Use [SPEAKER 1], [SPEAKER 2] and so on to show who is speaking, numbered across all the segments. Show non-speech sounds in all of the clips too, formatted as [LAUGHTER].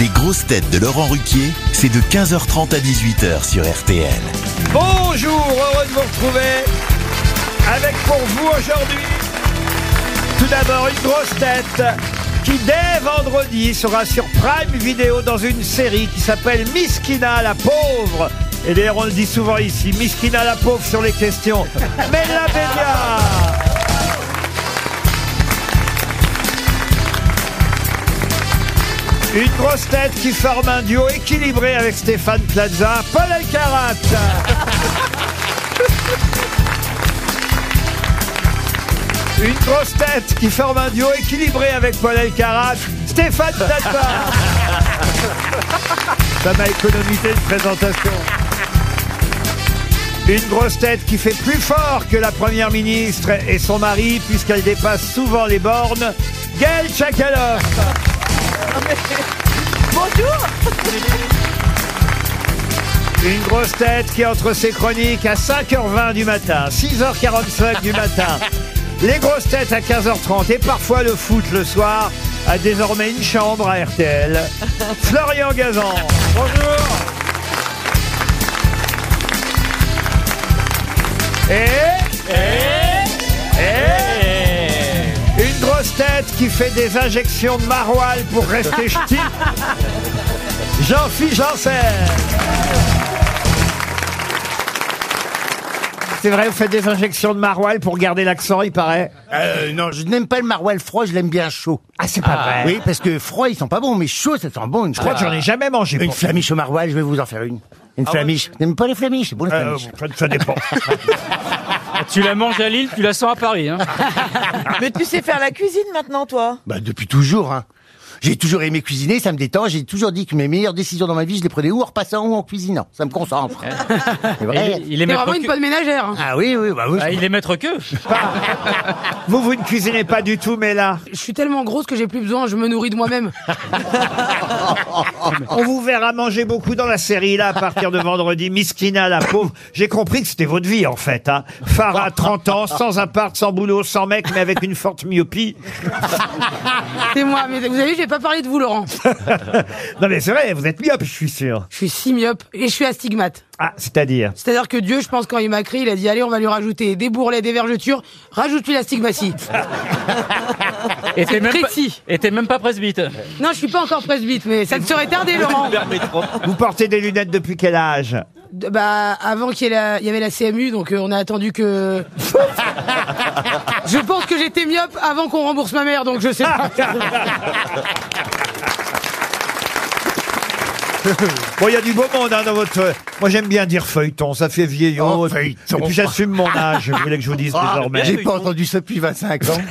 [SPEAKER 1] Les grosses têtes de Laurent Ruquier, c'est de 15h30 à 18h sur RTL.
[SPEAKER 2] Bonjour, heureux de vous retrouver avec pour vous aujourd'hui tout d'abord une grosse tête qui dès vendredi sera sur Prime Video dans une série qui s'appelle Miskina la pauvre. Et d'ailleurs on le dit souvent ici, Miskina la pauvre sur les questions. Mais la Une grosse tête qui forme un duo équilibré avec Stéphane Plaza, Paul Alcarat. Une grosse tête qui forme un duo équilibré avec Paul Alcarat, Stéphane Plaza. Ça m'a économisé une présentation. Une grosse tête qui fait plus fort que la première ministre et son mari puisqu'elle dépasse souvent les bornes, Gaël Chakalov.
[SPEAKER 3] Bonjour
[SPEAKER 2] Une grosse tête qui entre ses chroniques à 5h20 du matin, 6h45 du matin, les grosses têtes à 15h30 et parfois le foot le soir a désormais une chambre à RTL. Florian Gazan. Bonjour Et Et Eh Une grosse tête qui fait des injections de maroilles
[SPEAKER 4] [LAUGHS]
[SPEAKER 2] pour [LAUGHS] rester ch'ti. Jean-Philippe Janssen. C'est vrai, vous faites des injections de maroilles pour garder l'accent, il paraît.
[SPEAKER 5] Euh, non, je n'aime pas le maroilles froid, je l'aime bien chaud.
[SPEAKER 2] Ah, c'est pas vrai.
[SPEAKER 5] Oui, parce que froid, ils sont pas bons, mais chaud, ça sent bon. Une Ah.
[SPEAKER 2] Je crois que j'en ai jamais mangé.
[SPEAKER 5] Une
[SPEAKER 2] pour- Ah
[SPEAKER 5] flamiche au maroilles, je vais vous en faire une. Une flamiche. N'aime pas les flamiches, c'est bon les
[SPEAKER 2] Euh,
[SPEAKER 5] flamiches.
[SPEAKER 2] ça- ça
[SPEAKER 5] [LAUGHS]
[SPEAKER 2] dépend.
[SPEAKER 6] Tu la manges à Lille, tu la sors à Paris. Hein.
[SPEAKER 3] Mais tu sais faire la cuisine maintenant, toi
[SPEAKER 5] [LAUGHS] Bah, depuis toujours, hein. J'ai toujours aimé cuisiner, ça me détend. J'ai toujours dit que mes meilleures décisions dans ma vie, je les prenais ou en repassant ou en cuisinant. Ça
[SPEAKER 2] [LAUGHS]
[SPEAKER 5] me concentre. C'est vrai.
[SPEAKER 6] Il, il est
[SPEAKER 7] C'est
[SPEAKER 6] maître
[SPEAKER 7] vraiment
[SPEAKER 6] au
[SPEAKER 7] une
[SPEAKER 6] queue.
[SPEAKER 7] bonne ménagère. hein.
[SPEAKER 5] Ah oui, oui, bah oui.
[SPEAKER 6] Ah, il est maître queue.
[SPEAKER 2] [LAUGHS] vous, vous ne cuisinez pas du tout, mais là,
[SPEAKER 7] Je suis tellement grosse que j'ai plus besoin, je me nourris de
[SPEAKER 6] [LAUGHS]
[SPEAKER 7] moi-même.
[SPEAKER 5] Oh.
[SPEAKER 2] on vous verra manger beaucoup dans la série, là, à partir de vendredi. Miskina, la pauvre. J'ai compris que c'était votre vie, en fait. Hein. Farah, 30 ans, sans appart, sans boulot, sans mec, mais avec une forte myopie.
[SPEAKER 7] C'est moi, mais vous avez vu, j'ai pas parlé de vous, Laurent.
[SPEAKER 2] [LAUGHS] Non, mais c'est vrai, vous êtes myope, je suis sûr.
[SPEAKER 7] Je suis si myope et je suis astigmate.
[SPEAKER 2] Ah, c'est-à-dire
[SPEAKER 7] C'est-à-dire que Dieu, je pense, quand il m'a créé, il a dit allez, on va lui rajouter des bourrelets, des vergetures, rajoute-lui
[SPEAKER 6] [LAUGHS]
[SPEAKER 7] la stigmatie.
[SPEAKER 6] Et t'es même, pas-
[SPEAKER 7] précis.
[SPEAKER 6] et t'es même pas presbyte.
[SPEAKER 7] Non, je suis pas encore presbyte, mais ça ne serait
[SPEAKER 6] [LAUGHS]
[SPEAKER 7] tardé, Laurent.
[SPEAKER 2] Vous portez des lunettes depuis quel
[SPEAKER 5] [LAUGHS]
[SPEAKER 2] âge
[SPEAKER 7] De- Bah, avant qu'il y, ait la- il y avait la CMU, donc euh, on a
[SPEAKER 6] [LAUGHS]
[SPEAKER 7] attendu que. je pense que j'étais myope avant qu'on rembourse ma mère, donc je
[SPEAKER 6] [LAUGHS]
[SPEAKER 7] sais pas.
[SPEAKER 2] Bon, il y a du beau monde hein, dans votre... Moi, j'aime bien dire feuilleton, ça fait vieillot.
[SPEAKER 5] Oh,
[SPEAKER 2] Et puis-
[SPEAKER 5] feuilleton.
[SPEAKER 2] Et puis, j'assume mon âge, vous voulez que je vous dise
[SPEAKER 5] Ah,
[SPEAKER 2] désormais.
[SPEAKER 5] j'ai pas entendu ça depuis 25 ans.
[SPEAKER 2] [LAUGHS]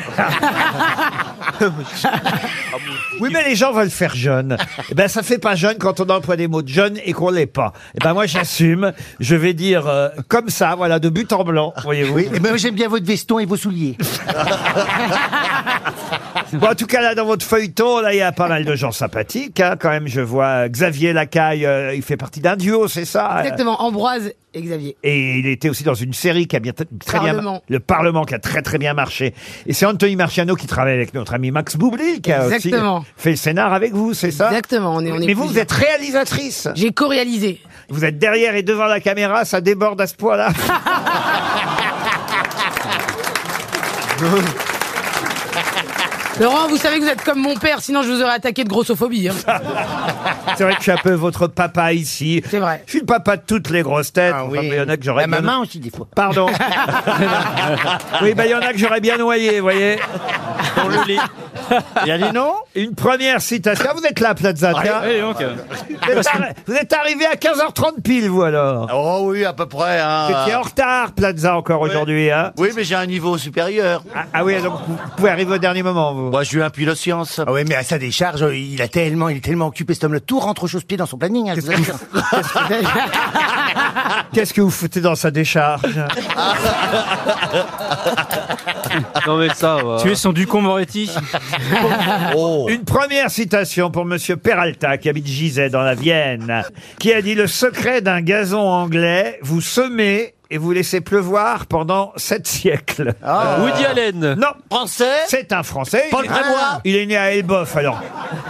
[SPEAKER 2] Oui, mais les gens veulent faire jeune. Eh ben, ça fait pas jeune quand on emploie des mots de jeune et qu'on l'est pas. Eh ben, moi, j'assume. Je vais dire euh, comme ça, voilà, de but en blanc, voyez-vous.
[SPEAKER 5] Oui, et ben, j'aime bien votre veston et vos souliers.
[SPEAKER 2] [LAUGHS] Bon, en tout cas, là, dans votre feuilleton, là, il y a pas mal de gens sympathiques. hein. Quand même, je vois euh, Xavier Lacaille, euh, il fait partie d'un duo, c'est ça euh,
[SPEAKER 7] Exactement, Ambroise et Xavier.
[SPEAKER 2] Et il était aussi dans une série qui a bien très bien
[SPEAKER 7] Parlement.
[SPEAKER 2] le Parlement qui a très très bien marché. Et c'est Anthony Marciano qui travaille avec notre ami Max Boublil qui a
[SPEAKER 7] Exactement.
[SPEAKER 2] aussi fait le scénar avec vous, c'est ça
[SPEAKER 7] Exactement, on est, on est
[SPEAKER 2] Mais vous, vous
[SPEAKER 7] plusieurs.
[SPEAKER 2] êtes réalisatrice.
[SPEAKER 7] J'ai co-réalisé.
[SPEAKER 2] Vous êtes derrière et devant la caméra, ça déborde à
[SPEAKER 7] [LAUGHS]
[SPEAKER 2] ce point-là.
[SPEAKER 7] Laurent, vous savez que vous êtes comme mon père, sinon je vous aurais attaqué de grossophobie. hein.
[SPEAKER 2] [LAUGHS] C'est vrai que je suis un peu votre papa ici.
[SPEAKER 7] C'est vrai.
[SPEAKER 2] Je suis le papa de toutes les grosses têtes.
[SPEAKER 5] Ah
[SPEAKER 2] Enfin,
[SPEAKER 5] oui.
[SPEAKER 2] Il y en a que j'aurais
[SPEAKER 5] La
[SPEAKER 2] bien...
[SPEAKER 5] maman aussi, des fois. [LAUGHS]
[SPEAKER 2] Pardon. oui, bah, il y en a que j'aurais bien noyé, vous voyez.
[SPEAKER 6] Dans le lit.
[SPEAKER 5] Il y a des noms
[SPEAKER 2] Une première citation. Ah, Vous êtes là, Plaza. tiens.
[SPEAKER 6] Allez donc. euh.
[SPEAKER 2] Vous êtes arri- Vous êtes arrivé à 15h30 pile, vous alors.
[SPEAKER 8] [LAUGHS] Oh oui, à peu près. hein.
[SPEAKER 2] Vous étiez en retard, Plaza, encore aujourd'hui. Hein
[SPEAKER 8] Oui, mais j'ai un niveau supérieur.
[SPEAKER 2] ah, ah oui, donc vous pouvez arriver au dernier moment, vous.
[SPEAKER 8] Moi, je suis un pilote science.
[SPEAKER 5] Ah ouais, mais à sa décharge, euh, il a tellement, il est tellement occupé, cet homme, le tout rentre chausse pied dans son planning. hein, je vous assure. [LAUGHS]
[SPEAKER 2] Qu'est-ce que vous foutez dans sa décharge
[SPEAKER 9] Ah Non mais
[SPEAKER 6] [LAUGHS]
[SPEAKER 9] ça, Oh. va.
[SPEAKER 6] Tu es son Ducon Moretti.
[SPEAKER 9] [LAUGHS]
[SPEAKER 2] Une première citation pour Monsieur Peralta, qui habite Gizet dans la Vienne, qui a dit le secret d'un gazon anglais, vous semez et vous laissez pleuvoir pendant sept siècles.
[SPEAKER 8] Ah.
[SPEAKER 9] Woody Allen.
[SPEAKER 2] Non,
[SPEAKER 8] Euh, Français
[SPEAKER 2] c'est un Français.
[SPEAKER 8] Paul
[SPEAKER 2] Il est-
[SPEAKER 8] Grégoire
[SPEAKER 2] Il est né à Elbeuf, alors.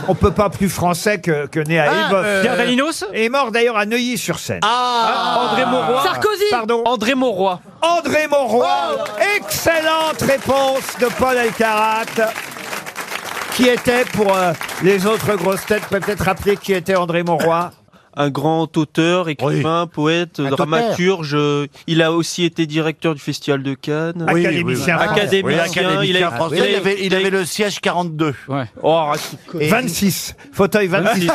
[SPEAKER 2] on peut pas plus français que, que né à
[SPEAKER 8] Ah,
[SPEAKER 2] Évoque.
[SPEAKER 8] euh,
[SPEAKER 6] Pierre Daninos
[SPEAKER 2] Et mort d'ailleurs à Neuilly-sur-Seine.
[SPEAKER 8] Ah,
[SPEAKER 6] André Mauroy
[SPEAKER 7] Sarkozy
[SPEAKER 2] Pardon.
[SPEAKER 6] André Mauroy.
[SPEAKER 2] André Monroy.
[SPEAKER 8] Oh.
[SPEAKER 2] Excellente réponse de Paul Alcarat. Qui était pour euh, les autres grosses têtes peut-être rappeler qui était André Monroy.
[SPEAKER 9] Un grand auteur, écrivain, poète,
[SPEAKER 5] Un
[SPEAKER 9] dramaturge. euh, Il a aussi été directeur du Festival de Cannes.
[SPEAKER 8] Oui, oui,
[SPEAKER 2] académicien.
[SPEAKER 5] oui.
[SPEAKER 2] français.
[SPEAKER 8] oui,
[SPEAKER 9] Académicien. il a
[SPEAKER 8] l'académicien français,
[SPEAKER 9] il a-
[SPEAKER 8] il, avait, il avait le siège 42.
[SPEAKER 9] Oh, arrête.
[SPEAKER 2] 26. Fauteuil 26.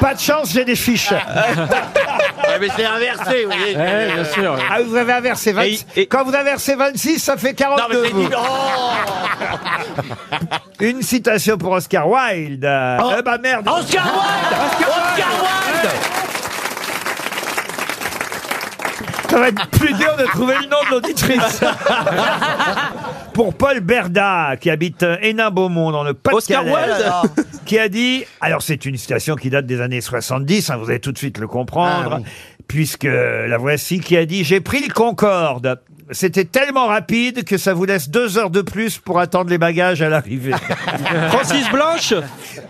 [SPEAKER 2] Pas de chance, j'ai des fiches.
[SPEAKER 8] mais c'est inversé, vous voyez.
[SPEAKER 6] Eh, bien sûr.
[SPEAKER 2] Ah, vous avez inversé 26.
[SPEAKER 9] Et- et-
[SPEAKER 2] Quand vous inversez 26, ça fait 42. vous. [LAUGHS] Une citation pour Oscar Wilde.
[SPEAKER 4] Oh.
[SPEAKER 7] Ah.
[SPEAKER 2] Eh ben, merde.
[SPEAKER 8] Oscar Wilde Oscar Wilde
[SPEAKER 2] Ça va être plus dur de trouver le nom de l'auditrice. Pour Paul Berda, qui habite euh, Hénin-Beaumont, dans le
[SPEAKER 9] Oscar
[SPEAKER 2] Pas-de-Calais,
[SPEAKER 9] Wilde
[SPEAKER 2] qui a dit, alors c'est une citation qui date des années 70, hein, vous allez tout de suite le
[SPEAKER 9] Ah
[SPEAKER 2] comprendre, puisque la voici, qui a dit « J'ai pris le Concorde ». C'était tellement rapide que ça vous laisse deux heures de plus pour attendre les bagages à l'arrivée. [LAUGHS]
[SPEAKER 9] Francis Blanche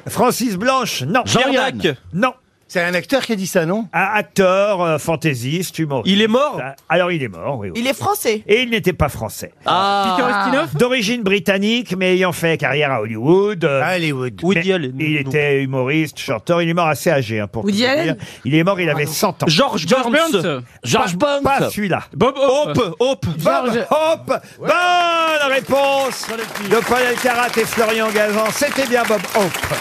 [SPEAKER 2] Francis Blanche, non.
[SPEAKER 9] Pierre Dac
[SPEAKER 2] Non.
[SPEAKER 5] C'est un acteur qui a dit ça, non
[SPEAKER 2] Un acteur, euh, fantaisiste, humoriste. Ah,
[SPEAKER 9] Il est mort
[SPEAKER 2] Alors il est mort, oui. oui.
[SPEAKER 3] Il est français.
[SPEAKER 2] Et il n'était pas français.
[SPEAKER 6] Peter Ustinov
[SPEAKER 2] D'origine britannique, mais ayant fait carrière à Hollywood. euh,
[SPEAKER 5] Hollywood.
[SPEAKER 2] mais
[SPEAKER 9] Woody Allen.
[SPEAKER 2] Il
[SPEAKER 9] Non.
[SPEAKER 2] était humoriste, chanteur. Il est mort assez âgé, hein, pour
[SPEAKER 7] Woody
[SPEAKER 2] tout vous
[SPEAKER 7] Allen
[SPEAKER 2] dire. Il est mort, il avait 100 ans.
[SPEAKER 9] George
[SPEAKER 6] George
[SPEAKER 9] Burns.
[SPEAKER 6] Burns.
[SPEAKER 8] George Bond
[SPEAKER 2] Pas celui-là.
[SPEAKER 6] Bob Hope.
[SPEAKER 9] Hope, Hope.
[SPEAKER 2] Bob Hope Bonne réponse de Paul Alcarat et Florian Gazan. C'était bien Bob Hope.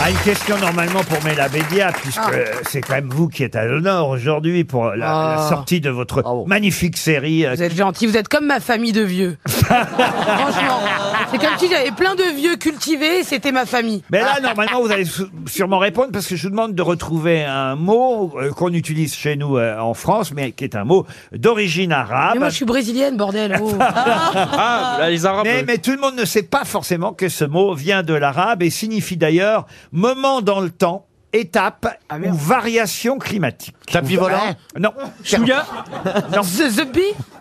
[SPEAKER 2] Ah, une question normalement pour Mela Bédia, puisque
[SPEAKER 6] Ah.
[SPEAKER 2] c'est quand même vous qui êtes à l'honneur aujourd'hui pour la, la
[SPEAKER 7] Ah.
[SPEAKER 2] sortie de votre magnifique série euh,
[SPEAKER 7] Vous êtes gentil, vous êtes comme ma famille de vieux. Franchement, c'est comme si j'avais plein de vieux cultivés, et c'était ma famille.
[SPEAKER 2] [LAUGHS] Mais là, normalement, vous allez sou- sûrement répondre parce que je vous demande de retrouver un mot euh, qu'on utilise chez nous euh, en France, mais qui est un mot d'origine
[SPEAKER 7] Mais
[SPEAKER 2] arabe. [LAUGHS]
[SPEAKER 7] moi, je suis brésilienne, bordel. oh.
[SPEAKER 9] Ah, là, les Arabes.
[SPEAKER 2] Mais, mais tout le monde ne sait pas forcément que ce mot vient de l'arabe et signifie d'ailleurs moment dans le temps, étape
[SPEAKER 7] Ah,
[SPEAKER 2] ou variation climatique.
[SPEAKER 8] Tapis volant
[SPEAKER 2] Non,
[SPEAKER 6] Chouya.
[SPEAKER 7] The, the bee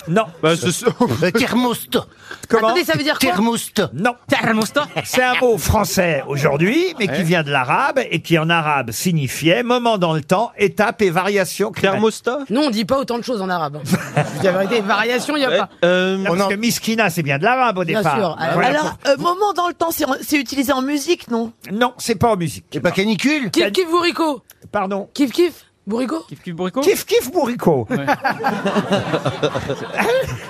[SPEAKER 2] non,
[SPEAKER 9] Bah, ce- ce-
[SPEAKER 5] Le thermost.
[SPEAKER 2] comment
[SPEAKER 7] Attendez, ça veut dire quoi
[SPEAKER 5] Thermost.
[SPEAKER 2] Non.
[SPEAKER 3] hein
[SPEAKER 2] [LAUGHS] C'est un mot français aujourd'hui, mais qui vient de l'arabe et qui en arabe signifiait moment dans le temps, étape et variation climatique.
[SPEAKER 9] Thermostat
[SPEAKER 7] Nous, on dit pas autant de choses en arabe. hein.
[SPEAKER 2] [LAUGHS]
[SPEAKER 7] La vérité, variation, il n'y a pas.
[SPEAKER 9] Euh,
[SPEAKER 2] Parce que miskina, c'est bien de l'arabe au
[SPEAKER 7] Bien
[SPEAKER 2] départ.
[SPEAKER 7] sûr.
[SPEAKER 2] Voilà.
[SPEAKER 3] Alors, euh, moment dans le temps, c'est c'est utilisé en musique, non
[SPEAKER 2] Non, c'est pas en musique.
[SPEAKER 5] C'est pas canicule
[SPEAKER 7] Kif kif bourrico
[SPEAKER 2] Pardon.
[SPEAKER 7] Kif kif bourrico
[SPEAKER 6] Kif Kif Brico.
[SPEAKER 2] Kif kif
[SPEAKER 9] [LAUGHS]
[SPEAKER 2] bourrico.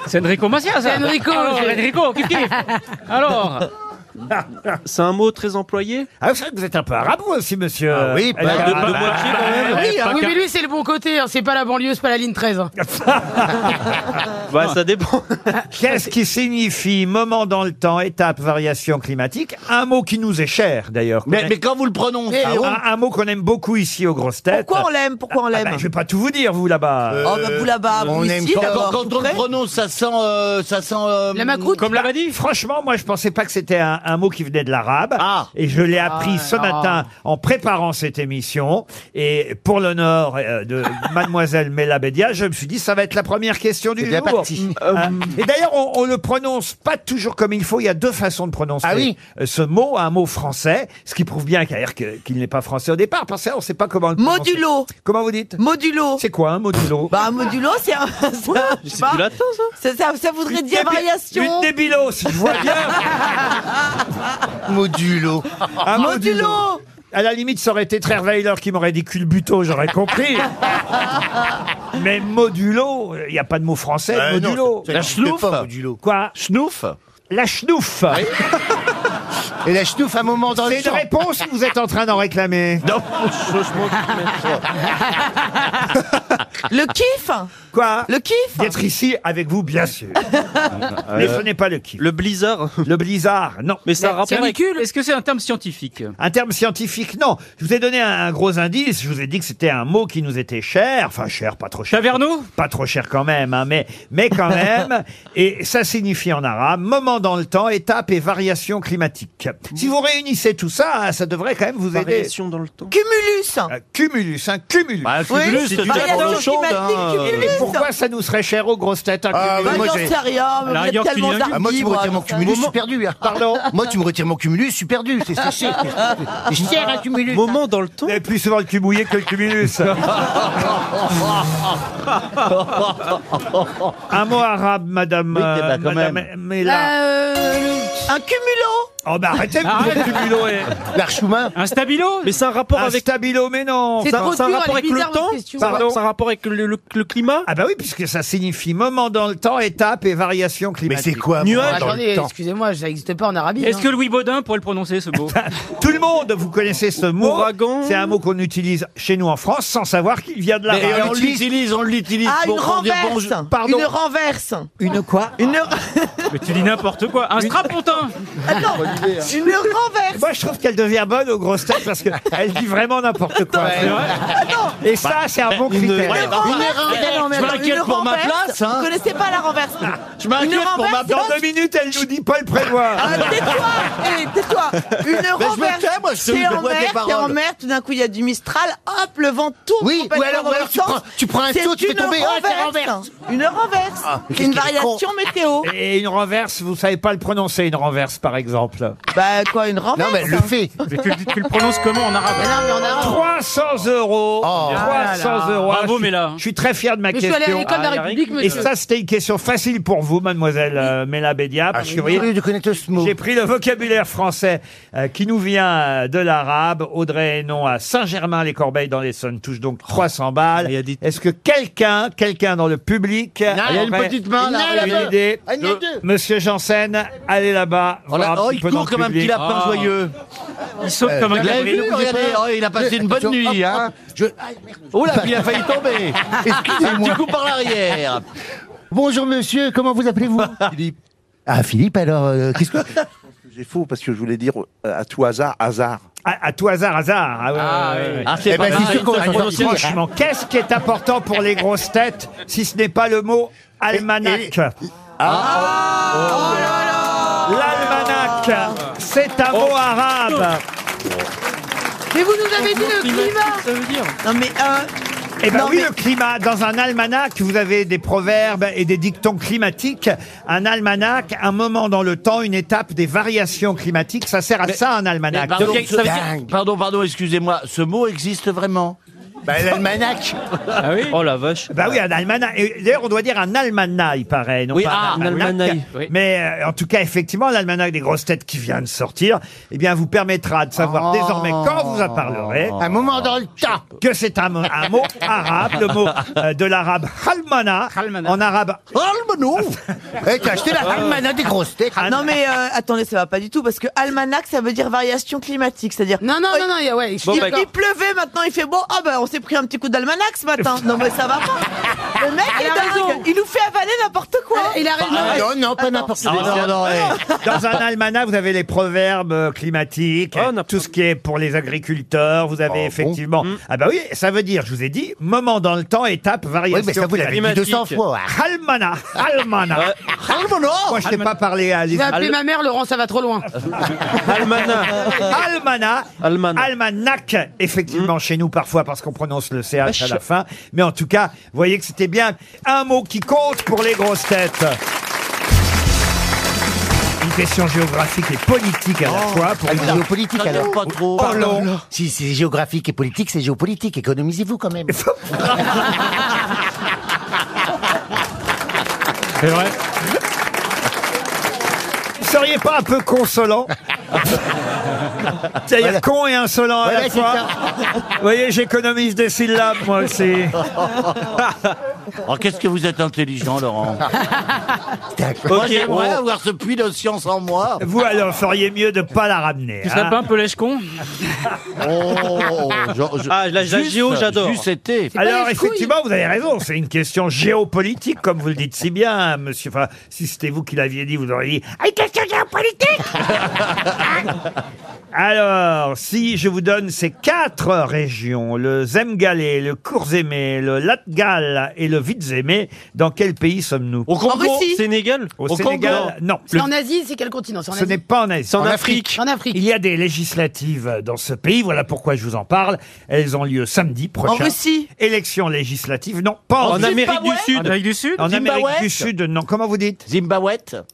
[SPEAKER 6] C'est Enrico Macias, ça.
[SPEAKER 7] C'est Enrico,
[SPEAKER 6] Alors,
[SPEAKER 7] c'est-
[SPEAKER 6] Enrico, Kif
[SPEAKER 7] [LAUGHS]
[SPEAKER 6] Kif. Alors,
[SPEAKER 9] c'est un mot très employé
[SPEAKER 2] Ah, vous savez que vous êtes un peu arabe vous aussi, monsieur.
[SPEAKER 5] Ah oui, pas-
[SPEAKER 2] Elkarat.
[SPEAKER 9] De, de moitié quand même
[SPEAKER 7] Oui,
[SPEAKER 9] Pas
[SPEAKER 7] oui,
[SPEAKER 9] qu'un-
[SPEAKER 7] mais lui, c'est le bon côté, hein, c'est pas la banlieue, c'est pas la ligne 13.
[SPEAKER 2] [LAUGHS]
[SPEAKER 7] hein.
[SPEAKER 9] Bah, ça dépend.
[SPEAKER 2] Qu'est-ce qui signifie moment dans le temps, étape, variation climatique Un mot qui nous est cher, d'ailleurs. qu'on
[SPEAKER 8] mais,
[SPEAKER 2] aime-
[SPEAKER 8] mais quand vous le prononcez,
[SPEAKER 2] un, un mot qu'on aime beaucoup ici aux grosses têtes.
[SPEAKER 3] Pourquoi on l'aime Pourquoi on
[SPEAKER 2] Ah
[SPEAKER 3] l'aime
[SPEAKER 2] ben, Je vais pas tout vous dire, vous là-bas.
[SPEAKER 3] Oh, bah, vous là-bas,
[SPEAKER 5] on
[SPEAKER 3] vous
[SPEAKER 5] aime
[SPEAKER 3] ici,
[SPEAKER 5] quand-
[SPEAKER 3] d'abord.
[SPEAKER 8] Euh, quand
[SPEAKER 3] tout
[SPEAKER 8] on le
[SPEAKER 3] près.
[SPEAKER 8] prononce, ça sent... euh, ça sent euh,
[SPEAKER 7] La macroute
[SPEAKER 6] comme l'a dit.
[SPEAKER 2] Franchement, moi, je pensais pas que c'était un, un mot qui venait de l'arabe.
[SPEAKER 8] Ah.
[SPEAKER 2] Et je l'ai appris
[SPEAKER 7] ouais,
[SPEAKER 2] ce
[SPEAKER 7] non.
[SPEAKER 2] matin en préparant cette émission. Et pour l'honneur euh, de mademoiselle Mela Bédia, je me suis dit, ça va être la première question du
[SPEAKER 5] C'est bien
[SPEAKER 2] jour.
[SPEAKER 5] parti. Euh,
[SPEAKER 2] Hein. Et d'ailleurs, on, on le prononce pas toujours comme il faut. Il y a deux façons de prononcer
[SPEAKER 5] Ah oui.
[SPEAKER 2] euh, ce mot, un mot français, ce qui prouve bien qu'à dire que- qu'il n'est pas français au départ. Parce que on sait pas comment le prononcer.
[SPEAKER 3] Modulo.
[SPEAKER 2] Comment vous dites
[SPEAKER 3] Modulo.
[SPEAKER 2] C'est quoi un modulo
[SPEAKER 3] Bah, modulo, c'est un. [LAUGHS] c'est un- je sais pas.
[SPEAKER 9] Du latin, ça
[SPEAKER 3] Ça, ça- ça voudrait dire
[SPEAKER 2] débi-
[SPEAKER 3] variation.
[SPEAKER 2] Une débilo, si je vois bien.
[SPEAKER 5] Modulo.
[SPEAKER 2] Un
[SPEAKER 3] Modulo.
[SPEAKER 2] Ah, À la limite, ça aurait été Trerweiler qui m'aurait dit culbuto, j'aurais
[SPEAKER 5] [LAUGHS]
[SPEAKER 2] compris. Mais modulo, il n'y a pas de mot français,
[SPEAKER 8] Euh, non,
[SPEAKER 2] modulo.
[SPEAKER 8] c'est- La schnouf
[SPEAKER 5] modulo.
[SPEAKER 2] Quoi
[SPEAKER 8] Schnouf
[SPEAKER 2] La schnouf [LAUGHS]
[SPEAKER 5] Et la chenouf, un moment dans
[SPEAKER 2] C'est
[SPEAKER 5] le
[SPEAKER 2] une
[SPEAKER 5] temps.
[SPEAKER 2] réponse ou vous êtes en train d'en
[SPEAKER 5] [LAUGHS]
[SPEAKER 2] réclamer
[SPEAKER 8] Non,
[SPEAKER 3] Le kiff.
[SPEAKER 2] Quoi
[SPEAKER 3] Le kiff.
[SPEAKER 2] D'être ici avec vous,
[SPEAKER 3] [LAUGHS]
[SPEAKER 2] bien sûr. Mais ce n'est pas le kiff.
[SPEAKER 9] Le blizzard.
[SPEAKER 2] Le blizzard, non.
[SPEAKER 9] Ah Mais ça rappelle.
[SPEAKER 6] Canicule. Est-ce que c'est un terme scientifique
[SPEAKER 2] Un terme scientifique, non. Je vous ai donné un, un gros indice. Je vous ai dit que c'était un mot qui nous était cher. Enfin, cher, pas trop cher.
[SPEAKER 6] Taverneau
[SPEAKER 2] Pas trop cher quand même, hein, mais, mais quand même. Et ça signifie en arabe moment dans le temps, étape et variation climatique. Si vous réunissez tout ça, hein, ça devrait quand même vous aider.
[SPEAKER 9] Variation dans le temps.
[SPEAKER 3] Cumulus.
[SPEAKER 2] Un cumulus, un cumulus.
[SPEAKER 9] Bah,
[SPEAKER 3] Oui,
[SPEAKER 9] cumulus, c'est
[SPEAKER 3] bah,
[SPEAKER 9] une
[SPEAKER 3] il y a
[SPEAKER 9] affaire
[SPEAKER 3] des
[SPEAKER 9] de
[SPEAKER 3] gens qui
[SPEAKER 9] chaude,
[SPEAKER 3] m'ont dit
[SPEAKER 9] hein,
[SPEAKER 3] que
[SPEAKER 9] euh,
[SPEAKER 3] cumulus.
[SPEAKER 2] Et pourquoi ça nous serait cher aux grosses têtes un cumulus
[SPEAKER 5] Ah, mais
[SPEAKER 3] Bah,
[SPEAKER 5] moi,
[SPEAKER 3] j'en
[SPEAKER 5] j'ai-
[SPEAKER 3] sais rien, mais
[SPEAKER 6] la
[SPEAKER 3] vous êtes
[SPEAKER 6] rigueur, tu
[SPEAKER 3] tellement
[SPEAKER 6] viens du-
[SPEAKER 5] Ah, moi, tu me
[SPEAKER 3] arbitre,
[SPEAKER 5] retires mon
[SPEAKER 3] ça.
[SPEAKER 5] cumulus, je
[SPEAKER 3] [LAUGHS]
[SPEAKER 5] suis perdu. hein.
[SPEAKER 2] Pardon
[SPEAKER 5] [LAUGHS] Moi, tu me retires mon cumulus, je suis perdu. C'est
[SPEAKER 2] [LAUGHS]
[SPEAKER 5] c'est cher. C'est cher, un cumulus.
[SPEAKER 9] Moment dans le temps.
[SPEAKER 2] Vous avez plus souvent le cul mouillé que le
[SPEAKER 9] [LAUGHS]
[SPEAKER 2] cumulus. Ah, [LAUGHS] un mot arabe, madame.
[SPEAKER 8] Oui, eh ben, quand
[SPEAKER 2] madame Mella.
[SPEAKER 3] Un cumulo.
[SPEAKER 2] Oh, bah arrêtez, vous
[SPEAKER 6] Arrête.
[SPEAKER 2] êtes cumulo. eh.
[SPEAKER 5] L'archumin.
[SPEAKER 6] Un stabilo
[SPEAKER 9] Mais c'est un rapport
[SPEAKER 2] Un
[SPEAKER 9] avec.
[SPEAKER 2] stabilo, mais non.
[SPEAKER 7] C'est
[SPEAKER 9] ça-
[SPEAKER 7] trop
[SPEAKER 9] ça a
[SPEAKER 7] dur,
[SPEAKER 9] rapport
[SPEAKER 7] elle est
[SPEAKER 9] avec le
[SPEAKER 7] bizarre, votre
[SPEAKER 9] temps
[SPEAKER 7] question.
[SPEAKER 9] Ça
[SPEAKER 2] Pardon
[SPEAKER 9] a un rapport avec le, le- le climat
[SPEAKER 2] Ah, bah oui, puisque ça signifie moment dans le temps, étape et variation
[SPEAKER 5] Mais
[SPEAKER 2] climatique.
[SPEAKER 5] c'est quoi
[SPEAKER 9] Nuage.
[SPEAKER 5] moi, dans
[SPEAKER 7] Attendez,
[SPEAKER 5] le temps
[SPEAKER 7] excusez-moi, ça n'existe pas en
[SPEAKER 3] Ah
[SPEAKER 7] Arabie.
[SPEAKER 6] Est-ce
[SPEAKER 7] hein.
[SPEAKER 6] que Louis Baudin pourrait le prononcer
[SPEAKER 2] [LAUGHS]
[SPEAKER 6] ce mot
[SPEAKER 2] Tout le monde, vous connaissez ce mot.
[SPEAKER 9] Ouragan.
[SPEAKER 2] C'est un mot qu'on utilise chez nous en France sans savoir qu'il vient de la
[SPEAKER 8] Et on
[SPEAKER 2] réalité.
[SPEAKER 8] l'utilise, on l'utilise
[SPEAKER 3] Ah, une
[SPEAKER 8] pour pour dire bonjour.
[SPEAKER 3] renverse.
[SPEAKER 2] Pardon.
[SPEAKER 3] Une renverse.
[SPEAKER 2] Une quoi
[SPEAKER 3] Une,
[SPEAKER 5] [LAUGHS]
[SPEAKER 6] Mais tu dis n'importe quoi. Un strapontin
[SPEAKER 3] Attends,
[SPEAKER 9] hein.
[SPEAKER 8] hein.
[SPEAKER 3] une renverse.
[SPEAKER 2] Moi, je trouve qu'elle devient bonne aux grosses têtes parce qu'elle dit vraiment n'importe quoi. c'est vrai. Ah Et
[SPEAKER 8] Bah,
[SPEAKER 2] ça, c'est un bon critère.
[SPEAKER 3] Une renverse.
[SPEAKER 8] Je m'inquiète pour ma place, hein.
[SPEAKER 3] Vous connaissez pas la renverse.
[SPEAKER 8] Je m'inquiète pour ma
[SPEAKER 3] renverse,
[SPEAKER 2] Dans
[SPEAKER 8] planche.
[SPEAKER 2] deux minutes, elle nous dit pas le prévoir.
[SPEAKER 3] Ah, tais-toi,
[SPEAKER 2] Eh,
[SPEAKER 3] hé, tais-toi. Une
[SPEAKER 8] me
[SPEAKER 3] renverse.
[SPEAKER 8] tais, moi, je te
[SPEAKER 3] T'es en
[SPEAKER 8] dois tes
[SPEAKER 3] mer, t'es en
[SPEAKER 8] paroles.
[SPEAKER 3] mer, tout d'un coup il y a du mistral, hop, le vent tourne
[SPEAKER 5] Oui, ou
[SPEAKER 3] complètement
[SPEAKER 5] alors,
[SPEAKER 3] dans
[SPEAKER 5] ou
[SPEAKER 3] le
[SPEAKER 5] alors tu,
[SPEAKER 3] sens.
[SPEAKER 5] prends, tu prends un
[SPEAKER 3] C'est
[SPEAKER 5] saut, tu fais
[SPEAKER 3] une
[SPEAKER 5] tomber. Ah, t'es
[SPEAKER 3] renverse.
[SPEAKER 5] renverse.
[SPEAKER 3] Une renverse.
[SPEAKER 5] mais qu'est-ce
[SPEAKER 3] une
[SPEAKER 5] qu'il est
[SPEAKER 3] variation météo.
[SPEAKER 2] Et une renverse, vous savez pas le prononcer, une renverse, par exemple.
[SPEAKER 3] Bah quoi, une renverse
[SPEAKER 5] Non, mais le
[SPEAKER 3] hein.
[SPEAKER 5] fait.
[SPEAKER 6] Mais tu, le- tu le prononces comment en arabe
[SPEAKER 3] Mais non, mais on a-
[SPEAKER 2] 300 euros.
[SPEAKER 5] Oh.
[SPEAKER 2] 300
[SPEAKER 7] Ah là là.
[SPEAKER 2] euros.
[SPEAKER 6] Bravo,
[SPEAKER 2] Je suis-
[SPEAKER 6] Mella.
[SPEAKER 2] Je suis très fier de ma
[SPEAKER 7] Mais je suis
[SPEAKER 2] question.
[SPEAKER 7] allé à l'école de
[SPEAKER 9] Ah,
[SPEAKER 7] la République,
[SPEAKER 2] Et
[SPEAKER 7] monsieur.
[SPEAKER 2] ça, c'était une question facile pour vous, mademoiselle euh, Mella Bédia, parce que vous voyez,
[SPEAKER 5] Ah, curieux de connaître ce mot.
[SPEAKER 2] J'ai pris le vocabulaire français euh, qui nous vient euh, de l'arabe. Audrey Hénon à Saint-Germain-les-Corbeilles dans l'Essonne touche donc 300 balles.
[SPEAKER 9] Ah, Il y a des-
[SPEAKER 2] Est-ce que quelqu'un, quelqu'un dans le public
[SPEAKER 8] il y a une
[SPEAKER 2] aurait
[SPEAKER 8] petite main, là.
[SPEAKER 2] une
[SPEAKER 8] Là-bas.
[SPEAKER 2] idée
[SPEAKER 8] Ah, il y en a deux.
[SPEAKER 2] Monsieur Janssen, allez là-bas.
[SPEAKER 8] Oh, là-
[SPEAKER 2] voir un
[SPEAKER 8] oh,
[SPEAKER 2] petit
[SPEAKER 8] il
[SPEAKER 2] peu dans
[SPEAKER 8] court
[SPEAKER 2] le
[SPEAKER 8] comme un petit
[SPEAKER 2] public.
[SPEAKER 8] lapin
[SPEAKER 6] Ah.
[SPEAKER 8] joyeux.
[SPEAKER 6] Il saute comme un
[SPEAKER 8] Vous l'avez
[SPEAKER 6] gabriel.
[SPEAKER 8] vu, regardez, oh, il a passé une bonne nuit.
[SPEAKER 2] ah,
[SPEAKER 8] Hein.
[SPEAKER 5] Je-
[SPEAKER 8] Oh là, il a failli tomber. Un petit
[SPEAKER 5] [LAUGHS] Excusez-moi.
[SPEAKER 8] coup par l'arrière.
[SPEAKER 5] Bonjour monsieur, comment vous
[SPEAKER 10] [LAUGHS]
[SPEAKER 5] appelez-vous Philippe. Ah Philippe, alors euh, qu'est-ce que
[SPEAKER 10] J'ai faux parce que je voulais dire euh, à tout hasard, hasard.
[SPEAKER 2] À, à tout hasard, hasard. Ah, ouais, ouais, ouais, ouais.
[SPEAKER 8] Ah, c'est
[SPEAKER 5] Eh
[SPEAKER 8] pas
[SPEAKER 5] ben, c'est sûr qu'on va s'en
[SPEAKER 2] Alors,
[SPEAKER 5] sortir.
[SPEAKER 2] Franchement, qu'est-ce qui est important pour les grosses têtes si ce n'est pas le mot almanach
[SPEAKER 8] Ah.
[SPEAKER 2] Ah.
[SPEAKER 8] Oh.
[SPEAKER 2] L'almanach, c'est un
[SPEAKER 6] Oh.
[SPEAKER 2] mot arabe.
[SPEAKER 7] Mais vous nous avez dit le climat
[SPEAKER 6] Ça veut dire
[SPEAKER 3] Non mais euh,
[SPEAKER 2] Eh ben
[SPEAKER 3] Non,
[SPEAKER 2] oui,
[SPEAKER 3] mais-
[SPEAKER 2] le climat. Dans un almanach, vous avez des proverbes et des dictons climatiques. Un almanach, un moment dans le temps, une étape des variations climatiques. Ça sert à ça, un almanach.
[SPEAKER 8] Pardon,
[SPEAKER 6] Donc,
[SPEAKER 8] ce-
[SPEAKER 6] ça veut
[SPEAKER 8] dingue. pardon, pardon, excusez-moi. Ce mot existe vraiment
[SPEAKER 5] bah, L'almanach.
[SPEAKER 6] Ah oui
[SPEAKER 9] Oh la vache.
[SPEAKER 2] Bah oui, un almanach. Et D'ailleurs, on doit dire un almanach, il paraît. Non
[SPEAKER 8] Oui,
[SPEAKER 2] pas
[SPEAKER 8] ah,
[SPEAKER 2] un almanach.
[SPEAKER 9] almanach,
[SPEAKER 6] oui.
[SPEAKER 2] Mais euh, en tout cas, effectivement, l'almanach des grosses têtes qui vient de sortir, eh bien, vous permettra de savoir
[SPEAKER 5] Oh.
[SPEAKER 2] désormais quand vous en parlerez.
[SPEAKER 5] Un moment dans le temps.
[SPEAKER 2] que c'est un, mo- un mot arabe, le mot euh, de l'arabe
[SPEAKER 8] [LAUGHS]
[SPEAKER 2] halmana,
[SPEAKER 6] Halmanach.
[SPEAKER 2] en arabe
[SPEAKER 5] Almanou
[SPEAKER 3] [LAUGHS]
[SPEAKER 5] Eh, t'as acheté la almanach des grosses têtes.
[SPEAKER 3] non mais euh, attendez, ça va pas du tout parce que almanach ça veut dire variation climatique, c'est-à-dire Oh,
[SPEAKER 7] Non, non, non, non, il y a- ouais,
[SPEAKER 3] il,
[SPEAKER 7] excusez-moi.
[SPEAKER 3] il pleuvait, maintenant il fait beau. Ah ben on s'est pris un petit coup d'almanach ce matin.
[SPEAKER 7] [LAUGHS]
[SPEAKER 3] Non mais ça va pas. Le mec
[SPEAKER 7] Elle
[SPEAKER 3] est
[SPEAKER 7] a
[SPEAKER 3] dingue.
[SPEAKER 7] raison.
[SPEAKER 3] Il nous fait avaler n'importe quoi.
[SPEAKER 7] Il a raison.
[SPEAKER 5] Non, [LAUGHS] non, pas n'importe
[SPEAKER 8] Ah,
[SPEAKER 5] quoi.
[SPEAKER 8] non, non, eh.
[SPEAKER 2] Dans un almanach, vous avez les proverbes euh, climatiques,
[SPEAKER 9] Oh, n'importe
[SPEAKER 2] tout ce qui est pour les agriculteurs. Vous avez effectivement.
[SPEAKER 6] Mm.
[SPEAKER 2] Ah bah oui, ça veut dire, je vous ai dit, moment dans le temps, étape, variation.
[SPEAKER 5] Oui, mais ça vous l'avez dit
[SPEAKER 9] Climatique.
[SPEAKER 5] 200 fois. hein.
[SPEAKER 2] Halmana, halmana. Moi, je t'ai pas parlé euh, à
[SPEAKER 7] Je
[SPEAKER 2] Alice.
[SPEAKER 7] vais appeler ma mère, Laurent, ça va trop loin.
[SPEAKER 9] Almanach.
[SPEAKER 2] Almana,
[SPEAKER 9] Almanach.
[SPEAKER 2] almanach, effectivement chez nous parfois parce qu'on prononce le ch à la fin, mais en tout cas, vous voyez que c'était bien un mot qui compte pour les grosses têtes. Une question géographique et politique à la fois pour
[SPEAKER 5] Ah,
[SPEAKER 2] vous.
[SPEAKER 5] c'est géopolitique alors.
[SPEAKER 8] Pas trop.
[SPEAKER 2] Parlons.
[SPEAKER 5] Si c'est géographique et politique, c'est géopolitique. Économisez-vous quand même.
[SPEAKER 6] C'est vrai.
[SPEAKER 2] Vous seriez pas un peu consolant C'est-à-dire con et insolent à la
[SPEAKER 5] Voilà, c'est
[SPEAKER 2] fois.
[SPEAKER 5] ça.
[SPEAKER 2] Vous voyez, j'économise des syllabes moi aussi.
[SPEAKER 8] [LAUGHS] Oh, qu'est-ce que vous êtes
[SPEAKER 5] [LAUGHS]
[SPEAKER 8] intelligent, Laurent.
[SPEAKER 5] D'accord.
[SPEAKER 8] [LAUGHS] Moi, j'aimerais avoir ce puits de science en moi.
[SPEAKER 2] Vous alors feriez mieux de pas la ramener.
[SPEAKER 6] Tu
[SPEAKER 2] hein.
[SPEAKER 6] serais pas un peu
[SPEAKER 8] [LAUGHS]
[SPEAKER 6] lèche-con
[SPEAKER 8] Oh, genre, je-
[SPEAKER 9] Ah, la- la géo, j'adore.
[SPEAKER 8] Juste été.
[SPEAKER 7] pas
[SPEAKER 2] Alors
[SPEAKER 7] les couilles.
[SPEAKER 2] effectivement, vous avez raison, c'est une question géopolitique, comme vous le dites si bien, hein, monsieur. Enfin, si c'était vous qui l'aviez dit, vous auriez dit Ah, une question géopolitique. Hein
[SPEAKER 7] [LAUGHS]
[SPEAKER 2] Alors, si je vous donne ces quatre régions, le Zemgalé, le Courzémé, le Latgal et le de Vitzémé. Dans quel pays sommes-nous
[SPEAKER 9] Au Congo,
[SPEAKER 3] Russie.
[SPEAKER 9] Sénégal
[SPEAKER 2] [LAUGHS] Au,
[SPEAKER 9] Au Congo.
[SPEAKER 2] Sénégal Non.
[SPEAKER 7] C'est
[SPEAKER 2] Le-
[SPEAKER 7] en Asie, c'est quel continent C'est en
[SPEAKER 2] ce n'est
[SPEAKER 7] Asie.
[SPEAKER 2] pas en Asie.
[SPEAKER 9] C'est en Afrique.
[SPEAKER 7] En Afrique.
[SPEAKER 2] Il y a des législatives dans ce pays, voilà pourquoi je vous en parle. Elles ont lieu samedi prochain.
[SPEAKER 3] En Russie
[SPEAKER 2] Élections législatives, non, pas en,
[SPEAKER 9] En Amérique du
[SPEAKER 6] En
[SPEAKER 9] Sud.
[SPEAKER 6] Amérique du Sud
[SPEAKER 2] En
[SPEAKER 8] Zimbabwe.
[SPEAKER 2] Amérique du Sud, non. Comment vous dites
[SPEAKER 8] Zimbabwe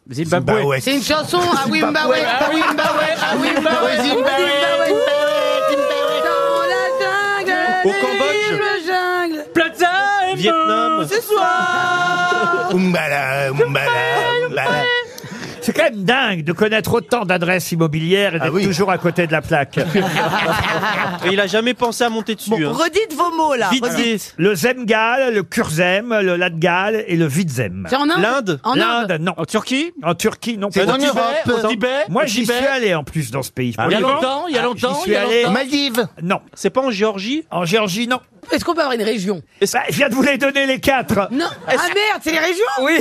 [SPEAKER 6] Zimbabwe.
[SPEAKER 2] Zimbabwe. Ah
[SPEAKER 7] C'est une chanson à
[SPEAKER 4] Ah
[SPEAKER 7] Wimbawe, à Wimbawe, à Wimbawe, Dans la jungle,
[SPEAKER 9] Au Cambodge.
[SPEAKER 7] vive le jungle.
[SPEAKER 6] Plaza et
[SPEAKER 9] Vietnam.
[SPEAKER 3] Ce soir
[SPEAKER 5] Oumbala, oumbala, oumbala.
[SPEAKER 2] C'est quand même dingue de connaître autant d'adresses immobilières et d'être
[SPEAKER 5] Ah oui.
[SPEAKER 2] toujours à côté de la plaque.
[SPEAKER 9] [LAUGHS] Et il a jamais pensé à monter dessus. hein.
[SPEAKER 3] Ah, Redites vos mots, là.
[SPEAKER 9] Vite,
[SPEAKER 3] redites.
[SPEAKER 9] vite.
[SPEAKER 2] le Zemgal, le Kurzem, le Latgal et le Vidzem.
[SPEAKER 7] C'est en Inde
[SPEAKER 9] L'Inde.
[SPEAKER 7] En Inde.
[SPEAKER 2] L'Inde, non.
[SPEAKER 6] En Turquie
[SPEAKER 2] En Turquie, non.
[SPEAKER 5] C'est
[SPEAKER 2] Pas
[SPEAKER 5] en
[SPEAKER 2] du tout.
[SPEAKER 5] Europe.
[SPEAKER 8] Au Tibet
[SPEAKER 2] Moi,
[SPEAKER 8] au
[SPEAKER 2] j'y suis
[SPEAKER 8] Tibet.
[SPEAKER 2] allé en plus dans ce pays.
[SPEAKER 8] Il y a
[SPEAKER 2] Pour le
[SPEAKER 8] longtemps, il y a
[SPEAKER 2] Ah, j'y
[SPEAKER 8] longtemps.
[SPEAKER 2] suis
[SPEAKER 8] il y a
[SPEAKER 2] allé.
[SPEAKER 8] longtemps.
[SPEAKER 5] Maldives.
[SPEAKER 2] coup, Non.
[SPEAKER 9] C'est pas en Géorgie
[SPEAKER 2] En Géorgie, non.
[SPEAKER 7] Est-ce qu'on peut avoir une région
[SPEAKER 2] Bah, je viens de vous les donner les quatre.
[SPEAKER 7] Non. Ah merde, c'est les régions
[SPEAKER 2] Oui.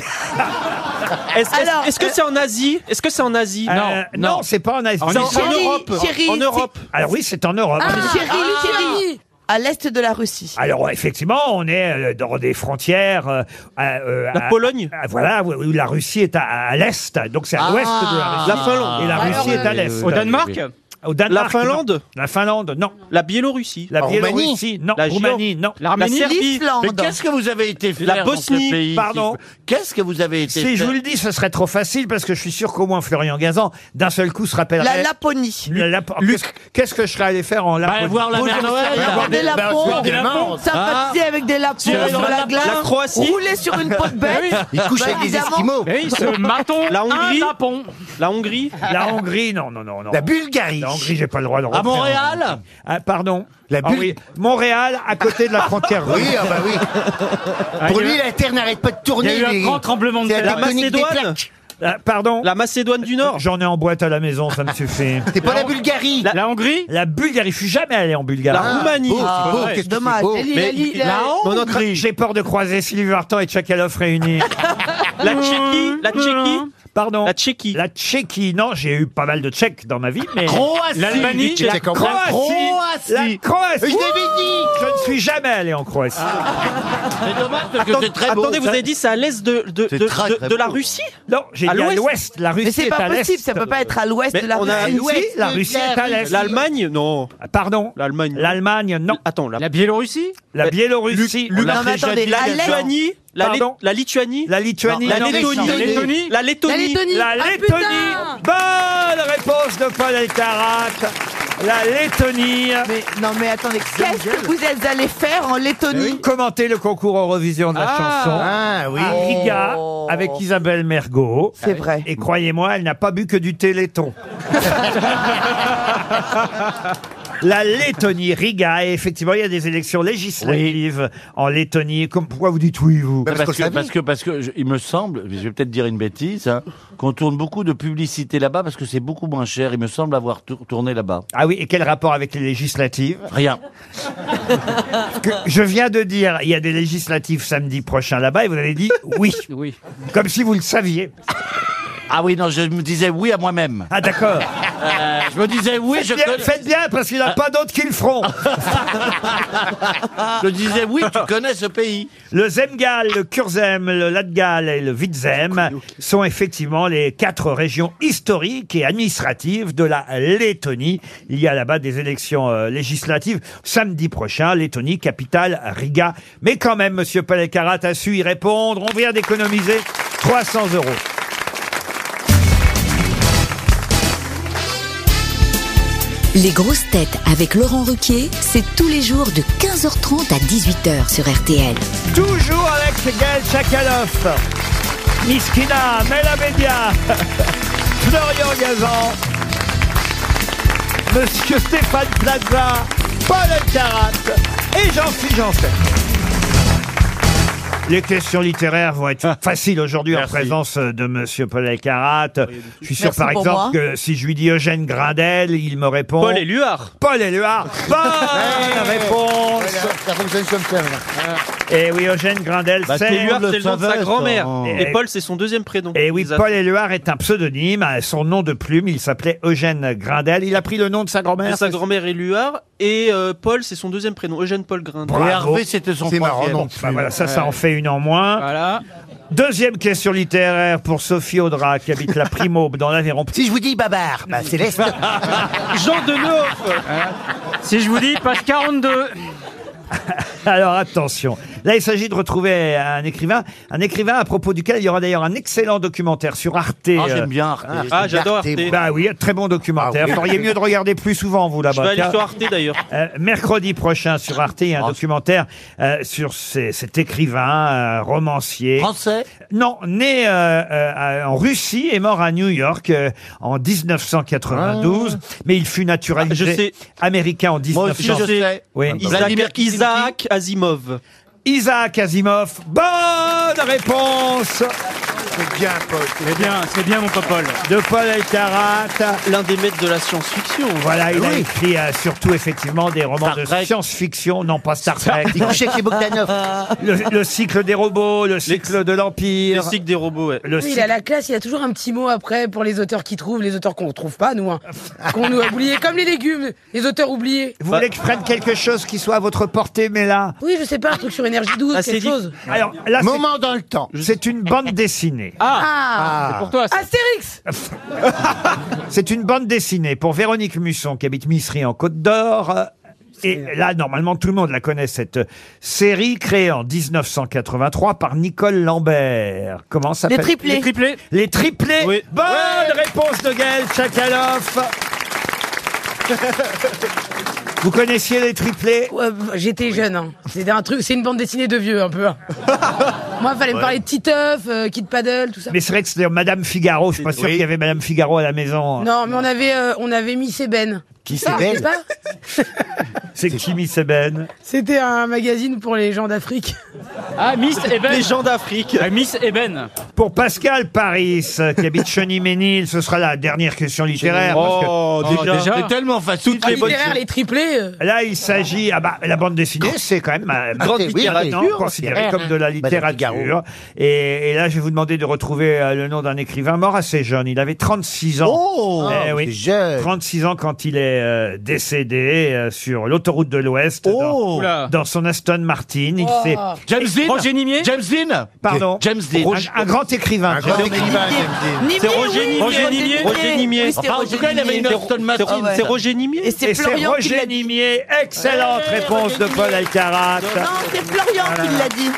[SPEAKER 9] Est-ce est-ce-
[SPEAKER 3] Alors,
[SPEAKER 9] est-ce que c'est en Asie Est-ce que c'est en Asie
[SPEAKER 2] Euh,
[SPEAKER 6] Non,
[SPEAKER 2] non,
[SPEAKER 6] non.
[SPEAKER 2] c'est pas en Asie.
[SPEAKER 6] En
[SPEAKER 2] C'est en-
[SPEAKER 6] Israël.
[SPEAKER 9] En
[SPEAKER 3] Chérie,
[SPEAKER 9] Europe.
[SPEAKER 3] chérie,
[SPEAKER 9] En Europe.
[SPEAKER 2] Alors oui, c'est en Europe.
[SPEAKER 3] Chérie,
[SPEAKER 7] Ah.
[SPEAKER 3] chérie. À l'est de la Russie.
[SPEAKER 2] Alors euh, effectivement, on est euh, dans des frontières. euh, à, euh,
[SPEAKER 9] La
[SPEAKER 2] à-
[SPEAKER 9] Pologne.
[SPEAKER 2] à- Voilà, où où la Russie est à, à l'est, donc
[SPEAKER 3] Ah.
[SPEAKER 2] c'est à l'ouest de la Russie.
[SPEAKER 9] La Finlande.
[SPEAKER 2] Et la
[SPEAKER 7] Alors,
[SPEAKER 2] Russie est à
[SPEAKER 7] euh,
[SPEAKER 2] l'est.
[SPEAKER 6] Au Danemark
[SPEAKER 2] Au Danemark,
[SPEAKER 9] La Finlande
[SPEAKER 2] non. La Finlande, non.
[SPEAKER 9] La Biélorussie.
[SPEAKER 2] La
[SPEAKER 8] Oh.
[SPEAKER 5] En
[SPEAKER 2] Biélorussie, non.
[SPEAKER 9] La
[SPEAKER 2] Roumanie, non.
[SPEAKER 9] La
[SPEAKER 6] L'Arménie
[SPEAKER 9] Serbie.
[SPEAKER 8] Mais
[SPEAKER 3] L'Islande.
[SPEAKER 8] qu'est-ce que vous avez été faire
[SPEAKER 9] La
[SPEAKER 8] dans ce
[SPEAKER 9] Bosnie,
[SPEAKER 8] pays,
[SPEAKER 2] pardon.
[SPEAKER 8] s'il vous plaît Qu'est-ce que vous avez été
[SPEAKER 2] Si je
[SPEAKER 8] faire
[SPEAKER 2] vous le dis, ce serait trop facile parce que je suis sûr qu'au moins Florian Gazan, d'un seul coup, se
[SPEAKER 3] La
[SPEAKER 2] rappellerait.
[SPEAKER 3] Laponie.
[SPEAKER 2] La Lap- Qu'est-ce- Qu'est-ce que je serais allé faire en
[SPEAKER 8] Allez
[SPEAKER 2] Laponie
[SPEAKER 8] voir la mère Noël
[SPEAKER 3] Regardez la
[SPEAKER 5] Ben,
[SPEAKER 3] peau.
[SPEAKER 8] des lapins.
[SPEAKER 3] Sympathiser avec des lapins
[SPEAKER 8] Tirer
[SPEAKER 3] sur
[SPEAKER 8] dans
[SPEAKER 3] la
[SPEAKER 8] la-
[SPEAKER 3] glace.
[SPEAKER 9] la Croatie.
[SPEAKER 3] Rouler sur
[SPEAKER 8] [LAUGHS]
[SPEAKER 3] une peau de bête.
[SPEAKER 5] Il couche
[SPEAKER 3] Bah,
[SPEAKER 5] avec des
[SPEAKER 3] évidemment.
[SPEAKER 5] Esquimaux.
[SPEAKER 6] Eh oui, ce maton,
[SPEAKER 9] La Hongrie.
[SPEAKER 6] un tapon.
[SPEAKER 9] La Hongrie.
[SPEAKER 2] La Hongrie, non, non, non, non.
[SPEAKER 5] La Bulgarie.
[SPEAKER 2] La Hongrie, j'ai pas le droit de
[SPEAKER 8] À
[SPEAKER 2] rentrer en-
[SPEAKER 8] Montréal
[SPEAKER 2] Ah, pardon.
[SPEAKER 5] La
[SPEAKER 2] Ah
[SPEAKER 5] Bul-
[SPEAKER 2] oui. Montréal, à côté de la frontière russe.
[SPEAKER 5] Oui, ah bah oui. Pour lui, la Terre n'arrête pas de
[SPEAKER 6] Il y a
[SPEAKER 5] tourner.
[SPEAKER 6] eu un
[SPEAKER 5] les-
[SPEAKER 6] grand tremblement de
[SPEAKER 5] C'est
[SPEAKER 6] terre.
[SPEAKER 5] la tectonique des
[SPEAKER 9] Macédoine.
[SPEAKER 5] plaques.
[SPEAKER 2] Ah, pardon.
[SPEAKER 9] La Macédoine du Nord.
[SPEAKER 2] J'en ai en boîte à la maison, ça me
[SPEAKER 5] [LAUGHS]
[SPEAKER 2] suffit.
[SPEAKER 5] C'est pas la Bulgarie.
[SPEAKER 6] La Hongrie
[SPEAKER 2] La Bulgarie, je suis jamais allé en Bulgarie.
[SPEAKER 9] La Roumanie.
[SPEAKER 5] Beau, c'est Ah, beau,
[SPEAKER 6] ouais.
[SPEAKER 5] qu'est-ce que c'est
[SPEAKER 3] Dommage.
[SPEAKER 5] beau.
[SPEAKER 7] La- la- la-
[SPEAKER 9] Mon autre-
[SPEAKER 2] J'ai peur de croiser Sylvie Vartan et Tchakalov
[SPEAKER 5] [LAUGHS]
[SPEAKER 2] réunis. Mmh.
[SPEAKER 9] La Tchéquie. La Tchéquie.
[SPEAKER 2] Pardon.
[SPEAKER 9] La Tchéquie.
[SPEAKER 2] La Tchéquie. Non, j'ai eu pas mal de Tchèques dans ma vie, mais.
[SPEAKER 8] Croatie
[SPEAKER 6] L'Albanie
[SPEAKER 2] La Croatie. La Croatie.
[SPEAKER 5] Je l'avais dit. Ah.
[SPEAKER 2] Je ne suis jamais allé en Croatie.
[SPEAKER 8] C'est dommage parce que c'est très beau.
[SPEAKER 9] Attendez, vous avez dit c'est à l'est de, de,
[SPEAKER 8] C'est
[SPEAKER 9] de-
[SPEAKER 8] très,
[SPEAKER 9] de-
[SPEAKER 8] très
[SPEAKER 9] de la
[SPEAKER 8] beau.
[SPEAKER 9] Russie
[SPEAKER 2] Non, j'ai
[SPEAKER 9] À
[SPEAKER 2] dit à
[SPEAKER 9] l'ouest.
[SPEAKER 2] l'ouest. La Russie
[SPEAKER 3] Mais c'est
[SPEAKER 2] est à
[SPEAKER 3] pas
[SPEAKER 2] l'est.
[SPEAKER 3] possible, ça peut pas être à l'ouest
[SPEAKER 9] Mais
[SPEAKER 3] de la
[SPEAKER 9] on a-
[SPEAKER 2] À
[SPEAKER 3] Russie.
[SPEAKER 2] l'ouest, la Russie est à l'est.
[SPEAKER 9] L'Allemagne Non.
[SPEAKER 2] Ah, Pardon.
[SPEAKER 9] L'Allemagne.
[SPEAKER 2] L'Allemagne, non. Euh,
[SPEAKER 9] Attends, la,
[SPEAKER 6] La Biélorussie
[SPEAKER 2] La Biélorussie,
[SPEAKER 9] Lu-
[SPEAKER 2] on l'a
[SPEAKER 3] Non, mais
[SPEAKER 2] déjà
[SPEAKER 3] attendez,
[SPEAKER 2] dit.
[SPEAKER 9] la
[SPEAKER 3] à l'est.
[SPEAKER 9] Lituanie. La, Lé-
[SPEAKER 2] Pardon
[SPEAKER 9] la Lituanie.
[SPEAKER 2] la Lituanie,
[SPEAKER 9] La
[SPEAKER 2] non.
[SPEAKER 9] Lettonie.
[SPEAKER 6] La Lettonie.
[SPEAKER 9] La Lettonie.
[SPEAKER 7] La Lettonie.
[SPEAKER 2] La
[SPEAKER 7] Ah,
[SPEAKER 2] Lettonie.
[SPEAKER 7] putain
[SPEAKER 2] Bonne réponse de Paul Elkarat. La Lettonie.
[SPEAKER 3] Mais non, mais attendez, qu'est-ce que vous êtes allé faire en Lettonie
[SPEAKER 2] Commenter le concours Eurovision de la chanson.
[SPEAKER 5] Ah oui.
[SPEAKER 2] à Riga
[SPEAKER 3] Oh.
[SPEAKER 2] avec Isabelle Mergot. Ah
[SPEAKER 3] C'est vrai.
[SPEAKER 2] Et croyez-moi, elle n'a pas bu que du téléthon. La Lettonie, Riga, et effectivement, il y a des élections législatives en Lettonie. Comme, pourquoi vous dites oui, vous
[SPEAKER 5] Parce qu'on
[SPEAKER 8] Parce que, bah-
[SPEAKER 5] savait.
[SPEAKER 8] parce que, parce que, je- il me semble, je vais peut-être dire une bêtise, hein, qu'on tourne beaucoup de publicité là-bas parce que c'est beaucoup moins cher. Il me semble avoir tour- tourné là-bas.
[SPEAKER 2] Ah oui, et quel rapport avec les législatives
[SPEAKER 8] Rien.
[SPEAKER 2] Je viens de dire, il y a des législatives samedi prochain là-bas, et vous avez dit oui.
[SPEAKER 6] Oui.
[SPEAKER 2] Comme si vous le saviez.
[SPEAKER 8] Ah oui, non, je me disais oui à moi-même.
[SPEAKER 2] Ah [LAUGHS] d'accord.
[SPEAKER 8] [LAUGHS] Euh, Je me disais oui, je,
[SPEAKER 2] Bien,
[SPEAKER 8] connais,
[SPEAKER 2] Faites bien, parce qu'il n'y a pas d'autres qui le
[SPEAKER 8] [LAUGHS]
[SPEAKER 2] feront.
[SPEAKER 8] je disais oui, tu connais ce pays.
[SPEAKER 2] Le Zemgal, le Kurzem, le Latgal et le
[SPEAKER 8] Ah,
[SPEAKER 2] Vidzem sont effectivement les quatre régions historiques et administratives de la Lettonie. Il y a là-bas des élections euh, législatives samedi prochain, Lettonie, capitale Riga. Mais quand même, Monsieur Palekarat a su y répondre. On vient d'économiser 300 euros.
[SPEAKER 11] Les grosses têtes avec Laurent Ruquier, c'est tous les jours de 15h30 à 18h sur RTL.
[SPEAKER 2] Toujours avec Gaël Chakaloff, Miskina, Mela Bédia, [LAUGHS] Florian Gazan, Monsieur Stéphane Plaza, Paul Elkarat et Jean-Philippe Janssen. Les questions littéraires vont
[SPEAKER 9] [LAUGHS]
[SPEAKER 2] être faciles aujourd'hui en présence de Monsieur Paul Elkarat. Je suis sûr,
[SPEAKER 3] Merci
[SPEAKER 2] par
[SPEAKER 3] pour
[SPEAKER 2] exemple,
[SPEAKER 3] moi.
[SPEAKER 2] que si je lui dis Eugène Grindel, il me répond
[SPEAKER 9] Paul Éluard.
[SPEAKER 2] Paul Éluard. Bonne réponse.
[SPEAKER 5] Voilà, Ça fonctionne comme ça. voilà.
[SPEAKER 2] Et
[SPEAKER 9] Eh
[SPEAKER 2] oui, Eugène Grindel,
[SPEAKER 8] Bah,
[SPEAKER 2] c'est
[SPEAKER 8] t'es
[SPEAKER 9] Éluard,
[SPEAKER 8] On le
[SPEAKER 9] c'est le hein. Eh nom de
[SPEAKER 8] savait,
[SPEAKER 9] sa
[SPEAKER 8] ça.
[SPEAKER 9] grand-mère.
[SPEAKER 8] Oh.
[SPEAKER 9] Et Paul, c'est son deuxième prénom.
[SPEAKER 2] Et oui,
[SPEAKER 9] Ils a-
[SPEAKER 2] Paul Éluard est un pseudonyme. à Son nom de plume, il s'appelait Eugène Grindel. Il a pris le nom de sa
[SPEAKER 9] de
[SPEAKER 2] grand-mère.
[SPEAKER 9] sa grand-mère Éluard. Et euh, Paul, c'est son deuxième prénom. Eugène Paul Grindel.
[SPEAKER 8] Et
[SPEAKER 2] Bravo.
[SPEAKER 8] Hervé, c'était son
[SPEAKER 5] C'est marrant,
[SPEAKER 8] troisième.
[SPEAKER 5] non
[SPEAKER 2] Bah voilà, ça, ça en fait une une en moins. Deuxième question littéraire pour Sophie Audra, qui habite la Primaube dans l'Aveyron. Si je vous dis Babar, bah Céleste. Jean Denoff [LAUGHS] Hein Si je vous dis, page 42. Alors attention, là il s'agit de retrouver un écrivain, un écrivain à propos duquel il y aura d'ailleurs un excellent documentaire sur Arte.
[SPEAKER 8] Ah, j'aime
[SPEAKER 2] euh,
[SPEAKER 8] bien Arte. Ah, j'adore Arte.
[SPEAKER 2] Bah oui, très bon documentaire.
[SPEAKER 8] Ah oui.
[SPEAKER 2] Vous feriez mieux de regarder plus souvent vous là-bas.
[SPEAKER 9] Je vais aller
[SPEAKER 2] tiens.
[SPEAKER 9] sur Arte d'ailleurs.
[SPEAKER 2] Euh, mercredi prochain sur Arte, il y a un documentaire euh, sur ces- cet écrivain, euh, romancier. Français Non, né euh, euh, à- en Russie et mort à New York euh, en 1992, mais il fut naturalisé
[SPEAKER 9] Ah, je sais.
[SPEAKER 2] américain en 1900.
[SPEAKER 9] Moi aussi, je sais.
[SPEAKER 2] Oui.
[SPEAKER 9] Vladimir Isaac- Kissinger. Isaac
[SPEAKER 2] Asimov. Isaac Asimov. Bonne réponse C'est bien, Paul. C'est bien, c'est bien, mon Paul. De Paul Elkarat. L'un des maîtres de la science-fiction. Voilà, il a
[SPEAKER 5] Oui.
[SPEAKER 2] écrit euh, surtout, effectivement, des romans
[SPEAKER 5] Star
[SPEAKER 2] de
[SPEAKER 5] Trek.
[SPEAKER 2] science-fiction. Non, pas Star Trek.
[SPEAKER 5] Il couchait avec les Bogdanov.
[SPEAKER 2] [LAUGHS] Le, le cycle des robots, le cycle de l'Empire.
[SPEAKER 9] le cycle
[SPEAKER 2] des robots, Le
[SPEAKER 7] Oui,
[SPEAKER 2] cycle-
[SPEAKER 7] il a la classe, il y a toujours un petit mot après pour les auteurs qui trouvent, les auteurs qu'on ne trouve pas, nous. hein. Qu'on nous a oubliés, comme les légumes, les auteurs oubliés.
[SPEAKER 2] Vous voulez que je prenne quelque chose qui soit à votre portée, mais là...
[SPEAKER 7] Oui, je sais pas, un truc sur énergie 12,
[SPEAKER 2] Ah, c'est
[SPEAKER 7] Bah, quelque
[SPEAKER 2] dit-
[SPEAKER 7] chose.
[SPEAKER 2] Alors, là, Moment dans le temps. C'est une bande dessinée.
[SPEAKER 7] Ah,
[SPEAKER 2] Ah. C'est pour toi, ça.
[SPEAKER 7] Astérix
[SPEAKER 2] [LAUGHS] C'est une bande dessinée pour Véronique Musson qui habite Missery en Côte d'Or. Euh, Et là, normalement, tout le monde la connaît, cette euh, série créée en 1983 par Nicole Lambert. Comment ça s'appelle
[SPEAKER 6] triplés. Les triplés.
[SPEAKER 2] Les triplés. Bonne réponse de Gaël
[SPEAKER 6] [LAUGHS]
[SPEAKER 2] Tchakaloff. Vous connaissiez les triplés
[SPEAKER 7] Ouais, J'étais jeune. Hein. C'était un truc, c'est une bande dessinée de vieux un peu.
[SPEAKER 2] [LAUGHS]
[SPEAKER 7] hein. Moi, fallait me
[SPEAKER 2] Ouais.
[SPEAKER 7] parler de Titeuf, euh, Kid Paddle, tout ça.
[SPEAKER 2] Mais c'est vrai que c'est Madame Figaro. Je suis pas sûr qu'il y avait Madame Figaro à la maison.
[SPEAKER 7] Non, mais on avait, euh, on avait Miss Eben.
[SPEAKER 2] Qui
[SPEAKER 7] Ah,
[SPEAKER 2] c'est
[SPEAKER 7] je sais pas.
[SPEAKER 2] euh, C'est Kimi Seben.
[SPEAKER 7] C'était un magazine pour les gens d'Afrique. Ah, Miss
[SPEAKER 8] eh ben,
[SPEAKER 7] Eben.
[SPEAKER 6] Les gens d'Afrique.
[SPEAKER 8] Ah,
[SPEAKER 6] Miss Eben.
[SPEAKER 2] Pour Pascal Paris, euh, qui habite Chenimesnil, ce sera la dernière question littéraire.
[SPEAKER 6] Oh,
[SPEAKER 2] parce que-
[SPEAKER 6] déjà. Oh, déjà. C'est tellement facile.
[SPEAKER 7] Ah, littéraire, les triplés. euh.
[SPEAKER 2] Là, il s'agit. Ah bah, la bande dessinée, c'est quand même euh,
[SPEAKER 5] Ah,
[SPEAKER 2] grande
[SPEAKER 5] c'est- oui,
[SPEAKER 2] littérature,
[SPEAKER 5] littérature,
[SPEAKER 2] considérée
[SPEAKER 5] littéraire.
[SPEAKER 2] comme de la littérature. Et, et là, je vais vous demander de retrouver euh, le nom d'un écrivain mort assez jeune. Il avait 36 ans.
[SPEAKER 5] Oh,
[SPEAKER 2] Eh oui. 36 ans quand il est euh, décédé euh, sur l'autoroute de l'Ouest, dans- dans, son Aston Martin. Il s'est-
[SPEAKER 8] Oh. James Dean Roger Nimier James Dean
[SPEAKER 2] Pardon.
[SPEAKER 8] James Dean.
[SPEAKER 2] Un, un grand écrivain.
[SPEAKER 8] grand
[SPEAKER 2] James Dean.
[SPEAKER 8] écrivain, James Dean. C'est Roger Nimier. Roger Nimier.
[SPEAKER 9] Roger Nimier.
[SPEAKER 8] Oui, c'était Enfin, en tout cas, il avait une Roger Aston Nimier. Martin.
[SPEAKER 9] C'est-
[SPEAKER 8] Ah ouais.
[SPEAKER 9] C'est Roger Nimier.
[SPEAKER 3] Et c'est
[SPEAKER 2] Et c'est
[SPEAKER 3] Florian qui l'a
[SPEAKER 2] Roger
[SPEAKER 3] dit.
[SPEAKER 2] Nimier. Excellente réponse de Paul Alcarat.
[SPEAKER 3] Non, c'est Florian
[SPEAKER 2] Voilà.
[SPEAKER 3] qui l'a dit.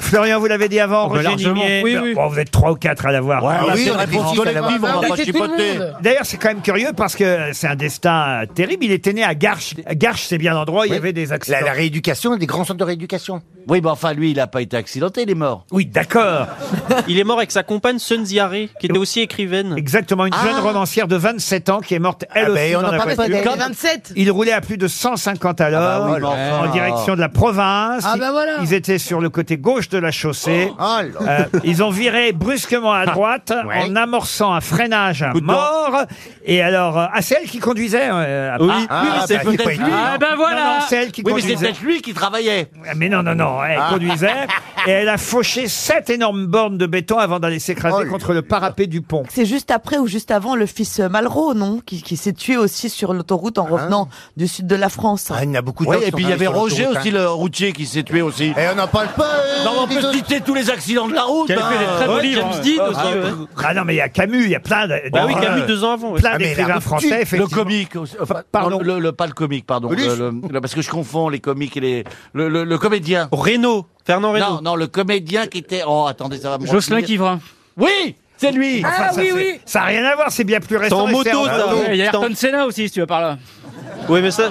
[SPEAKER 2] Florian, vous l'avez dit avant,
[SPEAKER 6] Oh, bah,
[SPEAKER 2] Roger
[SPEAKER 6] largement.
[SPEAKER 2] Nimier.
[SPEAKER 6] Oui, oui.
[SPEAKER 2] Bon, vous êtes trois ou quatre à l'avoir.
[SPEAKER 8] Ouais,
[SPEAKER 2] Ah,
[SPEAKER 8] oui,
[SPEAKER 2] c'est
[SPEAKER 8] on est
[SPEAKER 2] réponse
[SPEAKER 8] réponse
[SPEAKER 2] collective.
[SPEAKER 8] collective, on va pas
[SPEAKER 7] Arrêtez tout le
[SPEAKER 8] chipoter.
[SPEAKER 7] monde.
[SPEAKER 2] D'ailleurs, c'est quand même curieux parce que c'est un destin euh, terrible. Il était né à Garches. Garches, c'est bien l'endroit où il y
[SPEAKER 5] Oui.
[SPEAKER 2] avait des accidents.
[SPEAKER 5] La, la rééducation, des grands centres de rééducation.
[SPEAKER 8] Oui, bah enfin, lui, il n'a pas été accidenté, il est mort.
[SPEAKER 2] Oui, d'accord.
[SPEAKER 9] [LAUGHS] Il est mort avec sa compagne Sun Ziare, qui était aussi écrivaine.
[SPEAKER 2] Exactement, une
[SPEAKER 5] Ah.
[SPEAKER 2] jeune romancière de 27 ans qui est morte elle
[SPEAKER 5] Ah
[SPEAKER 2] aussi.
[SPEAKER 5] ben, on
[SPEAKER 2] dans
[SPEAKER 5] en
[SPEAKER 2] la
[SPEAKER 5] parle pas
[SPEAKER 2] voiture.
[SPEAKER 5] d'elle.
[SPEAKER 7] Quand 27
[SPEAKER 2] Il roulait à plus de 150 à l'heure
[SPEAKER 8] Ah bah oui, mais enfin.
[SPEAKER 2] en direction de la province.
[SPEAKER 7] Ah bah voilà.
[SPEAKER 2] Ils étaient sur le côté gauche de la chaussée.
[SPEAKER 5] Oh là.
[SPEAKER 2] Euh, ils ont viré brusquement à droite
[SPEAKER 5] Ouais.
[SPEAKER 2] en amorçant un freinage à
[SPEAKER 8] Coup de dent.
[SPEAKER 2] mort. Et alors, euh, ah, c'est elle qui conduisait. euh, après.
[SPEAKER 8] Ah,
[SPEAKER 5] oui, mais
[SPEAKER 8] bah,
[SPEAKER 5] c'est
[SPEAKER 8] il
[SPEAKER 5] peut-être
[SPEAKER 8] était pas
[SPEAKER 5] lui.
[SPEAKER 8] écrit.
[SPEAKER 6] Ah ben
[SPEAKER 2] Non,
[SPEAKER 6] voilà.
[SPEAKER 2] non, c'est elle qui
[SPEAKER 8] Oui, mais Ah. c'est
[SPEAKER 2] conduisait. Ah,
[SPEAKER 8] peut-être lui qui travaillait.
[SPEAKER 2] Mais non, non, non, elle conduisait. Et elle a fauché sept énormes bornes de béton avant d'aller s'écraser
[SPEAKER 5] Oh
[SPEAKER 2] contre le parapet du pont.
[SPEAKER 3] C'est juste après ou juste avant le fils euh, Malraux, non Qui, qui s'est tué aussi sur l'autoroute en revenant du sud de la France.
[SPEAKER 5] Ah, il y en a beaucoup de
[SPEAKER 8] Oui,
[SPEAKER 5] gens qui
[SPEAKER 8] et
[SPEAKER 5] sont
[SPEAKER 8] puis il y
[SPEAKER 5] allés
[SPEAKER 8] avait
[SPEAKER 5] sur
[SPEAKER 8] Roger
[SPEAKER 5] l'autoroute,
[SPEAKER 8] aussi, le routier, qui s'est tué aussi.
[SPEAKER 5] hein. Et on n'en parle pas. euh,
[SPEAKER 8] Non, mais
[SPEAKER 5] des
[SPEAKER 8] on peut
[SPEAKER 5] autres.
[SPEAKER 8] citer tous les accidents de la route.
[SPEAKER 6] Qui avait fait des très beaux
[SPEAKER 8] Ouais,
[SPEAKER 6] livres,
[SPEAKER 8] James
[SPEAKER 6] hein.
[SPEAKER 8] Dean aussi,
[SPEAKER 9] Ah,
[SPEAKER 8] ouais.
[SPEAKER 2] Ah non, mais il y a Camus, il y a plein de.
[SPEAKER 9] Bah oui,
[SPEAKER 2] bon,
[SPEAKER 9] Camus
[SPEAKER 2] euh,
[SPEAKER 9] deux ans avant. ouais.
[SPEAKER 2] Plein
[SPEAKER 5] Ah, mais la
[SPEAKER 2] d'écrivains
[SPEAKER 5] rupture,
[SPEAKER 2] français,
[SPEAKER 8] Le
[SPEAKER 2] effectivement.
[SPEAKER 8] comique, aussi. enfin,
[SPEAKER 2] Pardon.
[SPEAKER 8] non, le, le- pas le comique, pardon,
[SPEAKER 5] Coluche.
[SPEAKER 8] Le- le- le- parce que je confonds les comiques et les le, le- le comédien.
[SPEAKER 9] Renaud. Fernand Reynaud.
[SPEAKER 8] Non, non, le comédien qui était. Oh, attendez, ça va me.
[SPEAKER 6] Jocelyn
[SPEAKER 8] revenir.
[SPEAKER 6] Kivrin.
[SPEAKER 8] Oui, c'est lui.
[SPEAKER 7] Ah oui, oui.
[SPEAKER 2] Ça n'a rien à voir, c'est bien plus récent.
[SPEAKER 9] en
[SPEAKER 2] et
[SPEAKER 9] moto,
[SPEAKER 2] c'est en-
[SPEAKER 9] ça.
[SPEAKER 6] Il y a
[SPEAKER 9] Putain.
[SPEAKER 6] Ayrton Senna aussi, si tu vas par là.
[SPEAKER 9] Oui,
[SPEAKER 2] [LAUGHS]
[SPEAKER 9] mais ça.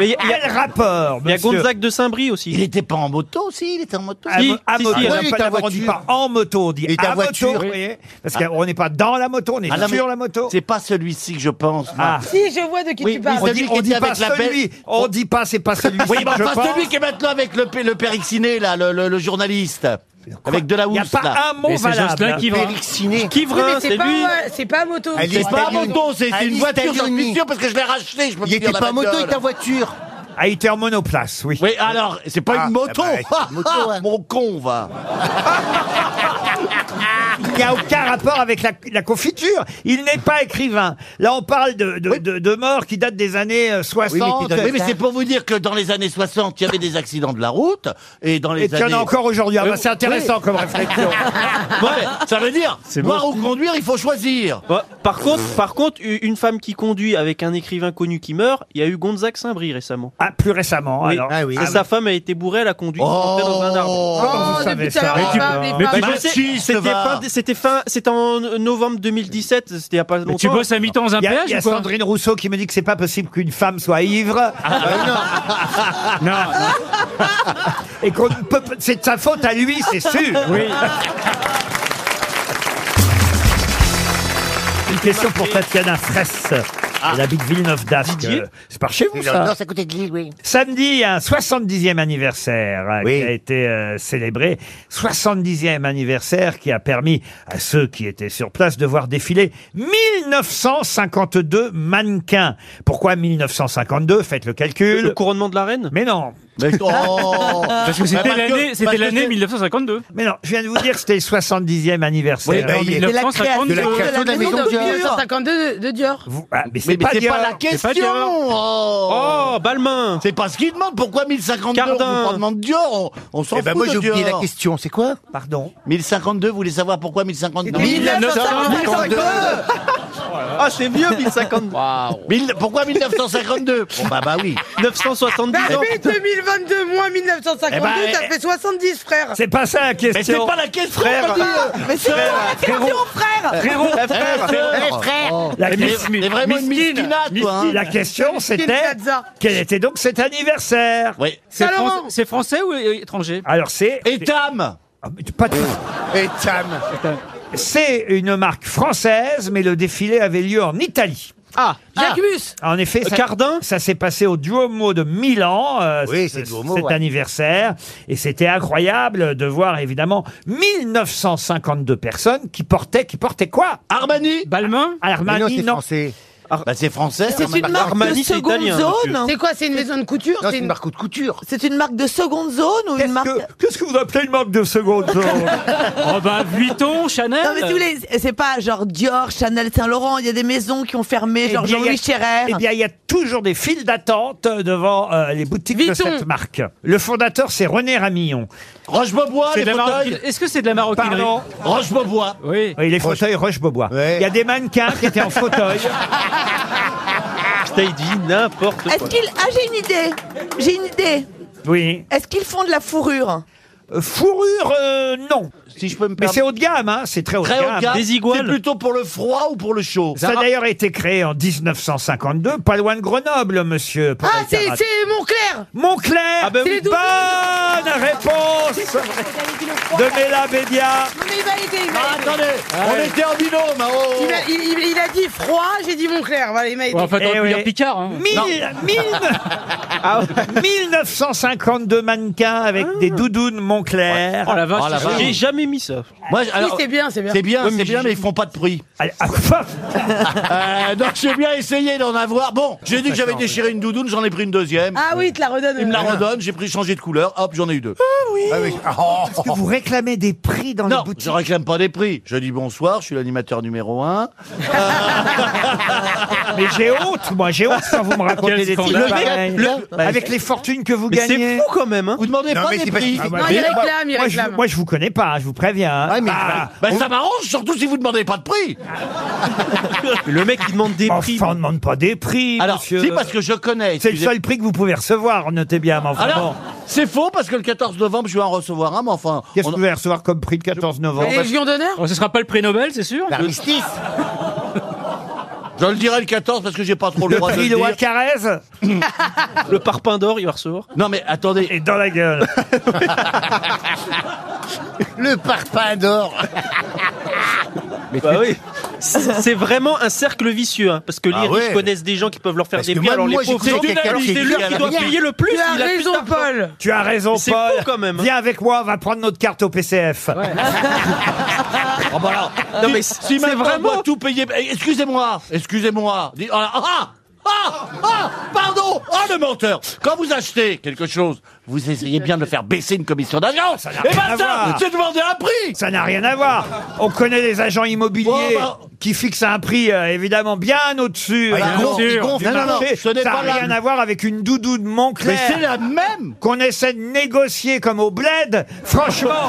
[SPEAKER 9] Mais il y, a- il y a-
[SPEAKER 2] Quel rapport
[SPEAKER 9] il y a
[SPEAKER 2] monsieur
[SPEAKER 9] Gonzague de Saint-Brie
[SPEAKER 8] Il
[SPEAKER 9] aussi.
[SPEAKER 8] était pas en moto aussi, il était en moto.
[SPEAKER 2] À,
[SPEAKER 9] Si,
[SPEAKER 2] mo- à
[SPEAKER 9] si,
[SPEAKER 2] moto,
[SPEAKER 9] si,
[SPEAKER 2] on
[SPEAKER 5] oui,
[SPEAKER 2] n'a pas
[SPEAKER 5] ta
[SPEAKER 2] d'abord, on dit
[SPEAKER 5] voiture.
[SPEAKER 2] pas en moto, on dit
[SPEAKER 5] Et ta
[SPEAKER 2] à moto,
[SPEAKER 5] voiture.
[SPEAKER 2] vous voyez Parce qu'on n'est pas dans la moto, on est
[SPEAKER 8] Ah, non, mais
[SPEAKER 2] sur la moto.
[SPEAKER 8] C'est pas celui-ci que je pense.
[SPEAKER 2] Ah.
[SPEAKER 8] moi.
[SPEAKER 7] Si, je vois de qui
[SPEAKER 8] Oui,
[SPEAKER 7] tu
[SPEAKER 8] oui,
[SPEAKER 7] parles.
[SPEAKER 2] On
[SPEAKER 8] celui
[SPEAKER 2] dit,
[SPEAKER 8] qui
[SPEAKER 2] on
[SPEAKER 8] était
[SPEAKER 2] dit pas
[SPEAKER 8] avec la belle-
[SPEAKER 2] celui, on dit pas c'est pas celui.
[SPEAKER 8] Oui, bah,
[SPEAKER 2] je
[SPEAKER 8] enfin,
[SPEAKER 2] pense.
[SPEAKER 8] celui qui est maintenant avec le, p- le périxiné, là, le, le- le journaliste. Avec de la
[SPEAKER 2] Il n'y a
[SPEAKER 8] housse, là.
[SPEAKER 2] pas un mot
[SPEAKER 6] Et c'est Jocelyn
[SPEAKER 2] valable.
[SPEAKER 6] Kivrin.
[SPEAKER 5] Vérixiné.
[SPEAKER 7] Oui, mais
[SPEAKER 9] Kivrin,
[SPEAKER 7] c'est
[SPEAKER 9] c'est
[SPEAKER 7] pas,
[SPEAKER 9] lui.
[SPEAKER 7] ouais, c'est pas à moto.
[SPEAKER 5] Elle
[SPEAKER 8] C'est
[SPEAKER 5] est
[SPEAKER 8] pas
[SPEAKER 5] italienne.
[SPEAKER 8] un moto, c'est c'est une
[SPEAKER 5] Alice
[SPEAKER 8] voiture, j'en
[SPEAKER 5] Taglioni.
[SPEAKER 8] suis sûr, parce que je l'ai racheté. Je peux
[SPEAKER 5] Il était pas en moto, il était en voiture.
[SPEAKER 2] A été Ah, en monoplace, oui.
[SPEAKER 8] Oui, alors, c'est pas
[SPEAKER 5] Ah,
[SPEAKER 8] [LAUGHS] une moto.
[SPEAKER 5] bah, c'est une moto, ouais.
[SPEAKER 2] Ah,
[SPEAKER 8] Mon con, va.
[SPEAKER 2] il n'y a aucun rapport avec la, la confiture. Il n'est pas écrivain. Là, on parle de, de, de- de morts qui datent des années euh, 60.
[SPEAKER 8] Oui, mais c'est pour vous dire que dans les années 60, il y avait des accidents de la route, et dans les
[SPEAKER 2] Et qu'il y en a
[SPEAKER 8] années-
[SPEAKER 2] encore aujourd'hui. Ah bah,
[SPEAKER 8] Euh,
[SPEAKER 2] c'est intéressant comme
[SPEAKER 8] [LAUGHS]
[SPEAKER 2] réflexion.
[SPEAKER 8] Ouais, mais ça veut dire,
[SPEAKER 9] C'est
[SPEAKER 8] boire
[SPEAKER 9] bon.
[SPEAKER 8] ou conduire, il faut choisir.
[SPEAKER 9] Ouais, par contre, par contre, u- une femme qui conduit avec un écrivain connu qui meurt, il y a eu Gonzague Saint-Brie récemment.
[SPEAKER 2] Ah, plus récemment.
[SPEAKER 9] Oui.
[SPEAKER 2] alors. Ah oui.
[SPEAKER 9] Et
[SPEAKER 2] Ah
[SPEAKER 9] sa femme a été bourrée, elle a conduit, elle est rentrée dans un arbre.
[SPEAKER 2] Comment vous savez ça
[SPEAKER 9] Mais tu- mais tu
[SPEAKER 6] Bah,
[SPEAKER 9] sais,
[SPEAKER 6] machiste,
[SPEAKER 9] c'était
[SPEAKER 6] va.
[SPEAKER 9] fin- C'était fin, c'était en novembre 2017, c'était il y a pas longtemps.
[SPEAKER 6] tu bosses à mi-temps dans un
[SPEAKER 2] Il y a,
[SPEAKER 6] péage
[SPEAKER 2] il y a
[SPEAKER 6] ou quoi
[SPEAKER 2] Sandrine Rousseau qui me dit que c'est pas possible qu'une femme soit ivre.
[SPEAKER 8] Ah, bah,
[SPEAKER 2] Euh,
[SPEAKER 6] Non,
[SPEAKER 2] Et qu'on ne peut pas- C'est de sa faute à lui, c'est sûr.
[SPEAKER 6] oui.
[SPEAKER 2] Une question pour Tatiana Fraisse.
[SPEAKER 6] Ah.
[SPEAKER 2] Elle habite Villeneuve d'Ascq.
[SPEAKER 8] Didier
[SPEAKER 2] Euh, C'est par chez vous, ça
[SPEAKER 5] Non, c'est à côté de l'île, oui.
[SPEAKER 2] Samedi, un 70e anniversaire euh,
[SPEAKER 5] Oui.
[SPEAKER 2] qui a été euh, célébré. 70e anniversaire qui a permis à ceux qui étaient sur place de voir défiler 1952 mannequins. Pourquoi 1952 Faites le calcul.
[SPEAKER 9] Le couronnement de la reine
[SPEAKER 2] Mais non, [LAUGHS]
[SPEAKER 6] Parce que c'était l'année, c'était l'année 1952.
[SPEAKER 2] mais non, je viens de vous dire que c'était le 70e anniversaire.
[SPEAKER 6] Oui, bah,
[SPEAKER 2] Non,
[SPEAKER 6] il
[SPEAKER 2] mais-
[SPEAKER 6] est-
[SPEAKER 3] C'est la
[SPEAKER 6] 1952.
[SPEAKER 3] création de la,
[SPEAKER 5] De la
[SPEAKER 3] maison
[SPEAKER 5] maison
[SPEAKER 3] de
[SPEAKER 5] de Dieu.
[SPEAKER 3] Dieu.
[SPEAKER 7] 1952 de, de Dior.
[SPEAKER 2] vous- ah, mais c'est
[SPEAKER 8] Mais
[SPEAKER 2] pas,
[SPEAKER 8] c'est
[SPEAKER 2] dire-
[SPEAKER 8] pas la
[SPEAKER 6] pas
[SPEAKER 8] question
[SPEAKER 6] Dior.
[SPEAKER 8] Oh.
[SPEAKER 9] Oh, Balmain
[SPEAKER 8] C'est pas ce qu'il demande, pourquoi 1052
[SPEAKER 9] Cardin.
[SPEAKER 8] On vous demande Dior, on, on s'en
[SPEAKER 5] Eh
[SPEAKER 8] fout
[SPEAKER 5] ben moi,
[SPEAKER 8] de
[SPEAKER 5] j'ai oublié
[SPEAKER 8] Dior.
[SPEAKER 5] la question, c'est quoi
[SPEAKER 2] Pardon.
[SPEAKER 8] 1052, vous voulez savoir pourquoi 1052
[SPEAKER 9] Ah, c'est vieux, 1050
[SPEAKER 8] Mille- Pourquoi 1952 Bon bah bah oui.
[SPEAKER 9] 970
[SPEAKER 7] Bah
[SPEAKER 9] ans
[SPEAKER 7] oui, 2022 moins 1952,
[SPEAKER 8] Eh ben,
[SPEAKER 7] ça fait 70, frère.
[SPEAKER 2] C'est pas ça la question.
[SPEAKER 8] Mais c'est pas la question, frère.
[SPEAKER 3] Mais c'est quoi la question, frère
[SPEAKER 2] La,
[SPEAKER 8] Mais-
[SPEAKER 2] question-
[SPEAKER 8] mais vraiment une
[SPEAKER 6] Miskine.
[SPEAKER 8] miskinade, toi. hein.
[SPEAKER 2] la question, c'était
[SPEAKER 7] Quel Plaza
[SPEAKER 2] quel était donc cet anniversaire
[SPEAKER 8] Oui.
[SPEAKER 6] C'est
[SPEAKER 7] Saint Laurent.
[SPEAKER 6] Fran- c'est français ou é- étranger
[SPEAKER 2] euh, Alors c'est
[SPEAKER 8] Et Tam
[SPEAKER 2] Ah, mais pas tout.
[SPEAKER 5] Et Tam.
[SPEAKER 2] C'est une marque française, mais le défilé avait lieu en Italie.
[SPEAKER 9] Ah,
[SPEAKER 7] Jacquemus.
[SPEAKER 2] En effet, ça,
[SPEAKER 9] Cardin
[SPEAKER 2] ça s'est passé au Duomo de Milan, euh,
[SPEAKER 5] Oui,
[SPEAKER 2] c-
[SPEAKER 5] c'est le Duomo,
[SPEAKER 2] cet
[SPEAKER 5] ouais.
[SPEAKER 2] anniversaire. Et c'était incroyable de voir, évidemment, 1952 personnes qui portaient, qui portaient quoi Ah,
[SPEAKER 8] Armani
[SPEAKER 6] Balmain
[SPEAKER 5] Mais non,
[SPEAKER 2] Armani,
[SPEAKER 5] c'est
[SPEAKER 2] non.
[SPEAKER 5] français.
[SPEAKER 8] Bah c'est français.
[SPEAKER 3] C'est une marque
[SPEAKER 5] [LAUGHS]
[SPEAKER 9] Armani,
[SPEAKER 3] de
[SPEAKER 9] c'est
[SPEAKER 3] seconde
[SPEAKER 9] italien,
[SPEAKER 3] zone
[SPEAKER 7] C'est quoi, c'est une maison de couture
[SPEAKER 5] Non,
[SPEAKER 7] c'est
[SPEAKER 5] c'est une marque de couture.
[SPEAKER 3] C'est une marque de seconde zone ou une
[SPEAKER 2] Qu'est-ce
[SPEAKER 3] marque...
[SPEAKER 2] que, qu'est-ce que vous appelez une marque
[SPEAKER 3] [LAUGHS]
[SPEAKER 2] de seconde zone
[SPEAKER 6] Oh bah Vuitton, Chanel.
[SPEAKER 3] Non mais si vous voulez, c'est- c'est pas genre Dior, Chanel, Saint-Laurent, il y a des maisons qui ont fermé,
[SPEAKER 2] Eh
[SPEAKER 3] genre
[SPEAKER 2] bien, il y a-
[SPEAKER 3] Jean-Louis Scherrer.
[SPEAKER 2] Eh bien, il y a toujours des files d'attente devant euh, les boutiques de
[SPEAKER 7] Vuitton.
[SPEAKER 2] cette marque. Le fondateur, c'est René Ramillon.
[SPEAKER 8] Roche-Beaubois,
[SPEAKER 6] C'est
[SPEAKER 8] les
[SPEAKER 6] de la maroquinerie.
[SPEAKER 8] fauteuils.
[SPEAKER 6] Est-ce que c'est de la maroquinerie
[SPEAKER 2] Pardon
[SPEAKER 8] Roche-Beaubois.
[SPEAKER 6] Oui.
[SPEAKER 2] Oui, les fauteuils Roche-Beaubois.
[SPEAKER 5] Ouais.
[SPEAKER 2] Il y a des mannequins qui étaient en fauteuil.
[SPEAKER 9] putain, il dit n'importe quoi.
[SPEAKER 3] Est-ce qu'ils... Ah, j'ai une idée J'ai une idée
[SPEAKER 2] Oui.
[SPEAKER 3] Est-ce qu'ils font de hein la fourrure
[SPEAKER 2] Euh, Fourrure, euh, non.
[SPEAKER 8] Si je peux me
[SPEAKER 2] Mais c'est
[SPEAKER 8] permettre.
[SPEAKER 2] haut de gamme, hein. c'est très haut
[SPEAKER 8] Très
[SPEAKER 2] de
[SPEAKER 8] haut
[SPEAKER 2] gamme.
[SPEAKER 8] de gamme.
[SPEAKER 9] Des iguales.
[SPEAKER 8] C'est plutôt pour le froid ou pour le chaud
[SPEAKER 2] Ça a d'ailleurs été créé en 1952, pas loin de Grenoble, monsieur.
[SPEAKER 7] Ah, c'est
[SPEAKER 2] Porel-Carat.
[SPEAKER 7] c'est Montclair
[SPEAKER 2] Montclair
[SPEAKER 9] Ah ben
[SPEAKER 7] oui. C'est les doubles.
[SPEAKER 2] Bonne réponse de Mela Bédia.
[SPEAKER 7] Non, mais il va aider, il
[SPEAKER 8] Ah,
[SPEAKER 7] va aider.
[SPEAKER 8] attendez, on était en binôme. hein, oh.
[SPEAKER 7] Il, a, il- il- il a dit froid, j'ai dit Montclair. Voilà, il m'a aidé.
[SPEAKER 6] Bon, en fait,
[SPEAKER 2] Eh
[SPEAKER 6] on peut
[SPEAKER 2] oui.
[SPEAKER 6] dire Picard. Hein.
[SPEAKER 2] Mille- mille-
[SPEAKER 8] [LAUGHS]
[SPEAKER 2] Ah ouais. 1952 mannequins avec des doudounes Montclair.
[SPEAKER 6] Oh la vache.
[SPEAKER 8] Oh, la
[SPEAKER 6] c'est
[SPEAKER 8] vache.
[SPEAKER 6] joli.
[SPEAKER 9] J'ai jamais mis ça.
[SPEAKER 8] Moi, je-
[SPEAKER 7] Oui,
[SPEAKER 8] alors,
[SPEAKER 7] c'est bien, c'est bien.
[SPEAKER 8] c'est bien,
[SPEAKER 9] Oui,
[SPEAKER 8] c'est
[SPEAKER 9] mais
[SPEAKER 8] bien,
[SPEAKER 9] j'ai-
[SPEAKER 8] mais ils font pas de prix.
[SPEAKER 2] Allez, ah,
[SPEAKER 8] [LAUGHS] Euh, donc j'ai bien essayé d'en avoir. Bon, j'ai dit que j'avais déchiré une doudoune, j'en ai pris une deuxième.
[SPEAKER 7] Ah oui, il te la redonne.
[SPEAKER 8] Il me la
[SPEAKER 7] euh,
[SPEAKER 8] redonne, j'ai pris changé de couleur, hop, j'en ai eu deux.
[SPEAKER 5] Ah oui. Oh.
[SPEAKER 2] que vous réclamez des prix dans les
[SPEAKER 8] Non,
[SPEAKER 2] boutiques.
[SPEAKER 8] je réclame pas des prix. Je dis bonsoir, je suis l'animateur numéro un.
[SPEAKER 2] [LAUGHS] Mais j'ai honte, moi, j'ai honte quand vous me racontez
[SPEAKER 6] Quel
[SPEAKER 2] des trucs
[SPEAKER 6] scandale.
[SPEAKER 2] pareils. bah, Avec les fortunes que vous
[SPEAKER 9] Mais c'est
[SPEAKER 2] gagnez.
[SPEAKER 9] fou quand même, hein.
[SPEAKER 8] Vous demandez
[SPEAKER 5] Non,
[SPEAKER 8] pas
[SPEAKER 5] mais
[SPEAKER 8] des
[SPEAKER 5] c'est parce-
[SPEAKER 8] prix.
[SPEAKER 5] Ah,
[SPEAKER 7] Non, il réclame, il
[SPEAKER 2] moi, je,
[SPEAKER 7] réclame.
[SPEAKER 2] moi, je vous connais pas, hein, je vous préviens. hein.
[SPEAKER 5] Ouais, mais-
[SPEAKER 2] Ah,
[SPEAKER 8] Ben, ça m'arrange, surtout si vous demandez pas de prix.
[SPEAKER 2] [LAUGHS]
[SPEAKER 9] Le mec, il demande des prix.
[SPEAKER 2] Oh, enfin, on ne demande pas des prix,
[SPEAKER 8] Alors,
[SPEAKER 2] monsieur.
[SPEAKER 8] si, parce que je connais.
[SPEAKER 2] C'est le
[SPEAKER 8] excusez-
[SPEAKER 2] seul prix que vous pouvez recevoir, notez bien, mais enfin
[SPEAKER 8] Alors,
[SPEAKER 2] bon.
[SPEAKER 8] c'est faux parce que le 14 novembre, je vais en recevoir un, mais enfin.
[SPEAKER 2] Qu'est-ce
[SPEAKER 8] on-
[SPEAKER 2] que vous allez recevoir comme prix le 14 novembre
[SPEAKER 7] Les Légion d'honneur
[SPEAKER 6] Oh, ce sera pas le prix Nobel, c'est sûr
[SPEAKER 5] L'armistice.
[SPEAKER 8] [LAUGHS] Je le dirai le 14 parce que j'ai pas trop le
[SPEAKER 2] Le
[SPEAKER 8] droit de
[SPEAKER 2] prix
[SPEAKER 8] le
[SPEAKER 2] Loa
[SPEAKER 8] dire. [LAUGHS]
[SPEAKER 2] Carrez
[SPEAKER 9] Le parpaing d'or, il va recevoir.
[SPEAKER 8] Non, mais attendez.
[SPEAKER 2] est dans la gueule.
[SPEAKER 5] Le parpaing [LAUGHS] d'or.
[SPEAKER 9] Bah oui. C'est c'est vraiment un cercle vicieux, hein, parce que les
[SPEAKER 5] Ah
[SPEAKER 9] riches
[SPEAKER 5] ouais.
[SPEAKER 9] connaissent des gens qui peuvent leur faire
[SPEAKER 5] Parce
[SPEAKER 9] des
[SPEAKER 5] que
[SPEAKER 9] prix,
[SPEAKER 5] moi-
[SPEAKER 9] alors les
[SPEAKER 5] moi, j'ai
[SPEAKER 9] pauvres,
[SPEAKER 5] connu
[SPEAKER 9] c'est
[SPEAKER 5] quelqu'un
[SPEAKER 9] lui-
[SPEAKER 5] qui
[SPEAKER 9] c'est
[SPEAKER 5] est
[SPEAKER 9] lui
[SPEAKER 5] riche à
[SPEAKER 9] qui
[SPEAKER 5] la
[SPEAKER 9] doit
[SPEAKER 5] manière.
[SPEAKER 9] payer le plus.
[SPEAKER 7] Tu as
[SPEAKER 9] il a plus
[SPEAKER 7] raison,
[SPEAKER 9] d'argent.
[SPEAKER 7] Paul.
[SPEAKER 2] tu as raison,
[SPEAKER 9] C'est
[SPEAKER 2] Paul.
[SPEAKER 9] fou, quand même. hein.
[SPEAKER 2] Viens avec moi, on va prendre notre carte au [LAUGHS]
[SPEAKER 9] [LAUGHS]
[SPEAKER 2] PCF.
[SPEAKER 8] Oh, bah alors,
[SPEAKER 9] Non,
[SPEAKER 8] [LAUGHS]
[SPEAKER 9] mais
[SPEAKER 8] si-
[SPEAKER 9] c'est
[SPEAKER 8] si maintenant
[SPEAKER 9] vraiment-
[SPEAKER 8] on doit tout payer. Eh, Excusez-moi, excusez-moi. Dis- Ah, ah, ah, ah, pardon, ah le menteur. Quand vous achetez quelque chose, vous essayez bien de faire baisser une commission d'agence. Et
[SPEAKER 2] rien à
[SPEAKER 8] ben ça,
[SPEAKER 2] voir.
[SPEAKER 8] c'est demandé un prix.
[SPEAKER 2] Ça n'a rien à voir. On connaît les agents immobiliers
[SPEAKER 8] Bon, bah.
[SPEAKER 2] qui fixent un prix euh, évidemment bien au-dessus
[SPEAKER 8] Ah,
[SPEAKER 2] euh,
[SPEAKER 8] ils
[SPEAKER 2] du
[SPEAKER 8] gonflent, ils gonflent.
[SPEAKER 2] marché.
[SPEAKER 8] Non, non, non, ce n'est
[SPEAKER 2] Ça n'a
[SPEAKER 8] pas la-
[SPEAKER 2] rien à voir avec une doudou de
[SPEAKER 8] Mais c'est
[SPEAKER 2] Montclair
[SPEAKER 8] la même.
[SPEAKER 2] qu'on essaie de négocier comme au bled.
[SPEAKER 8] [LAUGHS]
[SPEAKER 2] Franchement,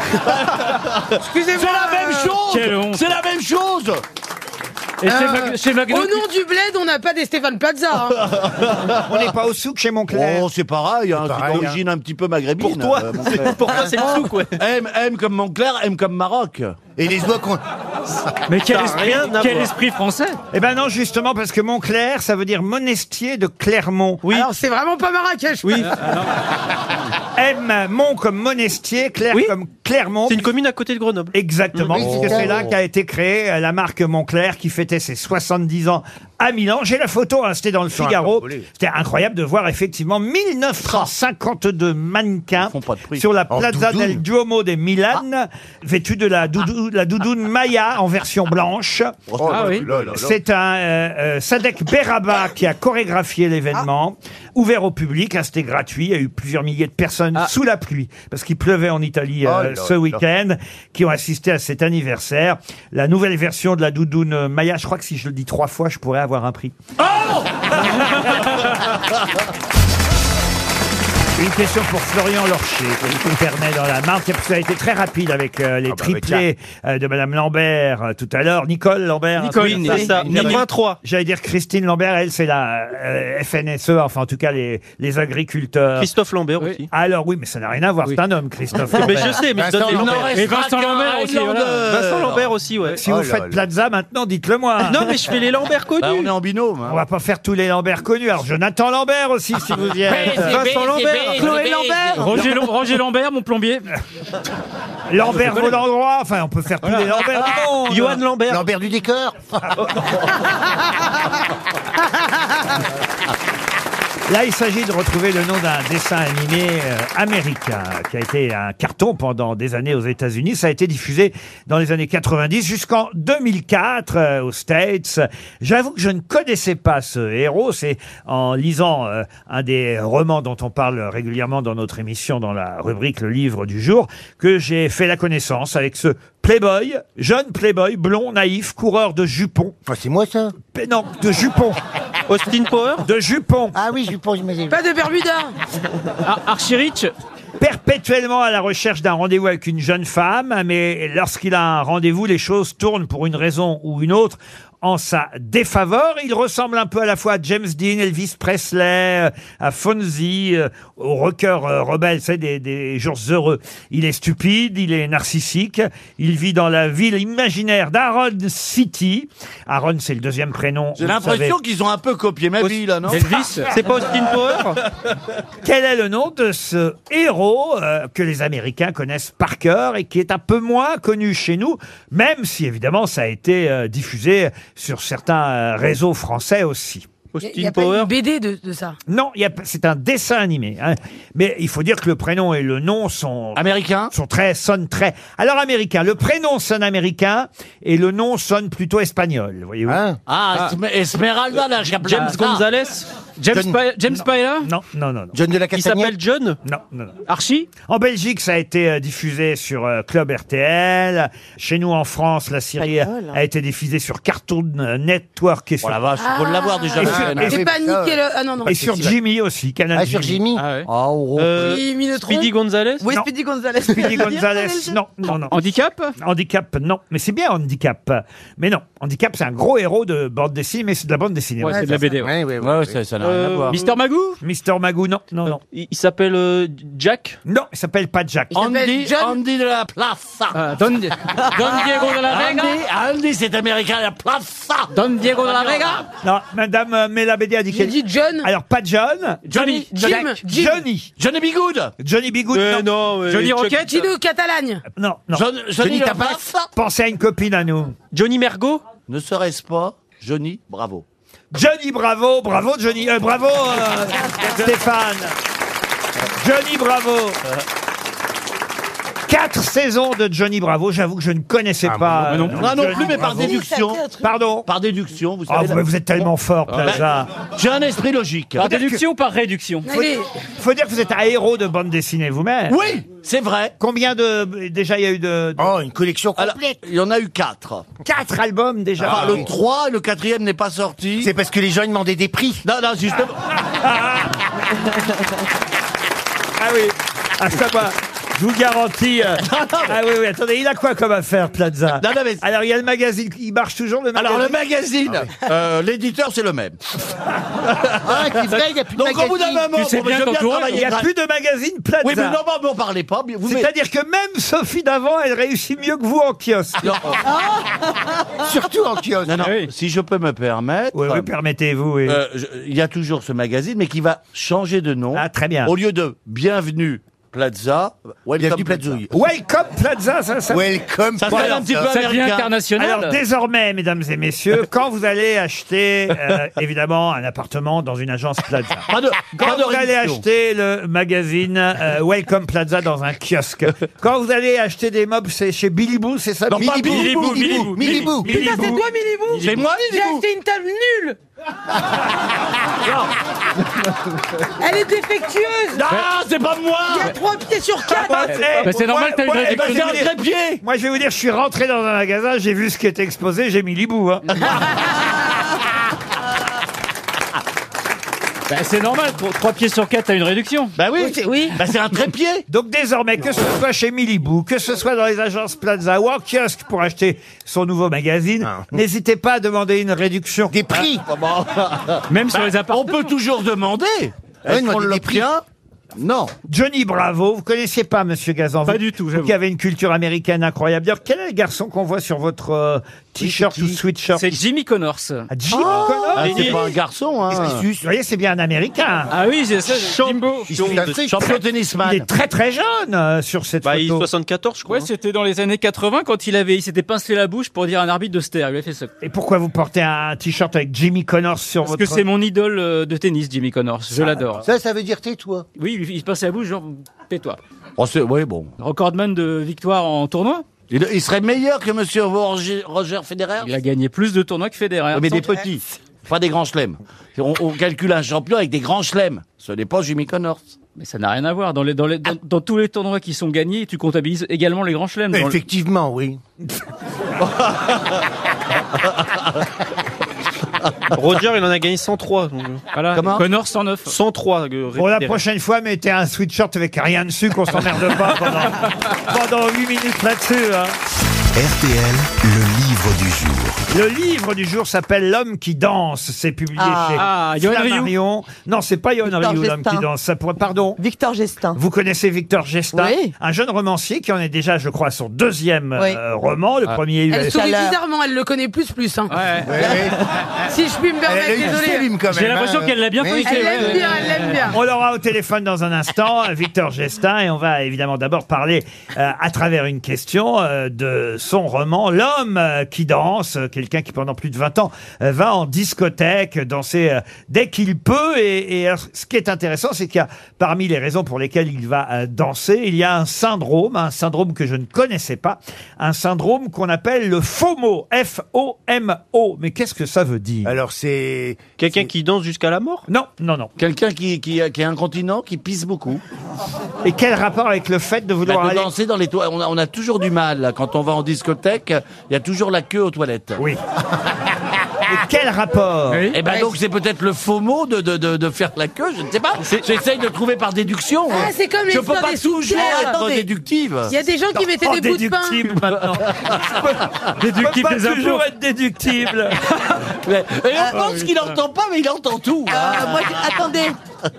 [SPEAKER 8] C'est
[SPEAKER 7] Excusez-moi.
[SPEAKER 8] la même
[SPEAKER 7] euh,
[SPEAKER 6] quelle
[SPEAKER 8] chose.
[SPEAKER 6] honte.
[SPEAKER 8] C'est la même chose.
[SPEAKER 6] Et
[SPEAKER 7] euh,
[SPEAKER 6] chez Mag- chez Magno,
[SPEAKER 8] oh
[SPEAKER 7] Au nom du bled, on n'a pas des Stéphane Plaza. hein.
[SPEAKER 8] [LAUGHS]
[SPEAKER 2] on n'est pas au souk chez Montclair.
[SPEAKER 8] Oh, c'est pareil, hein, c'est
[SPEAKER 5] pareil,
[SPEAKER 8] d'origine un petit peu maghrébine.
[SPEAKER 9] Pour toi,
[SPEAKER 8] euh, Montclair.
[SPEAKER 9] c'est- pour toi, c'est le souk, ouais.
[SPEAKER 8] M, M comme Montclair, M comme Maroc.
[SPEAKER 5] Et les doigts qu'on.
[SPEAKER 6] mais quel
[SPEAKER 9] Ça a
[SPEAKER 6] esprit,
[SPEAKER 9] rien à
[SPEAKER 6] quel
[SPEAKER 9] voir.
[SPEAKER 6] esprit français
[SPEAKER 2] Eh ben non, justement, parce que Montclair, ça veut dire monestier de Clermont. Oui.
[SPEAKER 7] Alors, c'est vraiment pas Marrakech.
[SPEAKER 9] Oui,
[SPEAKER 6] Ah,
[SPEAKER 2] M, Mont comme monestier, Claire
[SPEAKER 9] Oui.
[SPEAKER 2] comme Clermont.
[SPEAKER 9] c'est une commune à côté de Grenoble.
[SPEAKER 2] Exactement,
[SPEAKER 5] Oui,
[SPEAKER 2] puisque
[SPEAKER 6] Oh.
[SPEAKER 5] c'est
[SPEAKER 2] c'est là
[SPEAKER 5] ça.
[SPEAKER 2] qu'a été créée euh, la marque Montclair qui fêtait ses 70 ans à Milan. J'ai la photo, hein, c'était dans le Figaro.
[SPEAKER 5] interpellé.
[SPEAKER 2] C'était incroyable de voir effectivement 1952 mannequins
[SPEAKER 8] Ils font pas de prix. Ah.
[SPEAKER 2] sur la
[SPEAKER 5] En
[SPEAKER 2] Plaza
[SPEAKER 5] doudoune.
[SPEAKER 2] del Duomo de Milan, vêtus de la, doudou, la doudoune Maya en version blanche.
[SPEAKER 8] Oh,
[SPEAKER 6] Ah oui.
[SPEAKER 2] C'est un euh, euh, Sadek
[SPEAKER 8] Ah.
[SPEAKER 2] Beraba qui a chorégraphié l'événement, ouvert au public. hein, C'était gratuit. Il y a eu plusieurs milliers de personnes
[SPEAKER 8] Ah.
[SPEAKER 2] sous la pluie parce qu'il pleuvait en Italie euh,
[SPEAKER 5] Oh là
[SPEAKER 2] ce
[SPEAKER 5] là.
[SPEAKER 2] week-end, qui ont assisté à cet anniversaire. La nouvelle version de la doudoune Maya. Je crois que si je le dis trois fois, je pourrais avoir un prix. Une question pour Florian Lorcher, qui nous permet dans la marque. Ça a été très rapide avec euh, les
[SPEAKER 5] bah,
[SPEAKER 2] triplés euh, de Madame Lambert euh, tout à l'heure. Nicole Lambert. hein,
[SPEAKER 6] Nicole,
[SPEAKER 2] c'est
[SPEAKER 6] oui.
[SPEAKER 2] ça
[SPEAKER 9] C'est ça,
[SPEAKER 6] Oui.
[SPEAKER 9] 83.
[SPEAKER 2] J'allais dire Christine Lambert, elle, c'est la euh, FNSE, enfin en tout cas les, les agriculteurs.
[SPEAKER 9] Christophe Lambert
[SPEAKER 6] Oui.
[SPEAKER 9] aussi.
[SPEAKER 2] Alors oui, mais ça n'a rien à voir, c'est un homme, Christophe Lambert.
[SPEAKER 9] [LAUGHS] Mais je sais, mais je donne
[SPEAKER 5] Vincent
[SPEAKER 9] des noms.
[SPEAKER 5] Lambert.
[SPEAKER 6] Et Vincent Lambert aussi, voilà.
[SPEAKER 9] Vincent Lambert aussi, ouais. Ah
[SPEAKER 2] Si vous
[SPEAKER 5] Oh là
[SPEAKER 2] faites
[SPEAKER 5] là.
[SPEAKER 2] Plaza maintenant, dites-le moi.
[SPEAKER 9] Non, mais je fais les Lambert
[SPEAKER 8] Bah, on
[SPEAKER 9] connus.
[SPEAKER 8] est en binôme. hein.
[SPEAKER 2] On va pas faire tous les Lambert connus. Alors Jonathan Lambert aussi, si vous
[SPEAKER 9] [LAUGHS]
[SPEAKER 2] y êtes.
[SPEAKER 9] Vincent Lambert.
[SPEAKER 3] Chloé Lambert
[SPEAKER 6] Roger, Lo- Roger Lambert, mon plombier.
[SPEAKER 2] Lambert Volandrois, enfin on peut faire tous les Lambert du monde.
[SPEAKER 9] Ah, Johan Lambert.
[SPEAKER 5] Lambert
[SPEAKER 2] [LAUGHS]
[SPEAKER 5] du décor.
[SPEAKER 2] Là, il s'agit de retrouver le nom d'un dessin animé euh, américain qui a été un carton pendant des années aux États-Unis. Ça a été diffusé dans les années 90 jusqu'en 2004 euh, aux States. J'avoue que je ne connaissais pas ce héros. C'est en lisant euh, un des romans dont on parle régulièrement dans notre émission, dans la rubrique Le Livre du Jour, que j'ai fait la connaissance avec ce Playboy, jeune Playboy, blond, naïf, coureur de jupons.
[SPEAKER 5] Ah, c'est moi ça.
[SPEAKER 2] Pe- Non, de jupons.
[SPEAKER 9] Austin Power.
[SPEAKER 2] De jupons.
[SPEAKER 5] Ah oui, je pense que je m'ai-
[SPEAKER 7] Pas de Bermuda.
[SPEAKER 6] Ar- Archirich,
[SPEAKER 2] Ah, perpétuellement à la recherche d'un rendez-vous avec une jeune femme, mais lorsqu'il a un rendez-vous, les choses tournent pour une raison ou une autre en sa défaveur. Il ressemble un peu à la fois à James Dean, Elvis Presley, euh, à Fonzie, euh, au rocker euh, rebelle, c'est des, des jours heureux. Il est stupide, il est narcissique, il vit dans la ville imaginaire d'Aaron City. Aaron, c'est le deuxième prénom.
[SPEAKER 8] J'ai
[SPEAKER 2] vous le savez.
[SPEAKER 8] l'impression qu'ils ont un peu copié ma vie, là, non [LAUGHS]
[SPEAKER 6] Elvis,
[SPEAKER 9] C'est pas Austin Power
[SPEAKER 2] Quel est le nom de ce héros euh, que les Américains connaissent par cœur et qui est un peu moins connu chez nous, même si évidemment ça a été euh, diffusé sur certains euh, réseaux français aussi.
[SPEAKER 7] Il y
[SPEAKER 9] Austin
[SPEAKER 7] a pas
[SPEAKER 9] Power.
[SPEAKER 7] une BD de, de ça.
[SPEAKER 2] Non, il y a pas- c'est un dessin animé, hein. mais il faut dire que le prénom et le nom sont
[SPEAKER 8] Américain
[SPEAKER 2] sont très sonnent très. Alors américain, le prénom sonne américain et le nom sonne plutôt espagnol, voyez-vous.
[SPEAKER 5] Hein
[SPEAKER 8] Ah, Esme- Esmeralda, la Ah.
[SPEAKER 9] James Gonzalez.
[SPEAKER 6] James, Pi- James Paella,
[SPEAKER 2] Non, non, non, non.
[SPEAKER 5] John de la
[SPEAKER 9] Il
[SPEAKER 5] Castagnette.
[SPEAKER 9] s'appelle John.
[SPEAKER 2] Non, non, non.
[SPEAKER 6] Archie,
[SPEAKER 2] En Belgique, ça a été euh, diffusé sur euh, Club RTL. Chez nous, en France, la série euh,
[SPEAKER 3] Espagnol, hein.
[SPEAKER 2] a été diffusée sur Cartoon Network et
[SPEAKER 8] Oh
[SPEAKER 2] sur,
[SPEAKER 8] la vache, faut l'avoir déjà.
[SPEAKER 2] Et
[SPEAKER 8] la
[SPEAKER 2] sur-
[SPEAKER 8] chaîne.
[SPEAKER 2] et-
[SPEAKER 7] C'est
[SPEAKER 5] oui,
[SPEAKER 7] pas
[SPEAKER 5] putain,
[SPEAKER 7] Nickel. Ah non, non.
[SPEAKER 2] et sur Jimmy aussi, Canal
[SPEAKER 5] Ah, sur
[SPEAKER 2] Jimmy.
[SPEAKER 5] Jimmy.
[SPEAKER 6] Ah ouais.
[SPEAKER 5] Ah, oh,
[SPEAKER 9] Euh,
[SPEAKER 7] Oui, Minotron.
[SPEAKER 9] Speedy Gonzalez.
[SPEAKER 3] Oui,
[SPEAKER 2] Non.
[SPEAKER 3] Speedy Gonzalez. [LAUGHS]
[SPEAKER 2] Speedy Gonzalez, non, non, non.
[SPEAKER 6] handicap,
[SPEAKER 2] Handicap, non. Mais c'est bien handicap. Mais non, handicap, c'est un gros héros de bande dessinée, mais c'est de la bande [LAUGHS] dessinée.
[SPEAKER 6] ouais, c'est de la BD. ouais.
[SPEAKER 5] Ouais, ouais, ouais.
[SPEAKER 8] Ouais, ouais, ça ça n'a rien à
[SPEAKER 9] Euh,
[SPEAKER 8] voir.
[SPEAKER 6] Mister Magoo,
[SPEAKER 2] Mister Magoo, non, non, non.
[SPEAKER 9] Il il s'appelle euh, Jack.
[SPEAKER 2] Non, il s'appelle pas Jack.
[SPEAKER 7] Il s'appelle
[SPEAKER 8] Andy,
[SPEAKER 7] John-
[SPEAKER 8] Andy de la Plaza.
[SPEAKER 6] euh, [LAUGHS] Don, Don Diego de la Vega,
[SPEAKER 8] Ah, Andy, Andy, c'est américain de la Plaza.
[SPEAKER 6] Don Diego de la Vega,
[SPEAKER 2] Non, Madame euh, Melabédé a dit
[SPEAKER 7] J'ai
[SPEAKER 2] qu'elle...
[SPEAKER 7] dit John.
[SPEAKER 2] Alors, pas John.
[SPEAKER 6] Johnny,
[SPEAKER 7] Jim.
[SPEAKER 6] Jack,
[SPEAKER 7] Jim.
[SPEAKER 2] Johnny.
[SPEAKER 8] Johnny Bigood.
[SPEAKER 2] Johnny Bigood,
[SPEAKER 9] Euh,
[SPEAKER 2] non.
[SPEAKER 9] non, euh,
[SPEAKER 6] Johnny
[SPEAKER 9] Chuck-
[SPEAKER 6] Rocket,
[SPEAKER 7] Gino Catalagne.
[SPEAKER 2] Non, non.
[SPEAKER 8] John- Johnny de la Plaza.
[SPEAKER 2] Pensez à une copine à nous.
[SPEAKER 9] Johnny Mergo.
[SPEAKER 8] Ne serait-ce pas Johnny Bravo.
[SPEAKER 2] Johnny Bravo, bravo Johnny, euh, bravo euh,
[SPEAKER 8] [LAUGHS]
[SPEAKER 2] Stéphane. Johnny Bravo. Quatre saisons de Johnny Bravo, j'avoue que je ne connaissais pas.
[SPEAKER 8] non,
[SPEAKER 2] euh,
[SPEAKER 8] Ah, moi non
[SPEAKER 2] Johnny
[SPEAKER 8] plus, mais par
[SPEAKER 2] Bravo.
[SPEAKER 8] déduction.
[SPEAKER 2] Pardon
[SPEAKER 8] Par déduction, vous
[SPEAKER 2] Ah,
[SPEAKER 8] savez. bah,
[SPEAKER 2] vous, vous êtes tellement fort, Plaza.
[SPEAKER 8] J'ai un esprit logique.
[SPEAKER 6] Ah, bah, Par déduction ou par réduction
[SPEAKER 2] Faut, faut dire que vous êtes un héros de bande dessinée vous-même.
[SPEAKER 8] Oui, c'est vrai.
[SPEAKER 2] Combien de. Déjà, il y a eu de. de-
[SPEAKER 5] Oh, une collection
[SPEAKER 8] Alors,
[SPEAKER 5] complète.
[SPEAKER 8] il y en a eu quatre.
[SPEAKER 2] Quatre albums déjà.
[SPEAKER 8] Enfin, Ah, le 3, le quatrième n'est pas sorti.
[SPEAKER 5] C'est parce que les gens ils demandaient des prix.
[SPEAKER 8] Non, non, [LAUGHS] justement. Oh
[SPEAKER 2] [LAUGHS] Ah oui. Ah, ça, moi, je vous garantis.
[SPEAKER 8] [LAUGHS]
[SPEAKER 2] euh, Ah oui, oui, attendez, il a quoi comme affaire, Plaza
[SPEAKER 8] Non, non, mais-
[SPEAKER 2] Alors, il y a le magazine, il marche toujours le magazine.
[SPEAKER 8] Alors, le magazine, euh, l'éditeur, c'est le même.
[SPEAKER 2] [LAUGHS]
[SPEAKER 5] Ah, c'est vrai, il n'y a plus de
[SPEAKER 8] Donc, au bout d'un
[SPEAKER 5] magazine.
[SPEAKER 8] moment,
[SPEAKER 6] Tu sais
[SPEAKER 8] bon,
[SPEAKER 6] bien
[SPEAKER 8] je veux
[SPEAKER 6] qu'entouré,
[SPEAKER 2] il n'y
[SPEAKER 8] travailler
[SPEAKER 2] a
[SPEAKER 8] grâce-
[SPEAKER 2] plus de magazine Plaza.
[SPEAKER 8] Oui, mais non, non, mais on parlait pas. mais Vous mettez-
[SPEAKER 2] C'est-à-dire que même Sophie d'avant, elle réussit mieux que vous en kiosque.
[SPEAKER 5] Surtout en kiosque.
[SPEAKER 8] Non, non,
[SPEAKER 6] Ah oui.
[SPEAKER 8] si je peux me permettre.
[SPEAKER 2] Oui, oui, permettez-vous. oui.
[SPEAKER 8] euh, je- il y a toujours ce magazine, mais qui va changer de nom.
[SPEAKER 2] Ah, très bien.
[SPEAKER 8] Au lieu de Bienvenue Plaza, Welcome
[SPEAKER 5] Bienvenue
[SPEAKER 8] Plaza.
[SPEAKER 5] Plazouille.
[SPEAKER 2] Welcome Plaza, ça, ça.
[SPEAKER 5] Welcome.
[SPEAKER 8] Ça
[SPEAKER 5] Plaza.
[SPEAKER 8] sonne un petit peu
[SPEAKER 6] Ça devient
[SPEAKER 8] américain.
[SPEAKER 6] international.
[SPEAKER 2] Alors désormais, mesdames et [LAUGHS] messieurs, quand vous allez acheter euh, évidemment un appartement dans une agence [LAUGHS] Plaza,
[SPEAKER 8] Pas de,
[SPEAKER 2] quand
[SPEAKER 8] pas de
[SPEAKER 2] vous allez
[SPEAKER 8] réduction.
[SPEAKER 2] acheter le magazine euh, Welcome Plaza dans un kiosque, quand vous allez acheter des meubles, c'est chez Bilibou, c'est ça
[SPEAKER 8] Non, pas
[SPEAKER 5] Milibou,
[SPEAKER 8] Milibou,
[SPEAKER 5] Milibou, Milibou.
[SPEAKER 7] Putain, c'est toi, Milibou
[SPEAKER 8] C'est moi,
[SPEAKER 7] J'ai acheté une table nulle Elle est défectueuse
[SPEAKER 8] Ah, c'est pas moi
[SPEAKER 7] Il y a trois pieds sur quatre
[SPEAKER 2] Moi, eh,
[SPEAKER 6] Mais c'est normal que t'as une
[SPEAKER 2] moi, eh ben,
[SPEAKER 8] Eh ben,
[SPEAKER 2] je
[SPEAKER 8] C'est
[SPEAKER 2] vais
[SPEAKER 8] un
[SPEAKER 2] vous dire-
[SPEAKER 8] trépied
[SPEAKER 2] Moi, je vais vous dire, je suis rentré dans un magasin, j'ai vu ce qui était exposé, j'ai mis
[SPEAKER 6] [LAUGHS]
[SPEAKER 2] l'hibou. hein.
[SPEAKER 6] Bah, c'est normal, pour 3 pieds sur 4, t'as une réduction.
[SPEAKER 2] Ben
[SPEAKER 8] Bah oui,
[SPEAKER 7] Oui
[SPEAKER 8] bah, c'est un trépied
[SPEAKER 2] Donc désormais, que ce soit chez Milibou, que ce soit dans les agences Plaza ou en kiosque pour acheter son nouveau magazine,
[SPEAKER 8] Ah.
[SPEAKER 2] n'hésitez pas à demander une réduction. Ah,
[SPEAKER 5] Des prix.
[SPEAKER 6] Même sur les
[SPEAKER 8] Ben, On
[SPEAKER 6] appartements.
[SPEAKER 8] peut toujours demander Est-ce
[SPEAKER 5] nous, on
[SPEAKER 8] qu'on
[SPEAKER 5] dit des
[SPEAKER 8] l'obtient Non.
[SPEAKER 2] Johnny Bravo, vous connaissiez pas Monsieur Gazan
[SPEAKER 6] Pas
[SPEAKER 2] vous-
[SPEAKER 6] du tout,
[SPEAKER 2] vous
[SPEAKER 6] j'avoue.
[SPEAKER 2] qui avez une culture américaine incroyable. D'ailleurs, quel est le garçon qu'on voit sur votre euh, t-shirt
[SPEAKER 8] Oui,
[SPEAKER 2] ou
[SPEAKER 8] c'est qui
[SPEAKER 2] sweatshirt
[SPEAKER 6] C'est Jimmy Connors.
[SPEAKER 2] Ah, Jim Connors
[SPEAKER 8] Ah, c'est
[SPEAKER 9] Denis.
[SPEAKER 8] pas un garçon, hein
[SPEAKER 2] Vous voyez, c'est bien un Américain.
[SPEAKER 6] Ah oui, j'ai ça. Jimbo.
[SPEAKER 8] Champion
[SPEAKER 2] Il
[SPEAKER 8] tennisman.
[SPEAKER 2] est très très jeune euh, sur cette
[SPEAKER 9] Bah, il est
[SPEAKER 2] photo.
[SPEAKER 9] 74, je crois.
[SPEAKER 6] Ouais, c'était dans les années 80 quand il avait, il s'était pincé la bouche pour dire à un arbitre de se taire. Il lui a fait ça.
[SPEAKER 2] Et pourquoi vous portez un t-shirt avec Jimmy Connors sur
[SPEAKER 6] Parce que
[SPEAKER 2] votre
[SPEAKER 6] c'est mon idole euh, de tennis, Jimmy Connors. Je l'adore.
[SPEAKER 5] Ça, ça veut dire tais-toi.
[SPEAKER 6] Oui, il- il se pinçait la bouche, genre, tais-toi.
[SPEAKER 8] Oh, c'est- oui, bon.
[SPEAKER 6] Recordman de victoire en tournoi.
[SPEAKER 8] Il, il serait meilleur que Monsieur Roger, Roger Federer.
[SPEAKER 6] Il a gagné plus de tournois que Federer.
[SPEAKER 8] Oui, mais des
[SPEAKER 6] Sans-
[SPEAKER 8] petits, pas des grands chelems. On, on calcule un champion avec des grands chelems. Ce n'est pas Jimmy Connors.
[SPEAKER 6] Mais ça n'a rien à voir. Dans, les, dans, les- dans, dans tous les tournois qui sont gagnés, tu comptabilises également les grands chelems. Dans le-
[SPEAKER 5] Effectivement, oui.
[SPEAKER 9] [LAUGHS] Roger, il en a gagné 103. donc, euh,
[SPEAKER 6] Voilà.
[SPEAKER 8] Comment
[SPEAKER 6] Connors 109.
[SPEAKER 9] 103. euh,
[SPEAKER 2] Bon, la
[SPEAKER 9] Federer.
[SPEAKER 2] prochaine fois, mettez un sweatshirt avec rien dessus, qu'on s'emmerde pas pendant, pendant 8 minutes là-dessus. hein.
[SPEAKER 1] RTL, le livre du jour.
[SPEAKER 2] Le livre du jour s'appelle L'homme qui danse. C'est publié
[SPEAKER 6] Ah,
[SPEAKER 2] chez
[SPEAKER 6] Yoann
[SPEAKER 2] Flammarion. Non, c'est pas Yoann
[SPEAKER 3] Victor
[SPEAKER 2] Rioux, L'homme qui
[SPEAKER 3] Gestin.
[SPEAKER 2] danse. Ça pourrait- Pardon
[SPEAKER 3] Victor Gestin.
[SPEAKER 2] vous connaissez Victor Gestin,
[SPEAKER 3] Oui.
[SPEAKER 2] un jeune romancier qui en est déjà, je crois, à son deuxième
[SPEAKER 3] Oui.
[SPEAKER 2] euh, roman. Le
[SPEAKER 7] Ah.
[SPEAKER 2] premier, il
[SPEAKER 7] Elle
[SPEAKER 2] avait-
[SPEAKER 7] sourit
[SPEAKER 3] Tout à l'heure.
[SPEAKER 7] bizarrement, elle le connaît plus plus. Hein. [LAUGHS]
[SPEAKER 6] Ouais.
[SPEAKER 7] Si je puis me
[SPEAKER 5] Elle a
[SPEAKER 7] permettre,
[SPEAKER 5] eu du
[SPEAKER 7] désolé.
[SPEAKER 5] sérum, quand même.
[SPEAKER 6] J'ai l'impression
[SPEAKER 5] hein.
[SPEAKER 6] qu'elle l'a bien
[SPEAKER 5] Oui.
[SPEAKER 6] fait.
[SPEAKER 7] Elle l'aime bien, elle l'aime bien.
[SPEAKER 2] on l'aura au téléphone dans un instant, euh, Victor Gestin, et on va évidemment d'abord parler euh, à travers une question euh, de son roman L'homme euh, qui danse, euh, quelqu'un qui pendant plus de 20 ans euh, va en discothèque euh, danser euh, dès qu'il peut. Et, et alors, ce qui est intéressant, c'est qu'il y a parmi les raisons pour lesquelles il va euh, danser, il y a un syndrome, un syndrome que je ne connaissais pas, un syndrome qu'on appelle le FOMO, F-O-M-O. Mais qu'est-ce que ça veut dire
[SPEAKER 5] Alors, c'est.
[SPEAKER 9] Quelqu'un qui danse jusqu'à la mort
[SPEAKER 2] Non, non, non.
[SPEAKER 8] Quelqu'un qui, qui, qui est incontinent, qui pisse beaucoup.
[SPEAKER 2] Et quel rapport avec le fait de
[SPEAKER 8] Bah,
[SPEAKER 2] vouloir
[SPEAKER 8] de
[SPEAKER 2] aller
[SPEAKER 8] danser dans les toilettes. On a, on a toujours du mal. là. Quand on va en discothèque, il y a toujours la queue aux toilettes.
[SPEAKER 2] Oui. Et quel rapport
[SPEAKER 6] Oui.
[SPEAKER 8] Et ben donc c'est peut-être le faux mot de, de, de, de faire la queue, je ne sais pas. J'essaye de trouver par déduction.
[SPEAKER 7] Ah, c'est comme
[SPEAKER 8] je peux
[SPEAKER 7] l'histoire
[SPEAKER 8] pas
[SPEAKER 7] des
[SPEAKER 8] toujours
[SPEAKER 7] soutières,
[SPEAKER 8] être
[SPEAKER 7] attendez.
[SPEAKER 8] déductive.
[SPEAKER 7] Il y a des gens qui mettaient
[SPEAKER 2] Oh,
[SPEAKER 7] des bouts de pain.
[SPEAKER 2] déductible
[SPEAKER 8] [LAUGHS]
[SPEAKER 2] maintenant.
[SPEAKER 6] Déductible
[SPEAKER 2] Faut
[SPEAKER 6] des
[SPEAKER 2] pas
[SPEAKER 6] impôts.
[SPEAKER 2] toujours être [LAUGHS] déductible.
[SPEAKER 8] Mais- Et on
[SPEAKER 2] Ah,
[SPEAKER 8] pense qu'il n'entend pas, mais il entend tout.
[SPEAKER 3] Euh, moi, j'ai- attendez,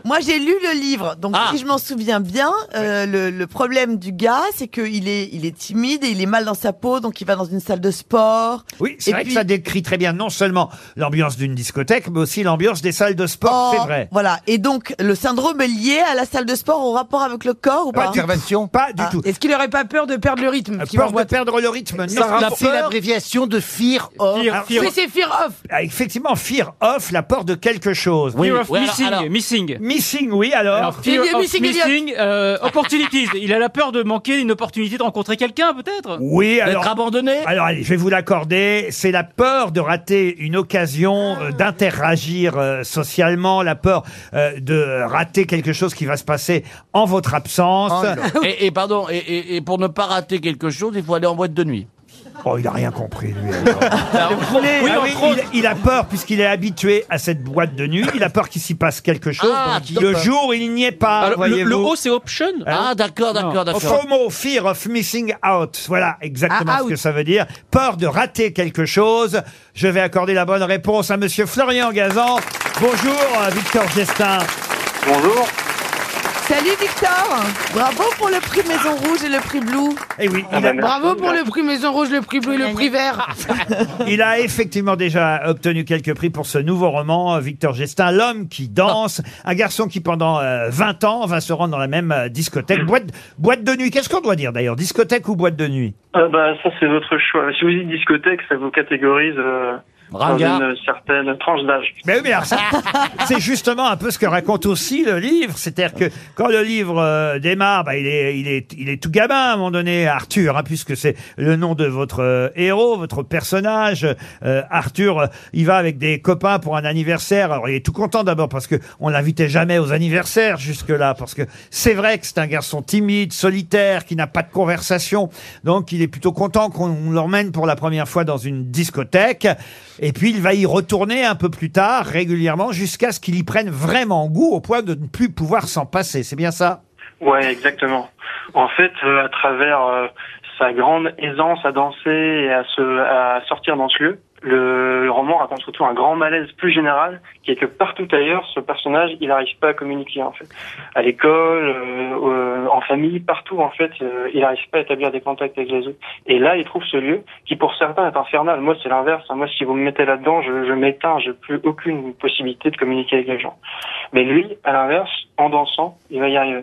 [SPEAKER 3] moi j'ai lu le livre, donc
[SPEAKER 8] Ah.
[SPEAKER 3] si je m'en souviens bien, euh, le, le problème du gars, c'est qu'il est, il est timide et il est mal dans sa peau, donc il va dans une salle de sport.
[SPEAKER 2] Oui, c'est
[SPEAKER 3] Et
[SPEAKER 2] vrai
[SPEAKER 3] puis-
[SPEAKER 2] que ça décrit très bien non seulement l'ambiance d'une discothèque, mais aussi l'ambiance des salles de sport, c'est
[SPEAKER 3] Oh,
[SPEAKER 2] vrai.
[SPEAKER 3] Voilà, et donc le syndrome est lié à la salle de sport au rapport avec le corps ou pas
[SPEAKER 5] Intervention.
[SPEAKER 2] Pas du
[SPEAKER 3] Ah,
[SPEAKER 2] tout. Euh,
[SPEAKER 7] Est-ce qu'il aurait pas peur de perdre le rythme qui
[SPEAKER 2] Peur
[SPEAKER 7] m'envoie-
[SPEAKER 2] de perdre le rythme. non.
[SPEAKER 5] La- C'est l'abréviation de fear of.
[SPEAKER 6] Fear, fear,
[SPEAKER 7] Oui, c'est fear off.
[SPEAKER 2] Ah, Effectivement, fear off, la peur de quelque chose.
[SPEAKER 6] fear of
[SPEAKER 8] Oui, alors-
[SPEAKER 6] missing.
[SPEAKER 8] alors-
[SPEAKER 6] missing. Missing.
[SPEAKER 2] Missing, oui, alors.
[SPEAKER 6] Fear
[SPEAKER 2] Elliot,
[SPEAKER 6] of
[SPEAKER 2] Missing Elliot.
[SPEAKER 6] missing euh, opportunities. Il a la peur de manquer une opportunité de rencontrer quelqu'un, peut-être
[SPEAKER 2] Oui, alors.
[SPEAKER 6] D'être abandonné
[SPEAKER 2] Alors, allez, je vais vous l'accorder. C'est la peur de rater une occasion, euh, d'interagir euh, socialement, la peur euh, de rater quelque chose qui va se passer en votre absence.
[SPEAKER 8] Oh, et, et pardon, et, et- et pour ne pas rater quelque chose, il faut aller en boîte de nuit.
[SPEAKER 2] Oh, il a rien compris, lui. Oui, Ah oui, il, il a peur puisqu'il est habitué à cette boîte de nuit. Il a peur qu'il s'y passe quelque chose.
[SPEAKER 8] Ah,
[SPEAKER 2] Donc,
[SPEAKER 8] qu'il-
[SPEAKER 2] le jour où il n'y est pas,
[SPEAKER 9] Alors, le-
[SPEAKER 2] voyez-vous. Hein
[SPEAKER 9] le O, c'est option
[SPEAKER 8] Ah, d'accord,
[SPEAKER 2] Non.
[SPEAKER 8] d'accord, d'accord.
[SPEAKER 2] FOMO, fear of missing out. Voilà exactement
[SPEAKER 8] Ah,
[SPEAKER 2] ce
[SPEAKER 8] out.
[SPEAKER 2] que ça veut dire. Peur de rater quelque chose. Je vais accorder la bonne réponse à Monsieur Florian Gazan. Bonjour, euh, Victor Gestin. Bonjour.
[SPEAKER 3] Salut Victor Bravo pour le prix Maison Rouge et le prix Blue
[SPEAKER 6] Eh
[SPEAKER 2] Et oui,
[SPEAKER 3] il a-
[SPEAKER 7] Eh ben, Bravo pour le prix Maison Rouge, le prix bleu et le prix vert.
[SPEAKER 2] Il a effectivement déjà obtenu quelques prix pour ce nouveau roman, euh, Victor Gestin, L'homme qui danse, un garçon qui pendant euh, 20 ans va se rendre dans la même euh, discothèque, boîte, boîte de nuit. Qu'est-ce qu'on doit dire d'ailleurs, discothèque ou boîte de nuit
[SPEAKER 12] Ah bah ça c'est votre choix. Si vous dites discothèque, ça vous catégorise euh, dans
[SPEAKER 2] Ringard.
[SPEAKER 12] une certaine tranche d'âge.
[SPEAKER 2] Mais oui, mais alors ça, c'est justement un peu ce que raconte aussi le livre. C'est-à-dire que quand le livre euh, démarre, bah, il, est, il, est, il est tout gamin à un moment donné, Arthur, hein, puisque c'est le nom de votre euh, héros, votre personnage. Euh, Arthur, euh, il va avec des copains pour un anniversaire. Alors, il est tout content d'abord parce que on l'invitait jamais aux anniversaires jusque-là, parce que c'est vrai que c'est un garçon timide, solitaire, qui n'a pas de conversation. Donc, il est plutôt content qu'on l'emmène pour la première fois dans une discothèque. Et puis, il va y retourner un peu plus tard, régulièrement, jusqu'à ce qu'il y prenne vraiment goût au point de ne plus pouvoir s'en passer. C'est bien ça
[SPEAKER 12] Ouais, exactement. En fait, euh, à travers euh, sa grande aisance à danser et à se à sortir dans ce lieu, le, le roman raconte surtout un grand malaise plus général, qui est que partout ailleurs, ce personnage, il n'arrive pas à communiquer en fait. À l'école, euh, euh, en famille, partout en fait, euh, il n'arrive pas à établir des contacts avec les autres. Et là, il trouve ce lieu qui pour certains est infernal. Moi, c'est l'inverse. hein. Moi, si vous me mettez là-dedans, je, je m'éteins, je n'ai plus aucune possibilité de communiquer avec les gens. Mais lui, à l'inverse, en dansant, il va y arriver.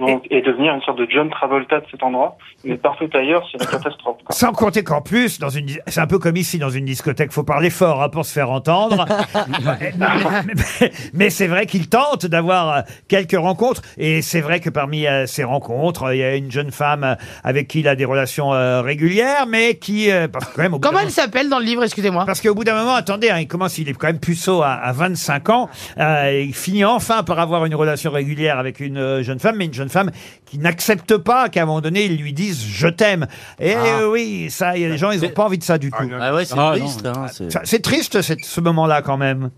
[SPEAKER 12] Donc, et devenir une sorte de John Travolta de cet endroit. Mais partout ailleurs, c'est une catastrophe. quoi.
[SPEAKER 2] Sans compter qu'en plus, dans une, dis- c'est un peu comme ici dans une discothèque, faut parler fort hein, pour se faire entendre. Ouais, non, mais [LAUGHS] mais c'est vrai qu'il tente d'avoir euh, quelques rencontres, et c'est vrai que parmi euh, ces rencontres, euh, il y a une jeune femme euh, avec qui il a des relations euh, régulières, mais qui, euh, parce que quand même, au bout
[SPEAKER 7] Comment
[SPEAKER 2] d'un
[SPEAKER 7] elle s'appelle dans le livre, excusez-moi
[SPEAKER 2] parce qu'au bout d'un moment, attendez, hein, il commence, il est quand même puceau à, à 25 ans. euh, il finit enfin par avoir une relation régulière avec une euh, jeune femme, mais une jeune femme qui n'accepte pas qu'à un moment donné, ils lui disent je t'aime. Et euh, oui, ça, il y a des gens, ils n'ont pas envie de ça du tout.
[SPEAKER 8] Ah ouais, c'est triste. hein, c'est-
[SPEAKER 2] Ça, C'est triste cette- ce moment-là quand même.
[SPEAKER 12] [LAUGHS]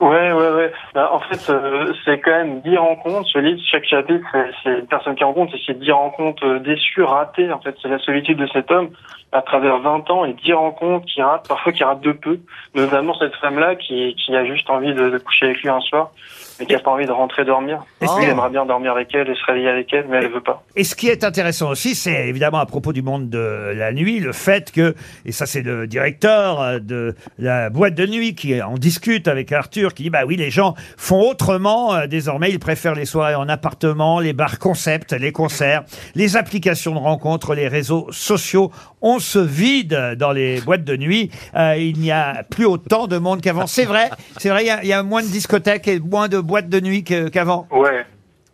[SPEAKER 12] Ouais, ouais, ouais. Bah, en fait, euh, c'est quand même 10 rencontres. Ce livre, chaque chapitre, c'est- c'est une personne qui rencontre. Et c'est 10 rencontres euh, déçues, ratées. En fait, c'est la solitude de cet homme à travers 20 ans et 10 rencontres qui rate, parfois qui rate de peu. Notamment cette femme-là qui, qui a juste envie de, de coucher avec lui un soir mais qui a pas envie de rentrer dormir.
[SPEAKER 2] Est-ce
[SPEAKER 12] Il
[SPEAKER 2] que-
[SPEAKER 12] aimerait bien dormir avec elle et se réveiller avec elle, mais elle veut pas.
[SPEAKER 2] Et ce qui est intéressant aussi, c'est évidemment à propos du monde de la nuit, le fait que, et ça c'est le directeur euh, de la boîte de nuit qui en discute avec Arthur, qui dit, bah oui, les gens font autrement euh, désormais, ils préfèrent les soirées en appartement, les bars concept, les concerts, les applications de rencontres, les réseaux sociaux. On se vide dans les boîtes de nuit, Euh, il n'y a plus autant de monde qu'avant. C'est vrai, c'est vrai, il y a- il y, a moins de discothèques et moins de boîtes de nuit que- qu'avant.
[SPEAKER 12] Ouais.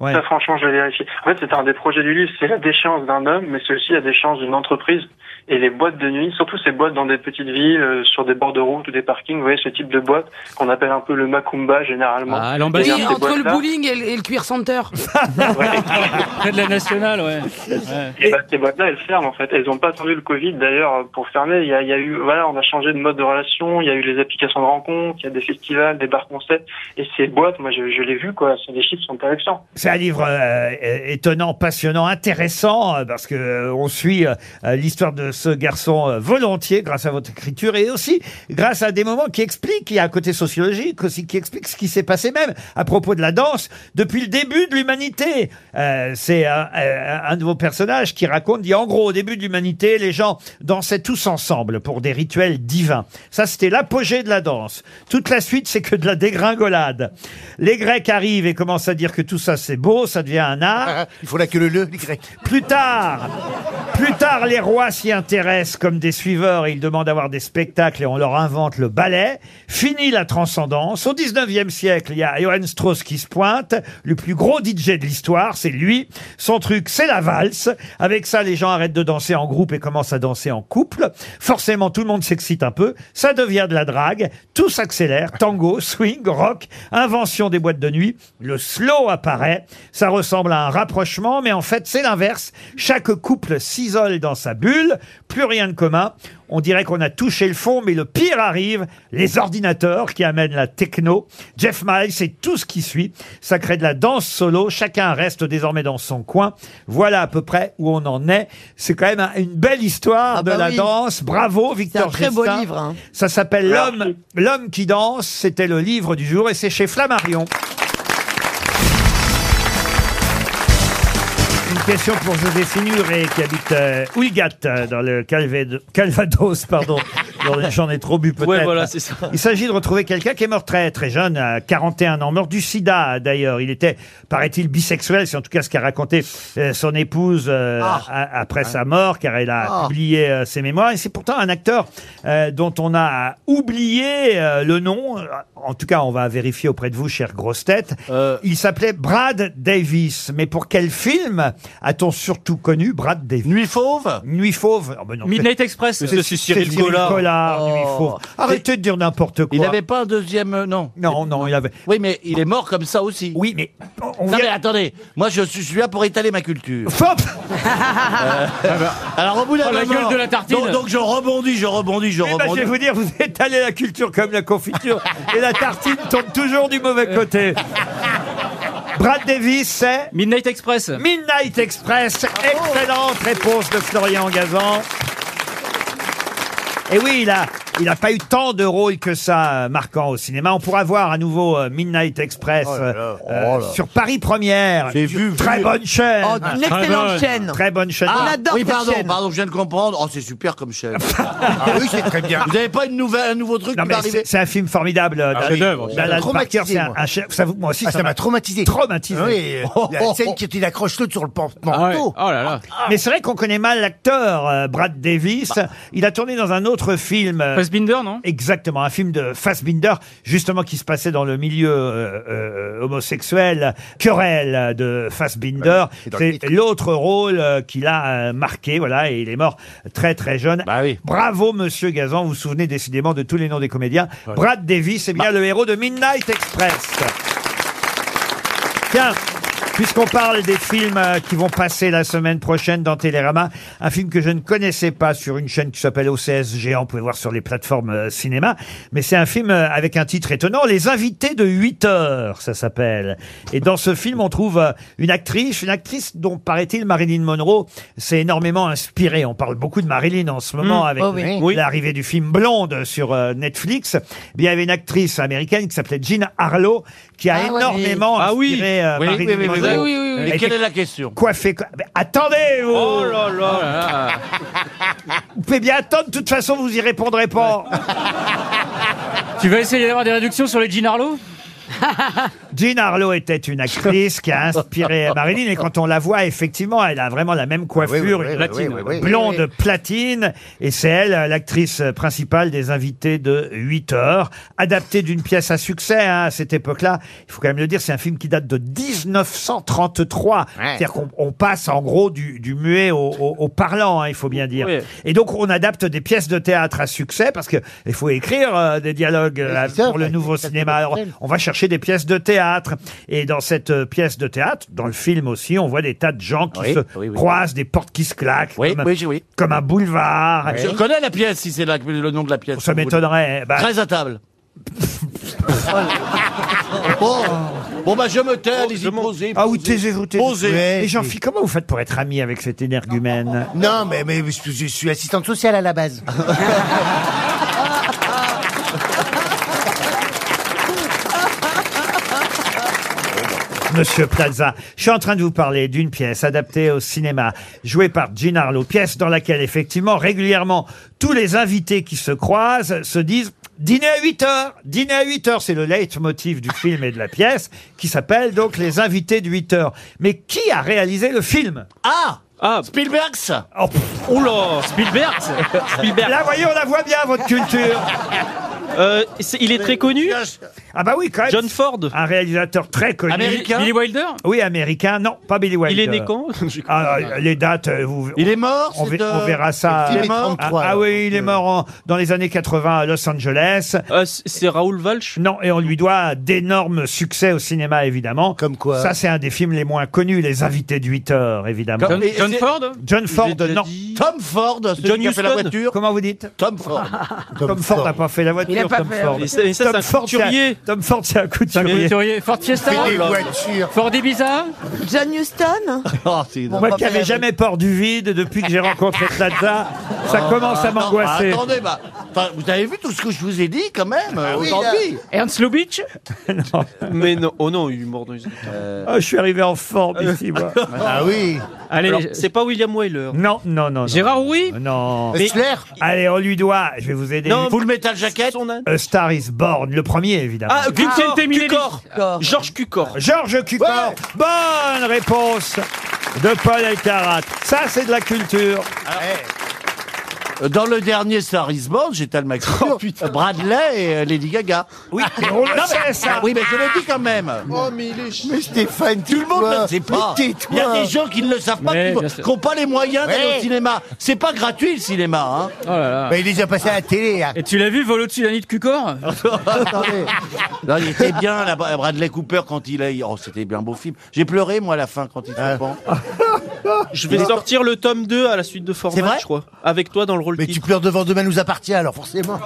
[SPEAKER 2] Ouais.
[SPEAKER 12] Ça, franchement, je vais vérifier. En fait, c'est un des projets du livre. C'est la déchéance d'un homme, mais c'est aussi la déchéance d'une entreprise. Et les boîtes de nuit, surtout ces boîtes dans des petites villes, euh, sur des bords de route ou des parkings, vous voyez, ce type de boîte qu'on appelle un peu le macumba, généralement.
[SPEAKER 6] Ah,
[SPEAKER 7] Oui,
[SPEAKER 6] l'ambassade.
[SPEAKER 12] Et ces
[SPEAKER 7] entre le
[SPEAKER 12] boîtes-là,
[SPEAKER 7] bowling et le, et le cuir center.
[SPEAKER 6] Près de la nationale, ouais. Ouais.
[SPEAKER 12] Et bah, ces boîtes-là, elles ferment en fait. Elles n'ont pas attendu le Covid d'ailleurs pour fermer. Il y, a, il y a eu, voilà, on a changé de mode de relation. Il y a eu les applications de rencontres, il y a des festivals, des bars concepts. Et ces boîtes, moi, je, je l'ai vu quoi. C'est des chiffres qui sont terrifiants.
[SPEAKER 2] C'est un livre euh, é- étonnant, passionnant, intéressant, euh, parce que euh, on suit euh, euh, l'histoire de ce garçon euh, volontiers grâce à votre écriture et aussi grâce à des moments qui expliquent, il y a un côté sociologique aussi qui explique ce qui s'est passé même à propos de la danse depuis le début de l'humanité. Euh, C'est un, euh, un de vos personnages qui raconte, dit en gros au début de l'humanité, les gens dansaient tous ensemble pour des rituels divins. Ça, c'était l'apogée de la danse. Toute la suite, c'est que de la dégringolade. Les Grecs arrivent et commencent à dire que tout ça, c'est c'est beau, ça devient un art. Ah, Il faut la queue le le, Plus tard, plus tard, les rois s'y intéressent comme des suiveurs et ils demandent à voir des spectacles et on leur invente le ballet. Fini la transcendance. Au 19e siècle, il y a Johann Strauss qui se pointe. Le plus gros DJ de l'histoire, c'est lui. Son truc, c'est la valse. Avec ça, les gens arrêtent de danser en groupe et commencent à danser en couple. Forcément, tout le monde s'excite un peu. Ça devient de la drague. Tout s'accélère. Tango, swing, rock, invention des boîtes de nuit. Le slow apparaît. Ça ressemble à un rapprochement, mais en fait, c'est l'inverse. Chaque couple s'isole dans sa bulle. Plus rien de commun. On dirait qu'on a touché le fond, mais le pire arrive. Les ordinateurs qui amènent la techno. Jeff Miles c'est tout ce qui suit. Ça crée de la danse solo. Chacun reste désormais dans son coin. Voilà à peu près où on en est. C'est quand même un- une belle histoire de
[SPEAKER 3] bah
[SPEAKER 2] la
[SPEAKER 3] oui.
[SPEAKER 2] danse. Bravo,
[SPEAKER 3] C'est
[SPEAKER 2] Victor
[SPEAKER 3] un très beau
[SPEAKER 2] Gestin.
[SPEAKER 3] livre, hein.
[SPEAKER 2] Ça s'appelle L'homme, l'homme qui danse. C'était le livre du jour et c'est chez Flammarion. Une question pour Joséphine Huré qui habite euh, Ouigat euh, dans le Calved- Calvados,
[SPEAKER 9] [LAUGHS]
[SPEAKER 2] pardon. J'en- J'en ai trop bu peut-être.
[SPEAKER 9] Ouais, voilà, c'est ça.
[SPEAKER 2] Il s'agit de retrouver quelqu'un qui est mort très très jeune, à 41 ans, mort du sida d'ailleurs. Il était, paraît-il, bisexuel, c'est en tout cas ce qu'a raconté euh, son épouse euh,
[SPEAKER 9] Ah.
[SPEAKER 2] a- après sa mort, car elle a
[SPEAKER 4] Ah.
[SPEAKER 2] publié euh, ses mémoires. Et c'est pourtant un acteur euh, dont on a oublié euh, le nom. En tout cas, on va vérifier auprès de vous, chère grosse tête. Il s'appelait Brad Davis. Mais pour quel film a-t-on surtout connu Brad Davis Nuit fauve Nuit fauve. Oh, ben non,
[SPEAKER 6] Midnight
[SPEAKER 2] peut-
[SPEAKER 6] Express.
[SPEAKER 2] C'est
[SPEAKER 6] Mais c'est Cyril Collard.
[SPEAKER 2] Collard, Nuit
[SPEAKER 6] Oh.
[SPEAKER 2] fauve. Arrêtez de dire n'importe quoi.
[SPEAKER 8] Il n'avait pas un deuxième euh, non.
[SPEAKER 2] Non, non, il avait.
[SPEAKER 8] Oui, mais il est mort comme ça aussi.
[SPEAKER 2] Oui, mais
[SPEAKER 8] non, mais attendez. Moi, je suis, je suis là pour étaler ma culture. Euh, Alors au bout d'un
[SPEAKER 2] Oh, la
[SPEAKER 8] moment-
[SPEAKER 2] gueule de la tartine.
[SPEAKER 8] Donc, donc, je rebondis, je rebondis, je
[SPEAKER 2] Oui, bah,
[SPEAKER 8] rebondis.
[SPEAKER 2] je vais vous dire, vous étalez la culture comme la confiture et la tartine tombe toujours du mauvais côté. Brad Davis, c'est Midnight Express. Midnight Express, excellente réponse de Florian Gazan. Et oui, il a, il a pas eu tant de rôles que ça euh, marquant au cinéma. On pourra voir à nouveau euh, Midnight Express
[SPEAKER 8] Oh là là,
[SPEAKER 2] euh,
[SPEAKER 8] oh là.
[SPEAKER 2] sur Paris Première.
[SPEAKER 8] J'ai vu,
[SPEAKER 2] Très
[SPEAKER 8] vu.
[SPEAKER 2] bonne chaîne.
[SPEAKER 8] Oh, une Très excellente bonne. chaîne.
[SPEAKER 2] Très bonne chaîne.
[SPEAKER 8] Ah, oui, pardon, pardon, je viens de comprendre. Oh, c'est super
[SPEAKER 2] [LAUGHS]
[SPEAKER 8] comme chef. ah oui, c'est très bien. Vous n'avez pas une nouvelle, un nouveau truc
[SPEAKER 2] Non,
[SPEAKER 8] qui
[SPEAKER 2] mais
[SPEAKER 8] va arriver
[SPEAKER 2] c'est- c'est un film formidable. euh,
[SPEAKER 8] Ah,
[SPEAKER 2] d'Alan-
[SPEAKER 8] chef-d'œuvre.
[SPEAKER 2] d'Alan
[SPEAKER 8] Ça m'a
[SPEAKER 2] Parker,
[SPEAKER 8] traumatisé,
[SPEAKER 2] c'est un-
[SPEAKER 8] moi.
[SPEAKER 2] un chef- ça vous- moi aussi,
[SPEAKER 5] Ah, ça m'a
[SPEAKER 2] traumatisé. Traumatisé. Oh,
[SPEAKER 5] Oui, euh, la scène qui il accroche l'autre sur le porte-manteau.
[SPEAKER 2] Ah. Mais c'est vrai qu'on connaît mal l'acteur euh, Brad Davis.
[SPEAKER 5] Bah.
[SPEAKER 2] Il a tourné dans un autre film. Fassbinder, non Exactement, un film de Fassbinder, justement qui se passait dans le milieu euh, euh, homosexuel, querelle euh, de Fassbinder.
[SPEAKER 5] c'est dans le
[SPEAKER 2] C'est
[SPEAKER 5] titre.
[SPEAKER 2] l'autre rôle euh, qu'il a euh, marqué, voilà, et il est mort très très jeune. Bravo, monsieur Gazan, vous vous souvenez décidément de tous les noms des comédiens. Brad Davis, c'est bien le héros de Midnight Express. Tiens, puisqu'on parle des films euh, qui vont passer la semaine prochaine dans Télérama, un film que je ne connaissais pas sur une chaîne qui s'appelle OCS Géant, vous pouvez voir sur les plateformes euh, cinéma, mais c'est un film euh, avec un titre étonnant, Les Invités de 8 heures, ça s'appelle. Et dans ce film, on trouve euh, une actrice, une actrice dont, paraît-il, Marilyn Monroe s'est énormément inspirée. On parle beaucoup de Marilyn en ce moment
[SPEAKER 4] Mmh.
[SPEAKER 2] avec
[SPEAKER 4] Oh oui.
[SPEAKER 2] euh, l'arrivée du film Blonde sur euh, Netflix. Eh Bien, il y avait une actrice américaine qui s'appelait Jean Harlow, qui a
[SPEAKER 8] Ah ouais.
[SPEAKER 2] énormément
[SPEAKER 8] Ah oui.
[SPEAKER 2] inspiré euh,
[SPEAKER 8] Oui,
[SPEAKER 2] Marilyn
[SPEAKER 8] oui, oui, oui,
[SPEAKER 2] Monroe.
[SPEAKER 8] oui, oui, oui.
[SPEAKER 2] Elle
[SPEAKER 8] Mais quelle
[SPEAKER 2] était
[SPEAKER 8] est la question
[SPEAKER 2] Coiffée. co- Mais attendez vous Ah.
[SPEAKER 8] Oh là là. Oh là là.
[SPEAKER 2] Vous pouvez bien attendre, de toute façon vous y répondrez pas.
[SPEAKER 8] [LAUGHS]
[SPEAKER 6] Tu vas essayer d'avoir des réductions sur les jeans Arlo
[SPEAKER 2] [LAUGHS] Jean Harlow était une actrice qui a inspiré Marilyn et quand on la voit effectivement, elle a vraiment la même coiffure,
[SPEAKER 5] Ah oui,
[SPEAKER 2] une
[SPEAKER 5] oui,
[SPEAKER 2] platine,
[SPEAKER 5] oui, oui, oui.
[SPEAKER 2] blonde
[SPEAKER 5] Oui,
[SPEAKER 2] platine et c'est elle euh, l'actrice principale des invités de 8 heures, adaptée d'une pièce à succès hein, à cette époque-là. Il faut quand même le dire, c'est un film qui date de 1933. C'est-à-dire qu'on on passe en gros du, du muet au, au- au parlant, hein, il faut bien dire. Et donc on adapte des pièces de théâtre à succès parce que il faut écrire euh, des dialogues euh, pour le nouveau cinéma. Alors, on va chercher des pièces de théâtre. Et dans cette euh, pièce de théâtre, dans le film aussi, on voit des tas de gens qui
[SPEAKER 8] Oui,
[SPEAKER 2] se
[SPEAKER 8] oui, oui.
[SPEAKER 2] croisent, des portes qui se claquent,
[SPEAKER 8] Oui,
[SPEAKER 2] comme,
[SPEAKER 8] oui, j'ai- oui.
[SPEAKER 2] comme un boulevard.
[SPEAKER 8] Je connais la pièce, si c'est là que- le nom de la pièce.
[SPEAKER 2] Ça m'étonnerait. bah-
[SPEAKER 8] Très à
[SPEAKER 9] [LAUGHS]
[SPEAKER 8] table. bon, bon, bah je me
[SPEAKER 9] Oh,
[SPEAKER 8] tais, allez-y, posez.
[SPEAKER 2] Ah oui, taisez-vous, taisez-vous.
[SPEAKER 8] Posez.
[SPEAKER 2] Et Jean-Philippe, comment vous faites pour être ami avec cet énergumène
[SPEAKER 5] Non, mais, mais je, je suis assistante sociale à la base.
[SPEAKER 2] [LAUGHS] Monsieur Plaza, je suis en train de vous parler d'une pièce adaptée au cinéma, jouée par Jean Harlow, pièce dans laquelle effectivement régulièrement tous les invités qui se croisent se disent Dîner à 8 heures. Dîner à 8 heures, c'est le leitmotiv du film et de la pièce qui s'appelle donc Les invités de 8 heures. Mais qui a réalisé le film Ah ah, Spielbergs oh, Oula Spielbergs [LAUGHS]
[SPEAKER 9] Spielberg.
[SPEAKER 2] Là, voyez, on la voit bien, votre culture
[SPEAKER 9] Euh, c'est- il est très connu
[SPEAKER 2] Ah bah oui, quand même
[SPEAKER 9] John Ford
[SPEAKER 2] Un réalisateur très connu.
[SPEAKER 9] Américain Billy Wilder
[SPEAKER 2] Oui, américain. Non, pas Billy Wilder.
[SPEAKER 9] Il est né
[SPEAKER 2] [LAUGHS]
[SPEAKER 9] quand
[SPEAKER 2] Ah, Les dates, euh, vous...
[SPEAKER 8] Il est mort
[SPEAKER 2] On,
[SPEAKER 8] c'est
[SPEAKER 2] ver-
[SPEAKER 8] de-
[SPEAKER 2] on verra ça.
[SPEAKER 8] Il est mort
[SPEAKER 2] ah, ah oui, il est mort
[SPEAKER 8] euh.
[SPEAKER 2] en- dans les années 80 à Los Angeles.
[SPEAKER 9] Euh, c'est Raoul Walsh
[SPEAKER 2] Non, et on lui doit d'énormes succès au cinéma, évidemment. Comme quoi Ça, c'est un des films les moins connus, Les Invités de 8 heures, évidemment.
[SPEAKER 8] Comme- John- John Ford
[SPEAKER 2] John
[SPEAKER 8] J'ai
[SPEAKER 2] Ford,
[SPEAKER 8] déjà
[SPEAKER 2] non.
[SPEAKER 8] Tom Ford, celui
[SPEAKER 2] John
[SPEAKER 8] qui a fait la
[SPEAKER 2] Huston
[SPEAKER 8] voiture.
[SPEAKER 2] Comment vous dites
[SPEAKER 8] Tom Ford.
[SPEAKER 2] Tom, Ford n'a pas fait la voiture.
[SPEAKER 8] Il a pas
[SPEAKER 2] Tom
[SPEAKER 8] fait hein. la
[SPEAKER 2] Ford.
[SPEAKER 8] voiture. Et ça, c'est
[SPEAKER 2] Tom
[SPEAKER 8] un
[SPEAKER 2] Ford,
[SPEAKER 8] couturier.
[SPEAKER 2] Tom Ford, c'est un couturier.
[SPEAKER 6] couturier. Ford Fiesta
[SPEAKER 2] Fait des
[SPEAKER 8] [LAUGHS]
[SPEAKER 6] Ford Ibiza
[SPEAKER 3] John Huston
[SPEAKER 8] Oh,
[SPEAKER 2] Moi qui n'avais jamais peur du vide depuis que j'ai
[SPEAKER 8] [LAUGHS]
[SPEAKER 2] rencontré Plaza, ça
[SPEAKER 8] Ah,
[SPEAKER 2] commence à
[SPEAKER 8] non,
[SPEAKER 2] m'angoisser.
[SPEAKER 8] Attendez, bah, enfin, vous avez vu tout ce que je vous ai dit quand même euh,
[SPEAKER 9] Ah oui,
[SPEAKER 8] aujourd'hui.
[SPEAKER 6] Ernst Lubitsch
[SPEAKER 9] [LAUGHS] Mais non, oh non, il est mort dans les
[SPEAKER 5] Euh.
[SPEAKER 2] Ah, je suis arrivé en forme ici,
[SPEAKER 9] [LAUGHS]
[SPEAKER 2] moi.
[SPEAKER 9] Ah
[SPEAKER 8] oui.
[SPEAKER 9] Allez, c'est pas William Wyler.
[SPEAKER 2] Non, non, non. Gérard oui Non.
[SPEAKER 9] Mais- Hussler
[SPEAKER 2] Allez, on lui doit, je vais vous aider.
[SPEAKER 9] Non, Full
[SPEAKER 8] Metal Jacket
[SPEAKER 2] A Star is Born, le premier, évidemment.
[SPEAKER 9] Ah, Vincent Cucor. Georges Cucor.
[SPEAKER 2] Georges Cucor. Bonne réponse de Paul Alcarat. Ça, c'est de la culture.
[SPEAKER 8] Euh, Dans le dernier Star is Born,
[SPEAKER 2] [LAUGHS]
[SPEAKER 8] j'étais le Max Couture, euh, Bradley et euh, Lady Gaga.
[SPEAKER 2] Oh, Oui,
[SPEAKER 8] mais
[SPEAKER 2] on le sait, ça.
[SPEAKER 8] Oui, mais je le dis quand même.
[SPEAKER 5] Oh, mais il est Mais Stéphane,
[SPEAKER 8] Tout le monde ne le sait pas.
[SPEAKER 5] Il
[SPEAKER 8] Il y a des gens qui ne le savent pas,
[SPEAKER 5] Mais,
[SPEAKER 8] qui
[SPEAKER 5] bien
[SPEAKER 8] n'ont
[SPEAKER 5] sûr.
[SPEAKER 8] pas les moyens d'aller
[SPEAKER 5] Ouais.
[SPEAKER 8] au cinéma. C'est pas gratuit le cinéma. Hein.
[SPEAKER 5] Mais il est déjà passé à la télé. hein.
[SPEAKER 6] Oh Et tu l'as vu, vol au-dessus de la nuit de
[SPEAKER 2] [LAUGHS]
[SPEAKER 6] Cucor
[SPEAKER 8] Attendez. Non, il était bien, là, Bradley Cooper, quand il a. Oh, c'était bien beau film. J'ai pleuré, moi, à la fin, quand il
[SPEAKER 2] Ah.
[SPEAKER 8] se pend.
[SPEAKER 9] Je vais sortir le tome 2 à la suite de
[SPEAKER 8] C'est
[SPEAKER 9] Format,
[SPEAKER 8] vrai
[SPEAKER 9] je crois. Avec toi dans le rôle
[SPEAKER 5] Mais tu pleures devant Demain nous appartient, alors forcément.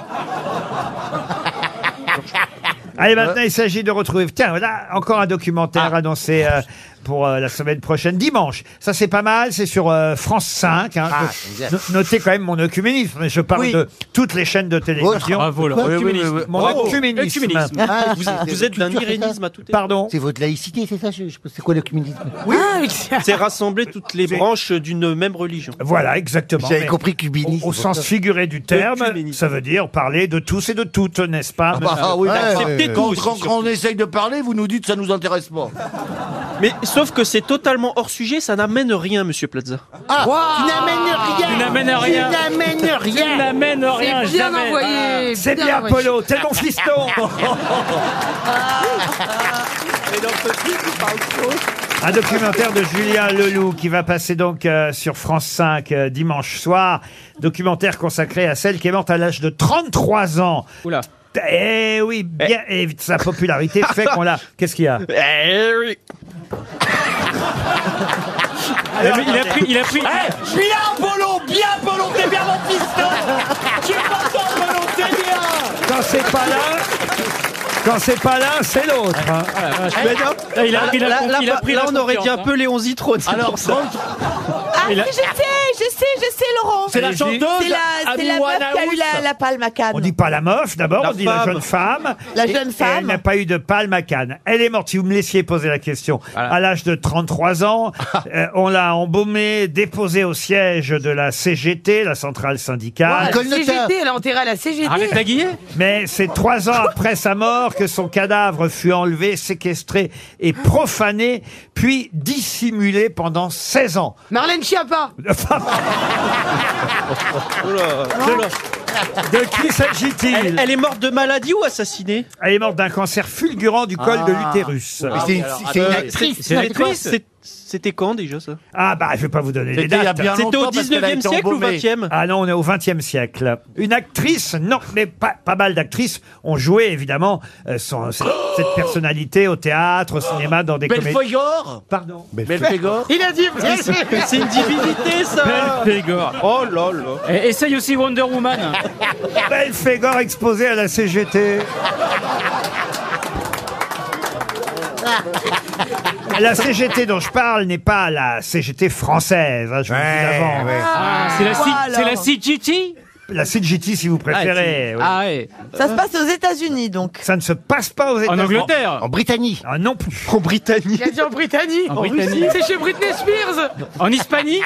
[SPEAKER 2] Allez, maintenant, il s'agit de retrouver. Tiens, voilà, encore un documentaire annoncé euh, pour euh, la semaine prochaine, dimanche. Ça, c'est pas mal, c'est sur euh, France 5. hein.
[SPEAKER 5] Ah,
[SPEAKER 2] No- Notez quand même mon ocuménisme. Je parle de toutes les chaînes de télévision.
[SPEAKER 6] Bravo, Laurent.
[SPEAKER 2] Mon
[SPEAKER 6] Oui, oui, oui,
[SPEAKER 9] Euh,
[SPEAKER 6] oui.
[SPEAKER 2] Mon
[SPEAKER 6] Bravo.
[SPEAKER 2] ocuménisme.
[SPEAKER 6] Ocuménisme.
[SPEAKER 5] Ah,
[SPEAKER 9] Vous,
[SPEAKER 5] c'est-
[SPEAKER 9] vous
[SPEAKER 5] c'est
[SPEAKER 9] êtes d'un
[SPEAKER 5] culture,
[SPEAKER 9] irénisme à tout état.
[SPEAKER 2] Pardon
[SPEAKER 5] C'est votre laïcité, c'est ça je, je- C'est quoi le communisme
[SPEAKER 9] Ah, Oui. C'est rassembler toutes les branches d'une même religion.
[SPEAKER 2] Voilà, exactement.
[SPEAKER 5] J'avais
[SPEAKER 2] Mais
[SPEAKER 5] compris cubinisme.
[SPEAKER 2] Au sens figuré du terme, ça veut dire parler de tous et de toutes, n'est-ce pas
[SPEAKER 8] Ah, bah, oui,
[SPEAKER 2] monsieur
[SPEAKER 8] d'accord. quand,
[SPEAKER 2] Surtout.
[SPEAKER 8] quand- quand on essaye de parler, vous nous dites ça nous intéresse pas.
[SPEAKER 9] Mais sauf que c'est totalement hors sujet, ça n'amène rien, monsieur Plaza.
[SPEAKER 5] Ah, Tu n'amènes rien
[SPEAKER 6] Tu n'amènes rien.
[SPEAKER 5] Tu n'amènes rien
[SPEAKER 6] Tu n'amènes rien,
[SPEAKER 7] C'est bien
[SPEAKER 6] jamais.
[SPEAKER 7] envoyé.
[SPEAKER 2] Ah, C'est bien,
[SPEAKER 7] envoyé.
[SPEAKER 2] Polo, t'es
[SPEAKER 7] [LAUGHS]
[SPEAKER 2] mon
[SPEAKER 9] [LAUGHS]
[SPEAKER 2] fiston Un documentaire de Julien Leloup qui va passer donc euh, sur France 5 euh, dimanche soir. Documentaire consacré à celle qui est morte à l'âge de 33 ans.
[SPEAKER 6] Oula.
[SPEAKER 2] Eh oui, bien, et sa popularité fait qu'on
[SPEAKER 9] [LAUGHS]
[SPEAKER 2] l'a. Qu'est-ce qu'il y a
[SPEAKER 9] Eh oui.
[SPEAKER 6] Il a, il a pris, il a pris.
[SPEAKER 8] Bien, Polo Bien, Polo T'es bien mon fiston Tu es content, Polo T'es bien
[SPEAKER 2] Quand c'est pas l'un, quand c'est pas l'un, c'est l'autre. hein.
[SPEAKER 9] Mais non.
[SPEAKER 6] Ah, Là, il a pris la
[SPEAKER 9] Là,
[SPEAKER 6] confi-
[SPEAKER 9] là,
[SPEAKER 6] il a
[SPEAKER 9] là,
[SPEAKER 6] pris
[SPEAKER 9] là,
[SPEAKER 6] la
[SPEAKER 9] on aurait dit un
[SPEAKER 6] confiance, hein.
[SPEAKER 9] peu Léon Zitrone. c'est
[SPEAKER 8] Alors,
[SPEAKER 9] pour ça.
[SPEAKER 3] Ah,
[SPEAKER 6] Il a-
[SPEAKER 3] je sais, je sais, je sais, Laurent.
[SPEAKER 8] c'est la
[SPEAKER 2] Allez-y.
[SPEAKER 8] chanteuse
[SPEAKER 3] C'est la, c'est la
[SPEAKER 8] Amy
[SPEAKER 3] meuf qui a eu
[SPEAKER 8] Winehouse.
[SPEAKER 3] la, la palme à Cannes.
[SPEAKER 2] On dit pas la meuf d'abord,
[SPEAKER 9] La
[SPEAKER 2] on dit la
[SPEAKER 9] femme.
[SPEAKER 2] jeune femme.
[SPEAKER 3] La
[SPEAKER 2] Et-
[SPEAKER 3] jeune
[SPEAKER 2] et
[SPEAKER 3] femme.
[SPEAKER 2] elle n'a pas eu de palme à Cannes. Elle est morte, si vous me laissiez poser la question. À l'âge de 33 ans, euh, on l'a embaumée, déposée au siège de la CGT, la centrale syndicale.
[SPEAKER 7] Ah, la CGT, elle a enterré à la CGT.
[SPEAKER 6] Arlette Laguillet
[SPEAKER 2] Mais c'est trois ans après sa mort que son cadavre fut enlevé, séquestré et profané, puis dissimulé pendant 16 ans.
[SPEAKER 7] Marlène Schiappa.
[SPEAKER 2] De qui s'agit-il
[SPEAKER 9] Elle, elle est morte de maladie ou assassinée Ah.
[SPEAKER 2] Elle est morte d'un cancer fulgurant du col de l'utérus.
[SPEAKER 5] C'est une, c'est une
[SPEAKER 8] attendez.
[SPEAKER 5] actrice.
[SPEAKER 6] C'est
[SPEAKER 5] d'accord.
[SPEAKER 6] l'actrice.
[SPEAKER 9] C'est- C'était quand déjà ça
[SPEAKER 2] Ah bah, je vais pas vous donner les
[SPEAKER 8] C'était il y a
[SPEAKER 2] dates.
[SPEAKER 8] bien
[SPEAKER 9] C'était au
[SPEAKER 8] longtemps parce qu'elle a
[SPEAKER 9] 19e
[SPEAKER 8] été
[SPEAKER 9] siècle ou
[SPEAKER 8] embaumée.
[SPEAKER 9] 20e
[SPEAKER 2] Ah non, on est au XXe siècle. Une actrice, non, mais pas, pas mal d'actrices ont joué, évidemment, euh, son- cette, cette personnalité au théâtre, au cinéma, dans des comédies.
[SPEAKER 8] Belfegor
[SPEAKER 2] Pardon
[SPEAKER 8] Belfegor
[SPEAKER 7] Il a dit.
[SPEAKER 9] C'est une divinité ça
[SPEAKER 6] Belphégor.
[SPEAKER 9] Oh là là
[SPEAKER 6] Et essaye aussi Wonder Woman.
[SPEAKER 2] Belphégor exposé à la CGT. La CGT dont je parle n'est pas la CGT française, hein, je vous le dis
[SPEAKER 5] Ouais,
[SPEAKER 2] d'avant.
[SPEAKER 5] ouais.
[SPEAKER 6] Ah, c'est la,
[SPEAKER 3] Quoi,
[SPEAKER 6] C- c'est la
[SPEAKER 3] alors
[SPEAKER 6] CGT
[SPEAKER 2] la CGT si vous préférez. oui.
[SPEAKER 8] Ah,
[SPEAKER 3] Ah, Ça se passe aux États-Unis, donc.
[SPEAKER 2] Ça ne se passe pas aux États-Unis.
[SPEAKER 6] Angleterre.
[SPEAKER 2] En Britannie. Ah non plus. En Britannie.
[SPEAKER 7] Il a dit en Britannie.
[SPEAKER 2] En Britannie.
[SPEAKER 7] Russie. C'est chez Britney Spears.
[SPEAKER 6] En Hispanie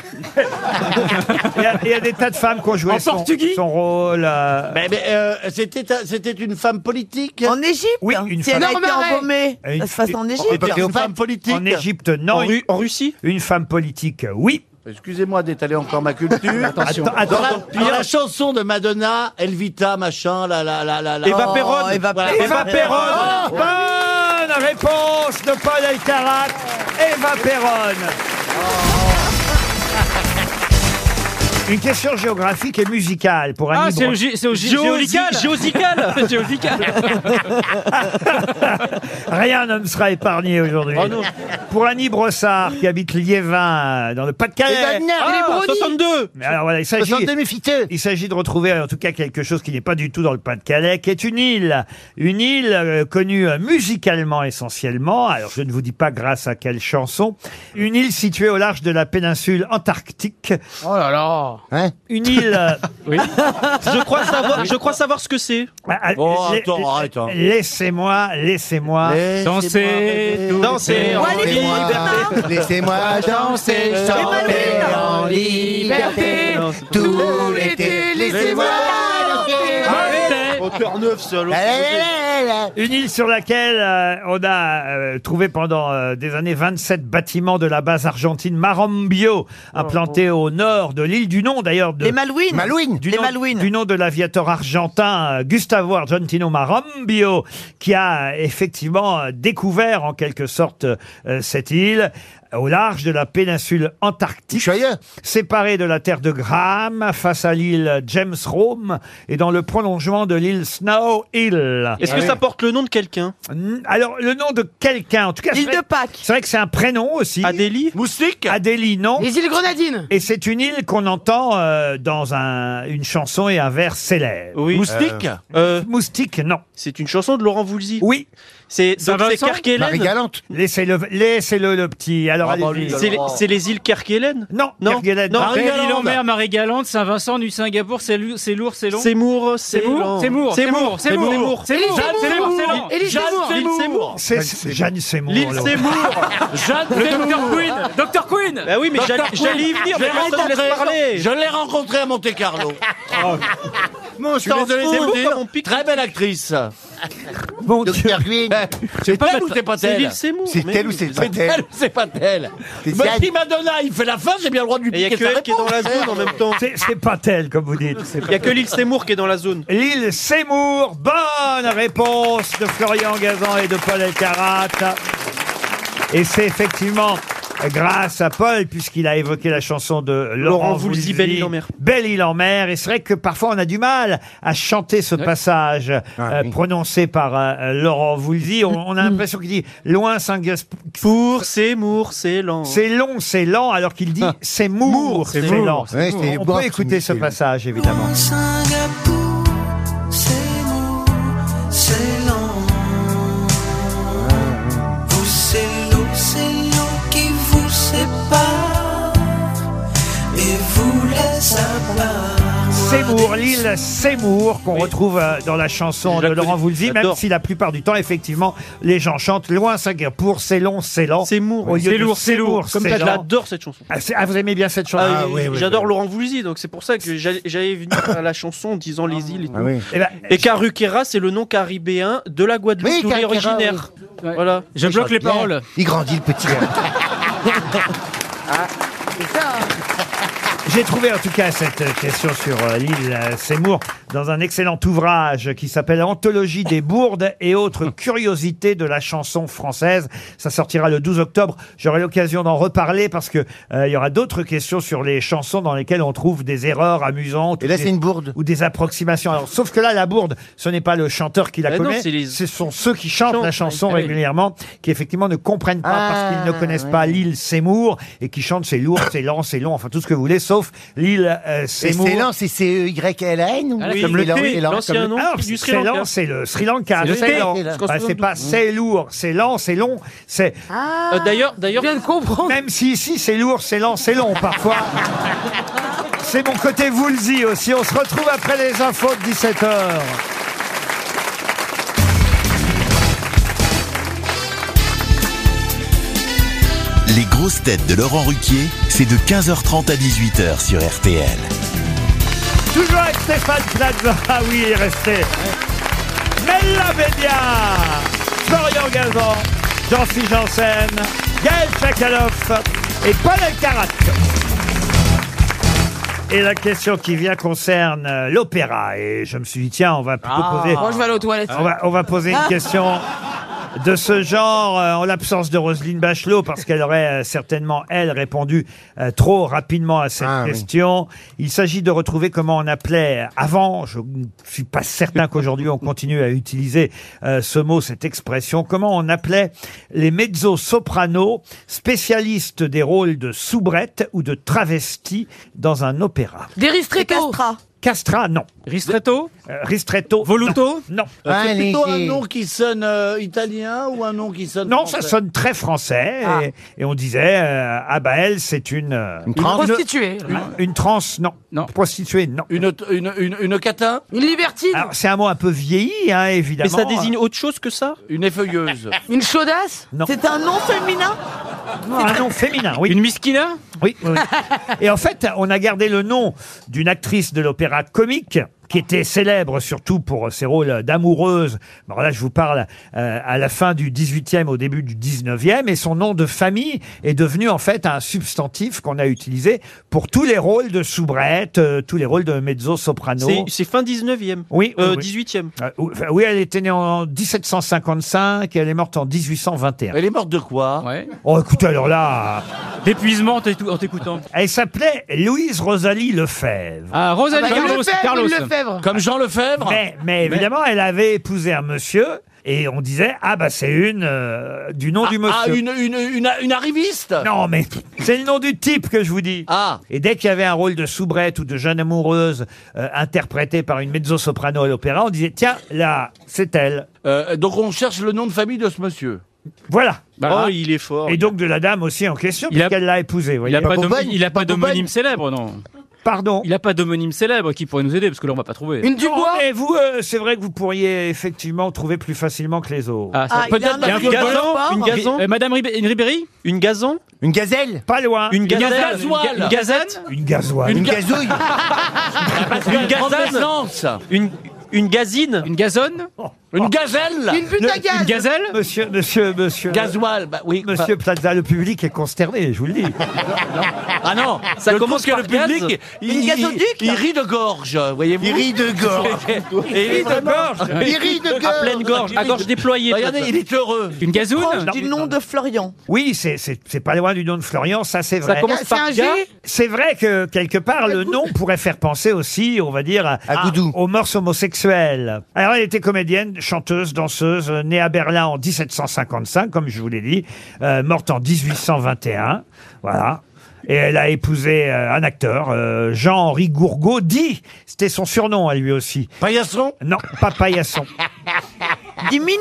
[SPEAKER 2] Il y, a- il y a des tas de femmes qui ont joué
[SPEAKER 8] En
[SPEAKER 2] son,
[SPEAKER 8] portugais
[SPEAKER 2] son rôle. euh,
[SPEAKER 8] Mais, mais, euh, c'était c'était une femme politique
[SPEAKER 3] En Égypte hein.
[SPEAKER 2] Oui, une
[SPEAKER 3] Si elle
[SPEAKER 2] femme. Ah,
[SPEAKER 3] a été embaumée,
[SPEAKER 2] Une-
[SPEAKER 3] ça se passe en Égypte.
[SPEAKER 2] Une femme politique. En Égypte, non.
[SPEAKER 8] En Ru-
[SPEAKER 2] Russie Une femme politique, oui.
[SPEAKER 8] Excusez-moi d'étaler encore
[SPEAKER 6] [LAUGHS]
[SPEAKER 8] ma culture.
[SPEAKER 2] Attention.
[SPEAKER 8] Dans la-
[SPEAKER 2] Attention.
[SPEAKER 8] dans la, chanson de Madonna, Elvita, machin, la la la la. Oh, la-
[SPEAKER 2] Eva
[SPEAKER 3] Oh,
[SPEAKER 2] Perron.
[SPEAKER 8] Eva
[SPEAKER 2] Voilà.
[SPEAKER 8] Perron.
[SPEAKER 2] Eva Perron. Bonne réponse de Paul Alcarat. Eva Perron. Une question géographique et musicale pour Annie
[SPEAKER 6] Ah, c'est au
[SPEAKER 2] Bro-
[SPEAKER 6] gé- c'est au gé- géolical. [LAUGHS] Géosical.
[SPEAKER 9] [LAUGHS]
[SPEAKER 6] Géosical.
[SPEAKER 2] Rien ne me sera épargné aujourd'hui.
[SPEAKER 6] Oh non.
[SPEAKER 2] Pour Annie Brossard, qui habite Liévin, dans le Pas-de-Calais.
[SPEAKER 5] Les Dagnards et les
[SPEAKER 2] Ah,
[SPEAKER 5] Brownies.
[SPEAKER 2] 62. Mais alors voilà, il s'agit.
[SPEAKER 5] 62,
[SPEAKER 2] Il s'agit de retrouver en tout cas quelque chose qui n'est pas du tout dans le Pas-de-Calais, qui est une île. Une île euh, connue euh, musicalement essentiellement. Alors je ne vous dis pas grâce à quelle chanson. Une île située au large de la péninsule antarctique.
[SPEAKER 7] Oh là là.
[SPEAKER 2] Une île. [LAUGHS] euh,
[SPEAKER 9] Je crois savoir, je crois savoir ce que c'est.
[SPEAKER 2] Ah, ah, la- la-
[SPEAKER 9] hein.
[SPEAKER 2] Laissez-moi, hein. laissez-moi
[SPEAKER 9] Laissez-moi Danser, rêver. danser en Wallis, liberté.
[SPEAKER 5] Laissez-moi danser, chanter en liberté. Tout l'été, laissez-moi danser. Eh,
[SPEAKER 10] Hauteur neuve seul.
[SPEAKER 2] Une île sur laquelle euh, on a euh, trouvé pendant euh, des années 27 bâtiments de la base argentine Marambio, implantés au nord de l'île du nom d'ailleurs de
[SPEAKER 3] Les Malouines. Malouines.
[SPEAKER 2] Du
[SPEAKER 3] Les
[SPEAKER 2] nom,
[SPEAKER 3] Malouines.
[SPEAKER 2] du nom de l'aviateur argentin euh, Gustavo Argentino Marambio, qui a euh, effectivement euh, découvert en quelque sorte euh, cette île au large de la péninsule antarctique, séparée de la terre de Graham, face à l'île James Rome et dans le prolongement de l'île Snow Hill.
[SPEAKER 9] Est-ce que ça porte le nom de quelqu'un
[SPEAKER 2] Mm, Alors, le nom de quelqu'un, en tout cas.
[SPEAKER 9] L'île
[SPEAKER 2] c'est vrai-
[SPEAKER 9] de Pâques.
[SPEAKER 2] C'est vrai que c'est un prénom aussi.
[SPEAKER 9] Adélie
[SPEAKER 2] Moustique Adélie, non.
[SPEAKER 7] Les îles Grenadines.
[SPEAKER 2] Et c'est une île qu'on entend euh, dans un- une chanson et un vers célèbre.
[SPEAKER 9] Oui. Euh,
[SPEAKER 2] Moustique Moustique, non.
[SPEAKER 9] C'est une chanson de Laurent Voulzy.
[SPEAKER 2] Oui.
[SPEAKER 9] C'est donc c'est Kerguelen.
[SPEAKER 2] Laissez-le, laissez-le le petit. Alors,
[SPEAKER 9] Ah bah
[SPEAKER 2] allez-y.
[SPEAKER 9] lui, C'est les- alors. c'est les îles Kerguelen
[SPEAKER 2] Non,
[SPEAKER 9] Non.
[SPEAKER 2] Kerguelen.
[SPEAKER 9] Non,
[SPEAKER 6] Marie-Galante, Marie-Galante, Saint-Vincent, du Singapour, c'est lu- c'est lourd, c'est long.
[SPEAKER 9] Seymour,
[SPEAKER 6] Seymour, Seymour,
[SPEAKER 9] Seymour.
[SPEAKER 6] Seymour,
[SPEAKER 9] Seymour,
[SPEAKER 6] Seymour,
[SPEAKER 9] Seymour.
[SPEAKER 6] Seymour,
[SPEAKER 9] Élise
[SPEAKER 6] Seymour,
[SPEAKER 9] Seymour.
[SPEAKER 6] Seymour,
[SPEAKER 9] Élise
[SPEAKER 6] Jeanne
[SPEAKER 9] Seymour.
[SPEAKER 6] Seymour.
[SPEAKER 2] C'est Jeanne Seymour.
[SPEAKER 9] L'île
[SPEAKER 2] Laurent.
[SPEAKER 9] Seymour.
[SPEAKER 6] Jeanne
[SPEAKER 9] Le
[SPEAKER 6] Seymour.
[SPEAKER 9] Dr.
[SPEAKER 6] Queen. Dr. Queen.
[SPEAKER 9] Bah oui, mais
[SPEAKER 6] Dr.
[SPEAKER 9] j'allais-
[SPEAKER 6] Queen.
[SPEAKER 9] j'allais y venir, mais
[SPEAKER 6] Je
[SPEAKER 9] personne ne laisse
[SPEAKER 6] rencontrerai-
[SPEAKER 9] parler.
[SPEAKER 8] Je l'ai rencontrée à Monte
[SPEAKER 9] [LAUGHS]
[SPEAKER 8] Carlo. Mon
[SPEAKER 9] suis désolé, c'est beau comme on
[SPEAKER 8] Très belle actrice. Eh,
[SPEAKER 2] Mon
[SPEAKER 5] Dieu.
[SPEAKER 8] C'est
[SPEAKER 5] pas
[SPEAKER 8] pas ou
[SPEAKER 5] ma-
[SPEAKER 8] c'est pas
[SPEAKER 5] c'est
[SPEAKER 8] elle
[SPEAKER 5] Ville Seymour, C'est mais elle ou oui. c'est pas elle
[SPEAKER 8] ou c'est pas elle
[SPEAKER 5] C'est
[SPEAKER 8] Mais
[SPEAKER 5] Diane.
[SPEAKER 8] si Madonna, il fait la fin, j'ai bien le droit de lui
[SPEAKER 9] Et y a
[SPEAKER 8] piquer
[SPEAKER 9] que
[SPEAKER 8] sa
[SPEAKER 9] elle qui est dans la
[SPEAKER 8] réponse.
[SPEAKER 9] zone en même temps.
[SPEAKER 2] C'est c'est pas tel, comme vous dites.
[SPEAKER 9] Il n'y a que l'île Seymour qui est dans la zone.
[SPEAKER 2] L'île Seymour, bonne réponse de Florian Gazan et de Paul Elkarat. Et c'est effectivement grâce à Paul, puisqu'il a évoqué la chanson de Laurent,
[SPEAKER 9] Laurent Voulzy, Belle île en mer.
[SPEAKER 2] Belle île en mer. Et c'est vrai que parfois on a du mal à chanter ce passage euh, prononcé par euh, Laurent Voulzy. On, on a l'impression qu'il dit loin Saint-Gaspard.
[SPEAKER 9] Seymour, c'est lent.
[SPEAKER 2] C'est long, c'est lent, alors qu'il dit c'est mour, c'est
[SPEAKER 9] Seymour,
[SPEAKER 2] lent.
[SPEAKER 9] Seymour. Ouais, c'est
[SPEAKER 2] on
[SPEAKER 9] bon,
[SPEAKER 2] peut écouter ce passage, évidemment.
[SPEAKER 4] Singapour, c'est lourd, c'est lent. Vous, c'est l'eau, c'est l'eau qui vous sépare et vous laisse à part.
[SPEAKER 2] Seymour, l'île Seymour, qu'on retrouve euh, dans la chanson de Laurent Voulzy, même
[SPEAKER 9] J'adore.
[SPEAKER 2] si la plupart du temps, effectivement, les gens chantent loin Singapour, c'est long, c'est lent.
[SPEAKER 9] Seymour,
[SPEAKER 2] Au lieu
[SPEAKER 9] c'est
[SPEAKER 2] de
[SPEAKER 9] lourd, c'est lourd. Comme
[SPEAKER 2] c'est
[SPEAKER 9] ça,
[SPEAKER 2] lent.
[SPEAKER 9] j'adore cette chanson.
[SPEAKER 2] Ah, c'est- ah, vous aimez bien cette chanson
[SPEAKER 9] Ah, J'adore Laurent Voulzy, donc c'est pour ça que j'allais j'allais venir à la chanson en disant les îles et tout.
[SPEAKER 2] Eh ben,
[SPEAKER 9] Et Caruquera, c'est le nom caribéen de la Guadeloupe
[SPEAKER 5] Oui,
[SPEAKER 9] d'où il est
[SPEAKER 5] Caruquera,
[SPEAKER 9] originaire. Voilà.
[SPEAKER 6] Je bloque les
[SPEAKER 2] [LAUGHS]
[SPEAKER 6] paroles.
[SPEAKER 5] Il grandit le petit.
[SPEAKER 2] J'ai trouvé en tout cas cette question sur euh, l'île euh, Seymour dans un excellent ouvrage qui s'appelle Anthologie des bourdes et [LAUGHS] autres curiosités de la chanson française. Ça sortira le 12 octobre. J'aurai l'occasion d'en reparler parce que euh, il y aura d'autres questions sur les chansons dans lesquelles on trouve des erreurs amusantes. Et là, c'est une bourde. Ou des approximations. Alors, sauf que là, la bourde, ce n'est pas le chanteur qui la
[SPEAKER 9] Ben non,
[SPEAKER 2] commet.
[SPEAKER 9] c'est les-
[SPEAKER 2] Ce sont ceux qui chantent
[SPEAKER 9] Chantent,
[SPEAKER 2] la chanson
[SPEAKER 9] oui.
[SPEAKER 2] régulièrement qui effectivement ne comprennent pas parce qu'ils ne connaissent pas l'île Seymour et qui chantent c'est lourd, c'est lent, c'est long, enfin tout ce que vous voulez, sauf l'île euh,
[SPEAKER 5] C'est
[SPEAKER 2] Seymour.
[SPEAKER 5] lent, c'est C-E-Y-L-N ou
[SPEAKER 2] Oui, c'est lent, c'est lent, comme le- Ah, c'est
[SPEAKER 5] du Sri
[SPEAKER 2] lent,
[SPEAKER 5] Lanka.
[SPEAKER 2] C'est le Sri Lanka.
[SPEAKER 5] C'est le
[SPEAKER 2] C'est
[SPEAKER 5] thé.
[SPEAKER 2] lent.
[SPEAKER 5] C'est là.
[SPEAKER 2] Bah, c'est pas c'est
[SPEAKER 5] [LAUGHS]
[SPEAKER 2] lourd, c'est lent, c'est long. C'est
[SPEAKER 7] Ah.
[SPEAKER 5] Euh,
[SPEAKER 9] D'ailleurs, d'ailleurs.
[SPEAKER 2] Même si ici c'est lourd, c'est lent, c'est long parfois. C'est mon côté Woolsey aussi. On se retrouve après les infos de 17h.
[SPEAKER 1] Les grosses têtes de Laurent Ruquier, c'est de 15h30 à 18h sur RTL.
[SPEAKER 2] Toujours avec Stéphane Plaza. Ah oui, il est resté. Mella Bédia. Florian Gazan. Jean-Philippe Janssen. Gaël Chakaloff. Et Paul Elkarat. Et la question qui vient concerne euh, l'opéra. Et je me suis dit, tiens, on va plutôt
[SPEAKER 7] Ah.
[SPEAKER 2] poser.
[SPEAKER 7] Moi, je vais aller aux toilettes.
[SPEAKER 2] On va, on va poser une question de ce genre euh, en l'absence de Roselyne Bachelot parce qu'elle aurait euh, certainement, elle, répondu euh, trop rapidement à cette
[SPEAKER 5] oui.
[SPEAKER 2] question. Il s'agit de retrouver comment on appelait avant, je ne suis pas certain qu'aujourd'hui on continue à utiliser euh, ce mot, cette expression, comment on appelait les mezzo-sopranos spécialistes des rôles de soubrette ou de travesti dans un opéra.
[SPEAKER 7] Des ristretto.
[SPEAKER 2] Castra, non. Euh,
[SPEAKER 6] Ristretto
[SPEAKER 2] Ristretto. Voluto Non.
[SPEAKER 8] Euh, c'est plutôt un nom qui sonne euh, italien ou un nom qui sonne
[SPEAKER 2] Non, ça
[SPEAKER 8] français
[SPEAKER 2] sonne très français.
[SPEAKER 8] Ah.
[SPEAKER 2] Et, et on disait, euh, ah bah elle, c'est une... euh, une
[SPEAKER 8] trans- prostituée.
[SPEAKER 2] Une, une trans, non. Prostituée, non.
[SPEAKER 8] Une, une, une, une catin
[SPEAKER 7] Une libertine
[SPEAKER 2] Alors, c'est un mot un peu vieilli, hein, évidemment.
[SPEAKER 9] Mais ça désigne
[SPEAKER 2] autre chose que ça
[SPEAKER 8] Une effeuilleuse
[SPEAKER 7] Une chaudasse
[SPEAKER 2] Non.
[SPEAKER 3] C'est un nom féminin
[SPEAKER 7] Ah.
[SPEAKER 2] Un nom féminin, oui. Une miskina oui, oui, oui. Et en fait, on a gardé le nom d'une actrice de l'opéra comique qui était célèbre surtout pour ses rôles d'amoureuse. Alors là, je vous parle euh, à la fin du 18e, au début du 19e, et son nom de famille est devenu en fait un substantif qu'on a utilisé pour tous les rôles de soubrette, euh, tous les rôles de mezzo-soprano.
[SPEAKER 9] C'est- C'est fin 19e.
[SPEAKER 2] Oui,
[SPEAKER 9] Euh,
[SPEAKER 2] oui, oui.
[SPEAKER 9] 18e.
[SPEAKER 2] Euh, ou- enfin, oui, elle était née en 1755 et elle est morte en 1821.
[SPEAKER 8] Elle est morte de quoi
[SPEAKER 2] Oh, écoutez, alors là...
[SPEAKER 6] D'épuisement en t'écou- en t'écoutant.
[SPEAKER 2] Elle s'appelait Louise Rosalie Lefebvre.
[SPEAKER 6] Ah, Rosalie
[SPEAKER 7] Ah bah, Carlos, Lefebvre, Carlos. Lefebvre.
[SPEAKER 8] Comme Jean Lefebvre
[SPEAKER 2] Mais, mais évidemment, elle avait épousé un monsieur et on disait Ah, bah, c'est une euh, du nom du monsieur.
[SPEAKER 8] Ah, une, une, une, une arriviste
[SPEAKER 2] Non, mais c'est le nom du type que je vous dis.
[SPEAKER 8] Ah.
[SPEAKER 2] Et dès qu'il y avait un rôle de soubrette ou de jeune amoureuse euh, interprété par une mezzo-soprano à l'opéra, on disait Tiens, là, c'est elle.
[SPEAKER 8] Euh, donc on cherche le nom de famille de ce monsieur.
[SPEAKER 2] Voilà.
[SPEAKER 6] Bah,
[SPEAKER 9] oh, il est fort.
[SPEAKER 2] Et donc de la dame aussi en question,
[SPEAKER 6] Il a-
[SPEAKER 2] puisqu'elle l'a épousée. vous
[SPEAKER 6] Il n'a
[SPEAKER 2] voyez.
[SPEAKER 6] pas d'homo- il a pas d'homonyme célèbre, non
[SPEAKER 2] Pardon
[SPEAKER 6] Il n'a pas d'homonyme célèbre qui pourrait nous aider, parce que là, on va pas trouver.
[SPEAKER 2] Non, Et vous, euh, c'est vrai que vous pourriez effectivement trouver plus facilement que les autres.
[SPEAKER 6] Ah, ça-
[SPEAKER 3] Ah, il y a un
[SPEAKER 6] Peut-être
[SPEAKER 3] homme qui
[SPEAKER 6] gazon,
[SPEAKER 3] fait le sport.
[SPEAKER 6] une gazon. Euh, Madame Ribé- une Ribéry
[SPEAKER 9] Une gazon
[SPEAKER 5] Une gazelle
[SPEAKER 2] Pas loin.
[SPEAKER 9] Une gazelle
[SPEAKER 8] gazelle,
[SPEAKER 9] Une ga- Une gazette
[SPEAKER 2] Une gasoise. [LAUGHS]
[SPEAKER 5] Une
[SPEAKER 9] [LAUGHS]
[SPEAKER 5] gazouille
[SPEAKER 9] Une gazane
[SPEAKER 8] gazance
[SPEAKER 9] Une, une gazine
[SPEAKER 6] Une gazonne
[SPEAKER 8] Une gazelle
[SPEAKER 7] Une pute à gaz
[SPEAKER 6] Une gazelle
[SPEAKER 2] Monsieur, monsieur, monsieur.
[SPEAKER 8] Gasoil, bah oui.
[SPEAKER 2] Monsieur Plaza, le public est consterné, je vous le dis.
[SPEAKER 8] Ah non, ça commence que le public, il,
[SPEAKER 3] Une gazoduc,
[SPEAKER 8] il- il
[SPEAKER 3] là.
[SPEAKER 8] rit de gorge, voyez-vous.
[SPEAKER 5] Il rit de
[SPEAKER 8] [LAUGHS]
[SPEAKER 5] gorge.
[SPEAKER 8] [LAUGHS] Et
[SPEAKER 5] Il rit de
[SPEAKER 9] à
[SPEAKER 5] gorge.
[SPEAKER 9] pleine gorge, à gorge déployée.
[SPEAKER 8] Regardez, il est heureux.
[SPEAKER 6] Une gazoune
[SPEAKER 3] Proche du nom de Florian.
[SPEAKER 2] Oui, c'est- c'est c'est pas loin du nom de Florian, ça c'est vrai.
[SPEAKER 6] Ça commence
[SPEAKER 7] C'est
[SPEAKER 6] par
[SPEAKER 7] un G
[SPEAKER 6] ga.
[SPEAKER 2] C'est vrai que quelque part le nom pourrait faire penser aussi, on va dire, à,
[SPEAKER 5] À Goudou.
[SPEAKER 2] aux morses homosexuels. Alors elle était comédienne, chanteuse, danseuse, euh, née à Berlin en 1755, comme je vous l'ai dit, euh, morte en 1821. Voilà. Et elle a épousé euh, un acteur, euh, Jean-Henri Gourgaud, dit, c'était son surnom à lui aussi.
[SPEAKER 8] Paillasson
[SPEAKER 2] Non, pas paillasson.
[SPEAKER 3] Dis Minou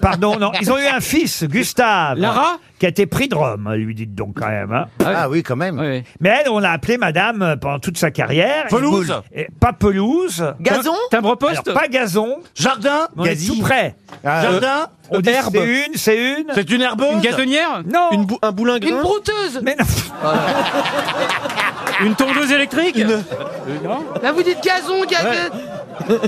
[SPEAKER 2] Pardon, non. Ils ont eu un fils, Gustave.
[SPEAKER 6] Lara
[SPEAKER 2] Qui a été pris de Rome, lui dites donc quand même. hein.
[SPEAKER 5] Ah oui, quand même.
[SPEAKER 6] Oui, oui.
[SPEAKER 2] Mais elle, on l'a appelée madame euh, pendant toute sa carrière.
[SPEAKER 8] Pelouse
[SPEAKER 2] Et pas pelouse.
[SPEAKER 3] Gazon
[SPEAKER 6] Timbre
[SPEAKER 2] Alors,
[SPEAKER 6] poste
[SPEAKER 2] pas gazon.
[SPEAKER 8] Jardin
[SPEAKER 2] mais On est
[SPEAKER 5] Gazi.
[SPEAKER 2] tout près.
[SPEAKER 5] Ah, euh,
[SPEAKER 8] Jardin
[SPEAKER 2] On dit c'est une, c'est une.
[SPEAKER 8] C'est une herbeuse
[SPEAKER 6] Une gazonnière
[SPEAKER 2] Non.
[SPEAKER 9] Une bou- un boulingrin
[SPEAKER 7] Une brouteuse
[SPEAKER 9] [LAUGHS]
[SPEAKER 7] [LAUGHS]
[SPEAKER 2] Mais non.
[SPEAKER 6] Une tondeuse électrique
[SPEAKER 7] Là, vous dites gazon, gazette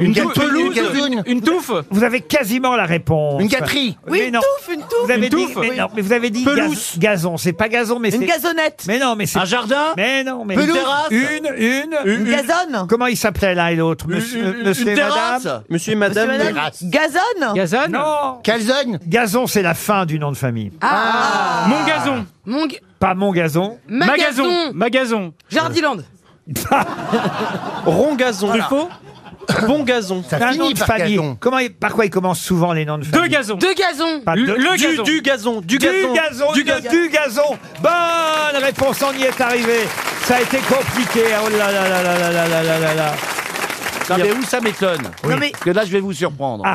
[SPEAKER 5] Une
[SPEAKER 6] tou-
[SPEAKER 5] gazouille, une
[SPEAKER 6] une,
[SPEAKER 5] gazoune.
[SPEAKER 6] une touffe
[SPEAKER 2] Vous avez quasiment la réponse.
[SPEAKER 5] Une gâterie.
[SPEAKER 3] Oui,
[SPEAKER 2] Mais
[SPEAKER 3] une
[SPEAKER 2] non.
[SPEAKER 3] touffe, une touffe
[SPEAKER 2] Vous avez
[SPEAKER 6] Une
[SPEAKER 2] dit,
[SPEAKER 6] touffe,
[SPEAKER 2] mais
[SPEAKER 6] oui.
[SPEAKER 2] non, mais vous avez dit
[SPEAKER 6] Pelouse.
[SPEAKER 2] gaz- gazon. C'est pas gazon, mais
[SPEAKER 3] Une
[SPEAKER 2] c'est.
[SPEAKER 3] gazonnette
[SPEAKER 2] Mais non, mais c'est.
[SPEAKER 8] Un jardin
[SPEAKER 2] Mais Eh non, mais.
[SPEAKER 8] Une Pelouse. terrasse.
[SPEAKER 2] Une, une,
[SPEAKER 3] Une gazonne
[SPEAKER 2] Comment ils s'appelaient l'un et l'autre,
[SPEAKER 8] Une-
[SPEAKER 2] monsieur,
[SPEAKER 8] une-
[SPEAKER 2] monsieur
[SPEAKER 8] une
[SPEAKER 2] et madame
[SPEAKER 8] terrasse
[SPEAKER 9] Monsieur
[SPEAKER 3] Monsieur,
[SPEAKER 9] et madame.
[SPEAKER 3] madame
[SPEAKER 5] terrasse.
[SPEAKER 3] Gazonne
[SPEAKER 6] Gazonne
[SPEAKER 2] Non.
[SPEAKER 5] Calzone
[SPEAKER 2] Gazon, c'est la fin du nom de famille.
[SPEAKER 6] Mon gazon
[SPEAKER 7] Ah. Mon g-
[SPEAKER 2] Pas mon gazon.
[SPEAKER 6] Magazon
[SPEAKER 7] Magazon
[SPEAKER 6] Magazon
[SPEAKER 2] [LAUGHS]
[SPEAKER 7] Jardiland
[SPEAKER 9] Rond gazon. Truffaut Bon gazon.
[SPEAKER 5] Ça
[SPEAKER 2] un nom
[SPEAKER 5] finit
[SPEAKER 2] de
[SPEAKER 5] par
[SPEAKER 2] famille.
[SPEAKER 5] gazon.
[SPEAKER 2] Comment, il- par quoi ils commencent souvent les noms de famille
[SPEAKER 6] Deux gazons
[SPEAKER 7] Deux gazons
[SPEAKER 2] Pas
[SPEAKER 6] Le-
[SPEAKER 2] deux-
[SPEAKER 6] le
[SPEAKER 9] du,
[SPEAKER 6] gazon.
[SPEAKER 9] du gazon. Du gazon.
[SPEAKER 2] Du gazon. Du gazon. Bonne réponse, on y est arrivé. Ça a été compliqué. Oh là là là là là là là là là là.
[SPEAKER 8] Non, mais où ça m'étonne
[SPEAKER 2] Oui.
[SPEAKER 8] Parce que là, je [LAUGHS] vais vous surprendre. [LAUGHS]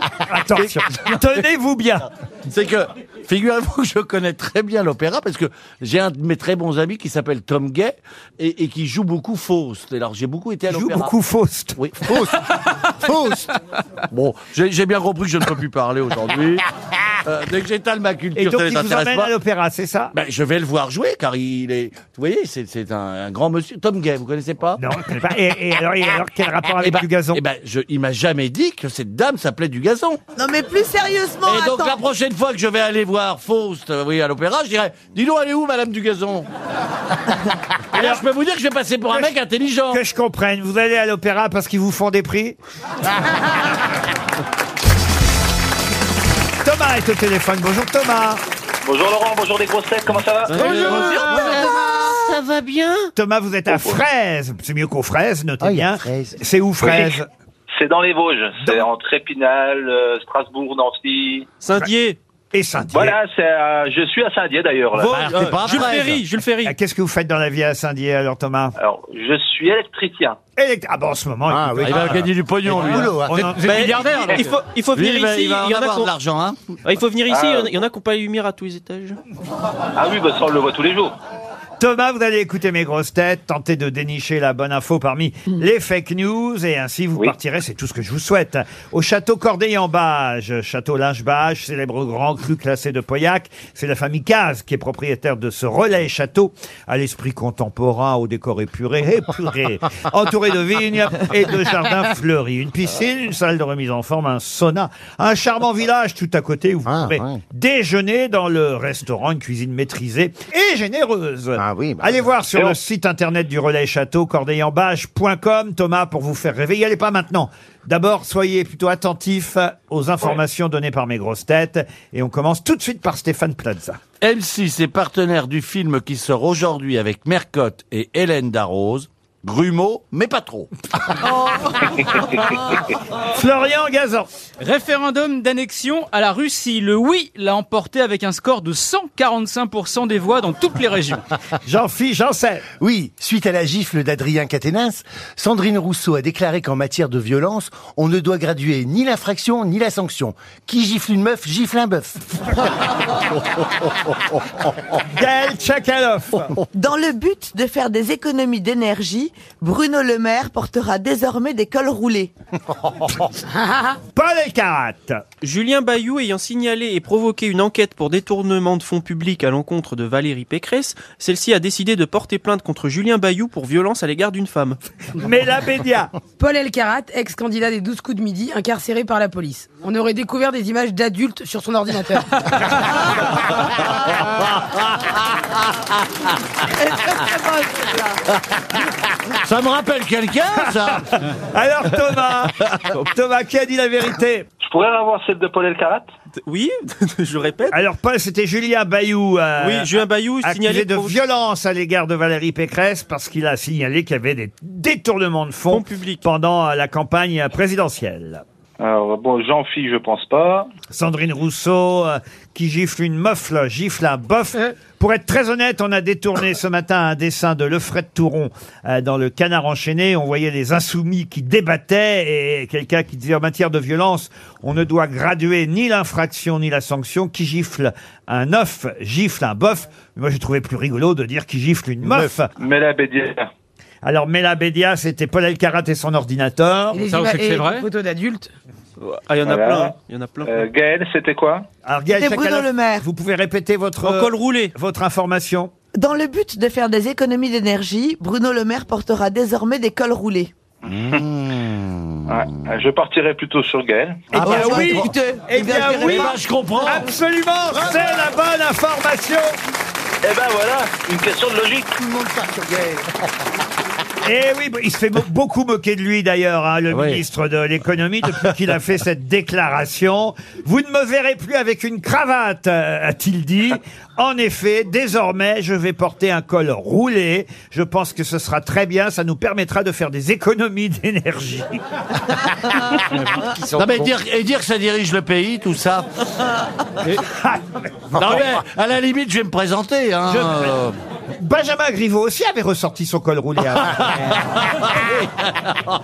[SPEAKER 2] Ah. Attention. Tenez-vous bien.
[SPEAKER 8] C'est que Figurez-vous que je connais très bien l'opéra parce que j'ai un de mes très bons amis qui s'appelle Tom Gay et, et qui joue beaucoup Faust. Et Alors j'ai beaucoup été à
[SPEAKER 2] joue
[SPEAKER 8] l'opéra.
[SPEAKER 2] beaucoup Faust.
[SPEAKER 8] Oui,
[SPEAKER 2] [LAUGHS]
[SPEAKER 8] Faust. Faust. Bon, j'ai j'ai bien compris que je ne peux plus
[SPEAKER 2] [LAUGHS]
[SPEAKER 8] parler aujourd'hui. Euh, dès que j'étale ma culture,
[SPEAKER 2] Et donc,
[SPEAKER 8] ça les
[SPEAKER 2] il vous
[SPEAKER 8] intéresse
[SPEAKER 2] emmène
[SPEAKER 8] pas.
[SPEAKER 2] à l'opéra, c'est ça
[SPEAKER 8] Ben, je vais le voir jouer car il est. Vous voyez, c'est c'est un, un grand monsieur. Tom Gay, vous connaissez pas
[SPEAKER 2] Non, Et, et alors, et alors, quel rapport avec du gazon
[SPEAKER 8] Eh ben, je, il m'a jamais dit que cette dame s'appelait du gazon.
[SPEAKER 3] Non, mais plus sérieusement,
[SPEAKER 8] Et donc
[SPEAKER 3] attends.
[SPEAKER 8] la prochaine fois que je vais aller voir Faust, euh, oui, à l'opéra, je dirais, dis donc, elle est où, Madame Dugazon Et là, je peux vous dire que je vais passer pour un mec intelligent.
[SPEAKER 2] Que je comprenne, vous allez à l'opéra parce qu'ils vous font des
[SPEAKER 8] [LAUGHS]
[SPEAKER 2] prix Thomas est au téléphone. Bonjour Thomas.
[SPEAKER 12] Bonjour Laurent, bonjour les grosses têtes, comment ça va
[SPEAKER 2] Ah, Ça va bien Oh, Thomas, vous êtes à Fraise. C'est mieux qu'aux fraises, notez bien. C'est où Fraise
[SPEAKER 12] C'est dans les Vosges, c'est entre Épinal, euh, Strasbourg, Nancy.
[SPEAKER 2] Saint-Dié. Et Saint-Dié. Bah,
[SPEAKER 12] Voilà, c'est à- je suis à Saint-Dié d'ailleurs. là.
[SPEAKER 9] euh,
[SPEAKER 2] euh, Jules Ferry. Ah, Qu'est-ce que vous faites dans la vie à Saint-Dié alors Thomas
[SPEAKER 12] Alors, je suis électricien.
[SPEAKER 2] Élect- Ah bon, en ce moment.
[SPEAKER 12] Ah
[SPEAKER 2] écoutez,
[SPEAKER 12] oui, il va gagner du pognon,
[SPEAKER 2] c'est
[SPEAKER 12] lui.
[SPEAKER 2] le boulot, hein.
[SPEAKER 12] Vous êtes-
[SPEAKER 2] On en-
[SPEAKER 12] vous êtes
[SPEAKER 2] Mais-
[SPEAKER 12] milliardaire,
[SPEAKER 9] Il faut, il faut venir ici. y en a qu'on-
[SPEAKER 2] hein.
[SPEAKER 9] Ah, Il faut venir ici,
[SPEAKER 12] Ah.
[SPEAKER 9] il y en a- il y en a qui n'ont pas la lumière à tous les étages.
[SPEAKER 12] Ah oui, bah ça on le voit tous les jours.
[SPEAKER 2] Thomas, vous allez écouter mes grosses têtes, tenter de dénicher la bonne info parmi les fake news et ainsi vous partirez, c'est tout ce que je vous souhaite, au château Corday-en-Bage, château Lingebage, célèbre grand cru classé de Pauillac. C'est la famille Caz qui est propriétaire de ce relais château à l'esprit contemporain, au décor épuré, épuré, entouré de vignes et de jardins fleuris. Une piscine, une salle de remise en forme, un sauna, un charmant village tout à côté où vous pourrez déjeuner dans le restaurant, une cuisine maîtrisée et généreuse. Allez voir sur
[SPEAKER 12] Et
[SPEAKER 2] le
[SPEAKER 12] on-
[SPEAKER 2] site internet du relais château cordeillenbage.com Thomas pour vous faire rêver. Y allez pas maintenant. D'abord, soyez plutôt attentifs aux informations données par mes grosses têtes et on commence tout de suite par Stéphane Plaza.
[SPEAKER 8] M6 est partenaire du film qui sort aujourd'hui avec Mercotte et Hélène Darroze. Grumeau, mais pas trop.
[SPEAKER 7] Oh.
[SPEAKER 2] Florian Gazan.
[SPEAKER 6] Référendum d'annexion à la Russie. Le oui l'a emporté avec un score de 145% des voix dans toutes les
[SPEAKER 2] [LAUGHS]
[SPEAKER 6] régions.
[SPEAKER 2] J'en fiche, j'en sais.
[SPEAKER 5] Oui, suite à la gifle d'Adrien Quatennens, Sandrine Rousseau a déclaré qu'en matière de violence, on ne doit graduer ni l'infraction ni la sanction. Qui gifle une meuf, gifle un bœuf.
[SPEAKER 2] Gaël Tchakaloff.
[SPEAKER 3] [LAUGHS] Dans le but de faire des économies d'énergie, Bruno Le Maire portera désormais des cols
[SPEAKER 8] [LAUGHS]
[SPEAKER 3] roulés.
[SPEAKER 2] Pas les carates
[SPEAKER 9] Julien Bayou ayant signalé et provoqué une enquête pour détournement de fonds publics à l'encontre de Valérie Pécresse, celle-ci a décidé de porter plainte contre Julien Bayou pour violence à l'égard d'une femme.
[SPEAKER 2] [LAUGHS] [LAUGHS] Mais la Bédia
[SPEAKER 7] Paul Elkarat, ex-candidat des 12 coups de midi, incarcéré par la police. On aurait découvert des images d'adultes sur son ordinateur.
[SPEAKER 8] Ça me rappelle quelqu'un, ça
[SPEAKER 2] [LAUGHS] Alors Thomas,
[SPEAKER 8] [LAUGHS]
[SPEAKER 2] Thomas qui a dit la vérité
[SPEAKER 12] Je pourrais avoir celle de Paul Elkarat
[SPEAKER 9] Oui, [LAUGHS] je répète.
[SPEAKER 2] Alors Paul, c'était Julien Bayou. euh,
[SPEAKER 9] Oui, Julien Bayou,
[SPEAKER 2] accusé
[SPEAKER 9] signalé
[SPEAKER 2] de
[SPEAKER 9] pour-
[SPEAKER 2] violence à l'égard de Valérie Pécresse parce qu'il a signalé qu'il y avait des détournements de fonds pendant euh, la campagne présidentielle.
[SPEAKER 12] Alors, bon, jean philippe je pense pas.
[SPEAKER 2] Sandrine Rousseau euh, qui gifle une meuf, là, gifle un bof. Pour être très honnête, on a détourné ce matin un dessin de Lefred Touron euh, dans le Canard enchaîné. On voyait les insoumis qui débattaient et quelqu'un qui disait en matière de violence, on ne doit graduer ni l'infraction ni la sanction. Qui gifle un œuf, gifle un bof. Moi, j'ai trouvé plus rigolo de dire qui gifle une meuf.
[SPEAKER 12] Mais la Bédière.
[SPEAKER 2] Alors, Mela Bédia, c'était Paul Elkarat et son ordinateur.
[SPEAKER 7] Et les ima- et les photos d'adultes.
[SPEAKER 9] Ah, il y en a
[SPEAKER 2] Voilà.
[SPEAKER 9] plein. Il y en a plein.
[SPEAKER 12] Euh, Gaël, c'était quoi
[SPEAKER 2] Alors, Gaël
[SPEAKER 3] C'était Bruno
[SPEAKER 2] Chakalov,
[SPEAKER 3] Le Maire.
[SPEAKER 2] Vous pouvez répéter votre,
[SPEAKER 3] En col
[SPEAKER 9] roulé.
[SPEAKER 2] votre information
[SPEAKER 3] Dans le but de faire des économies d'énergie, Bruno Le Maire portera désormais des cols roulés.
[SPEAKER 12] Ouais, Ah, Je partirais plutôt sur Gaël.
[SPEAKER 2] Ah,
[SPEAKER 3] Eh
[SPEAKER 2] bah,
[SPEAKER 3] bien, oui, écoutez,
[SPEAKER 2] Eh bien
[SPEAKER 12] bien,
[SPEAKER 2] oui,
[SPEAKER 8] ben,
[SPEAKER 12] bah, je comprends.
[SPEAKER 2] Absolument, c'est la bonne information.
[SPEAKER 12] Eh ben voilà, [LAUGHS] une question de logique. Tout
[SPEAKER 5] le monde part sur Gaël.
[SPEAKER 2] Et Eh oui, il se fait mo- beaucoup moquer de lui d'ailleurs, hein, le ministre de l'économie, depuis qu'il a fait cette déclaration. Vous ne me verrez plus avec une cravate, euh, a-t-il dit. En effet, désormais, je vais porter un col roulé. Je pense que ce sera très bien. Ça nous permettra de faire des économies d'énergie.
[SPEAKER 8] Non, mais dire, et dire que ça dirige le pays, tout ça. [LAUGHS] Et- non, mais à la limite, je vais me présenter. Hein.
[SPEAKER 2] Je-
[SPEAKER 8] euh,
[SPEAKER 2] Benjamin Griveaux aussi avait ressorti son col roulé. avant.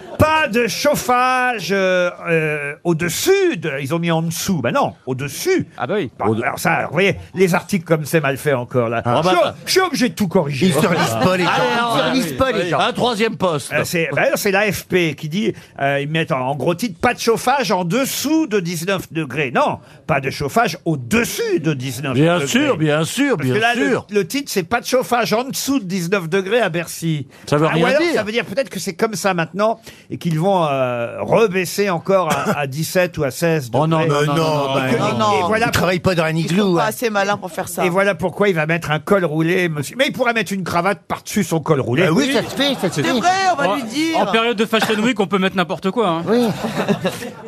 [SPEAKER 8] [LAUGHS]
[SPEAKER 2] Pas de chauffage euh, euh, au-dessus. de- Ils ont mis en dessous. Ben non, au-dessus. Ah bah oui. alors ça, alors, vous voyez, les articles comme c'est mal fait encore là.
[SPEAKER 8] Ah
[SPEAKER 2] je,
[SPEAKER 8] bah
[SPEAKER 2] suis-
[SPEAKER 8] ça.
[SPEAKER 2] je suis obligé de tout corriger.
[SPEAKER 8] Ils surlisent pas, les gens. Allez, alors, Ils surlisent oui, pas, les oui. gens. Un
[SPEAKER 2] troisième poste. c'est bah non, c'est l'AFP qui dit, euh, ils mettent en, en gros titre, pas de chauffage en dessous de 19 degrés. Non, pas de chauffage au-dessus de 19
[SPEAKER 8] Euh, Bien
[SPEAKER 2] degrés.
[SPEAKER 8] sûr, bien sûr,
[SPEAKER 2] Parce que
[SPEAKER 8] bien
[SPEAKER 2] là, le-
[SPEAKER 8] sûr.
[SPEAKER 2] Le, titre, c'est pas de chauffage en dessous de 19 degrés à Bercy.
[SPEAKER 8] Ça veut
[SPEAKER 2] Ah,
[SPEAKER 8] rien
[SPEAKER 2] ou alors,
[SPEAKER 8] dire.
[SPEAKER 2] Ça veut dire peut-être que c'est comme ça maintenant et qu'ils vont euh, rebaisser encore à, à 17 ou à 16 degrés. Oh
[SPEAKER 5] non, non, non, non,
[SPEAKER 2] et, que-
[SPEAKER 5] non,
[SPEAKER 2] et
[SPEAKER 5] non.
[SPEAKER 2] voilà
[SPEAKER 5] Ils travaillent pas dans hein. la Ils sont pas
[SPEAKER 2] assez malin pour faire ça. Et voilà pourquoi il va mettre un col roulé, monsieur. Mais il pourra mettre une cravate par-dessus son col roulé.
[SPEAKER 5] Ah oui, ça se fait, ça se C'est fait. vrai, on va lui dire.
[SPEAKER 6] En période de Fashion Week, on peut mettre n'importe quoi. hein.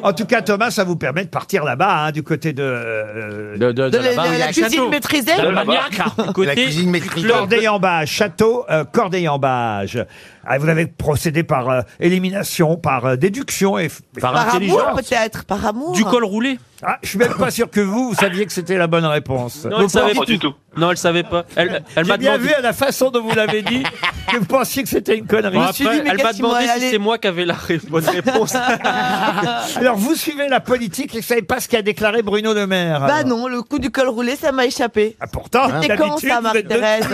[SPEAKER 2] En tout cas, Thomas, ça vous permet de partir là-bas, hein, du côté de... euh, de,
[SPEAKER 3] de la- là-bas, de oui, la il y a cuisine Château. maîtrisée. De la maniaque,
[SPEAKER 2] La
[SPEAKER 3] côté
[SPEAKER 2] cuisine maîtrisée.
[SPEAKER 3] du club.
[SPEAKER 2] Corday-en-Bage, château euh, Corday-en-Bage. Ah, vous avez procédé par euh, élimination, par euh, déduction et...
[SPEAKER 3] Par amour, peut-être, par amour.
[SPEAKER 2] roulé ah, Je suis même pas sûr que vous, vous saviez que c'était la bonne réponse.
[SPEAKER 9] Non, elle savait pas. Non, elle savait pas. Elle, elle
[SPEAKER 2] J'ai
[SPEAKER 9] m'a
[SPEAKER 2] bien
[SPEAKER 9] demandé.
[SPEAKER 2] vu à la façon dont vous l'avez
[SPEAKER 9] [LAUGHS]
[SPEAKER 2] dit que vous pensiez que c'était une connerie.
[SPEAKER 9] Bon, après, elle m'a demandé si c'est moi qui avais la ré- bonne réponse.
[SPEAKER 2] [LAUGHS] Alors vous suivez la politique et vous savez pas ce qu'a déclaré Bruno Le Maire.
[SPEAKER 3] Bah
[SPEAKER 2] alors.
[SPEAKER 3] non, le coup du col roulé, ça m'a échappé.
[SPEAKER 2] Ah, pourtant,
[SPEAKER 3] C'était quand
[SPEAKER 2] d'habitude,
[SPEAKER 3] ça,
[SPEAKER 2] vous êtes deux. [LAUGHS]
[SPEAKER 3] Marie-Thérèse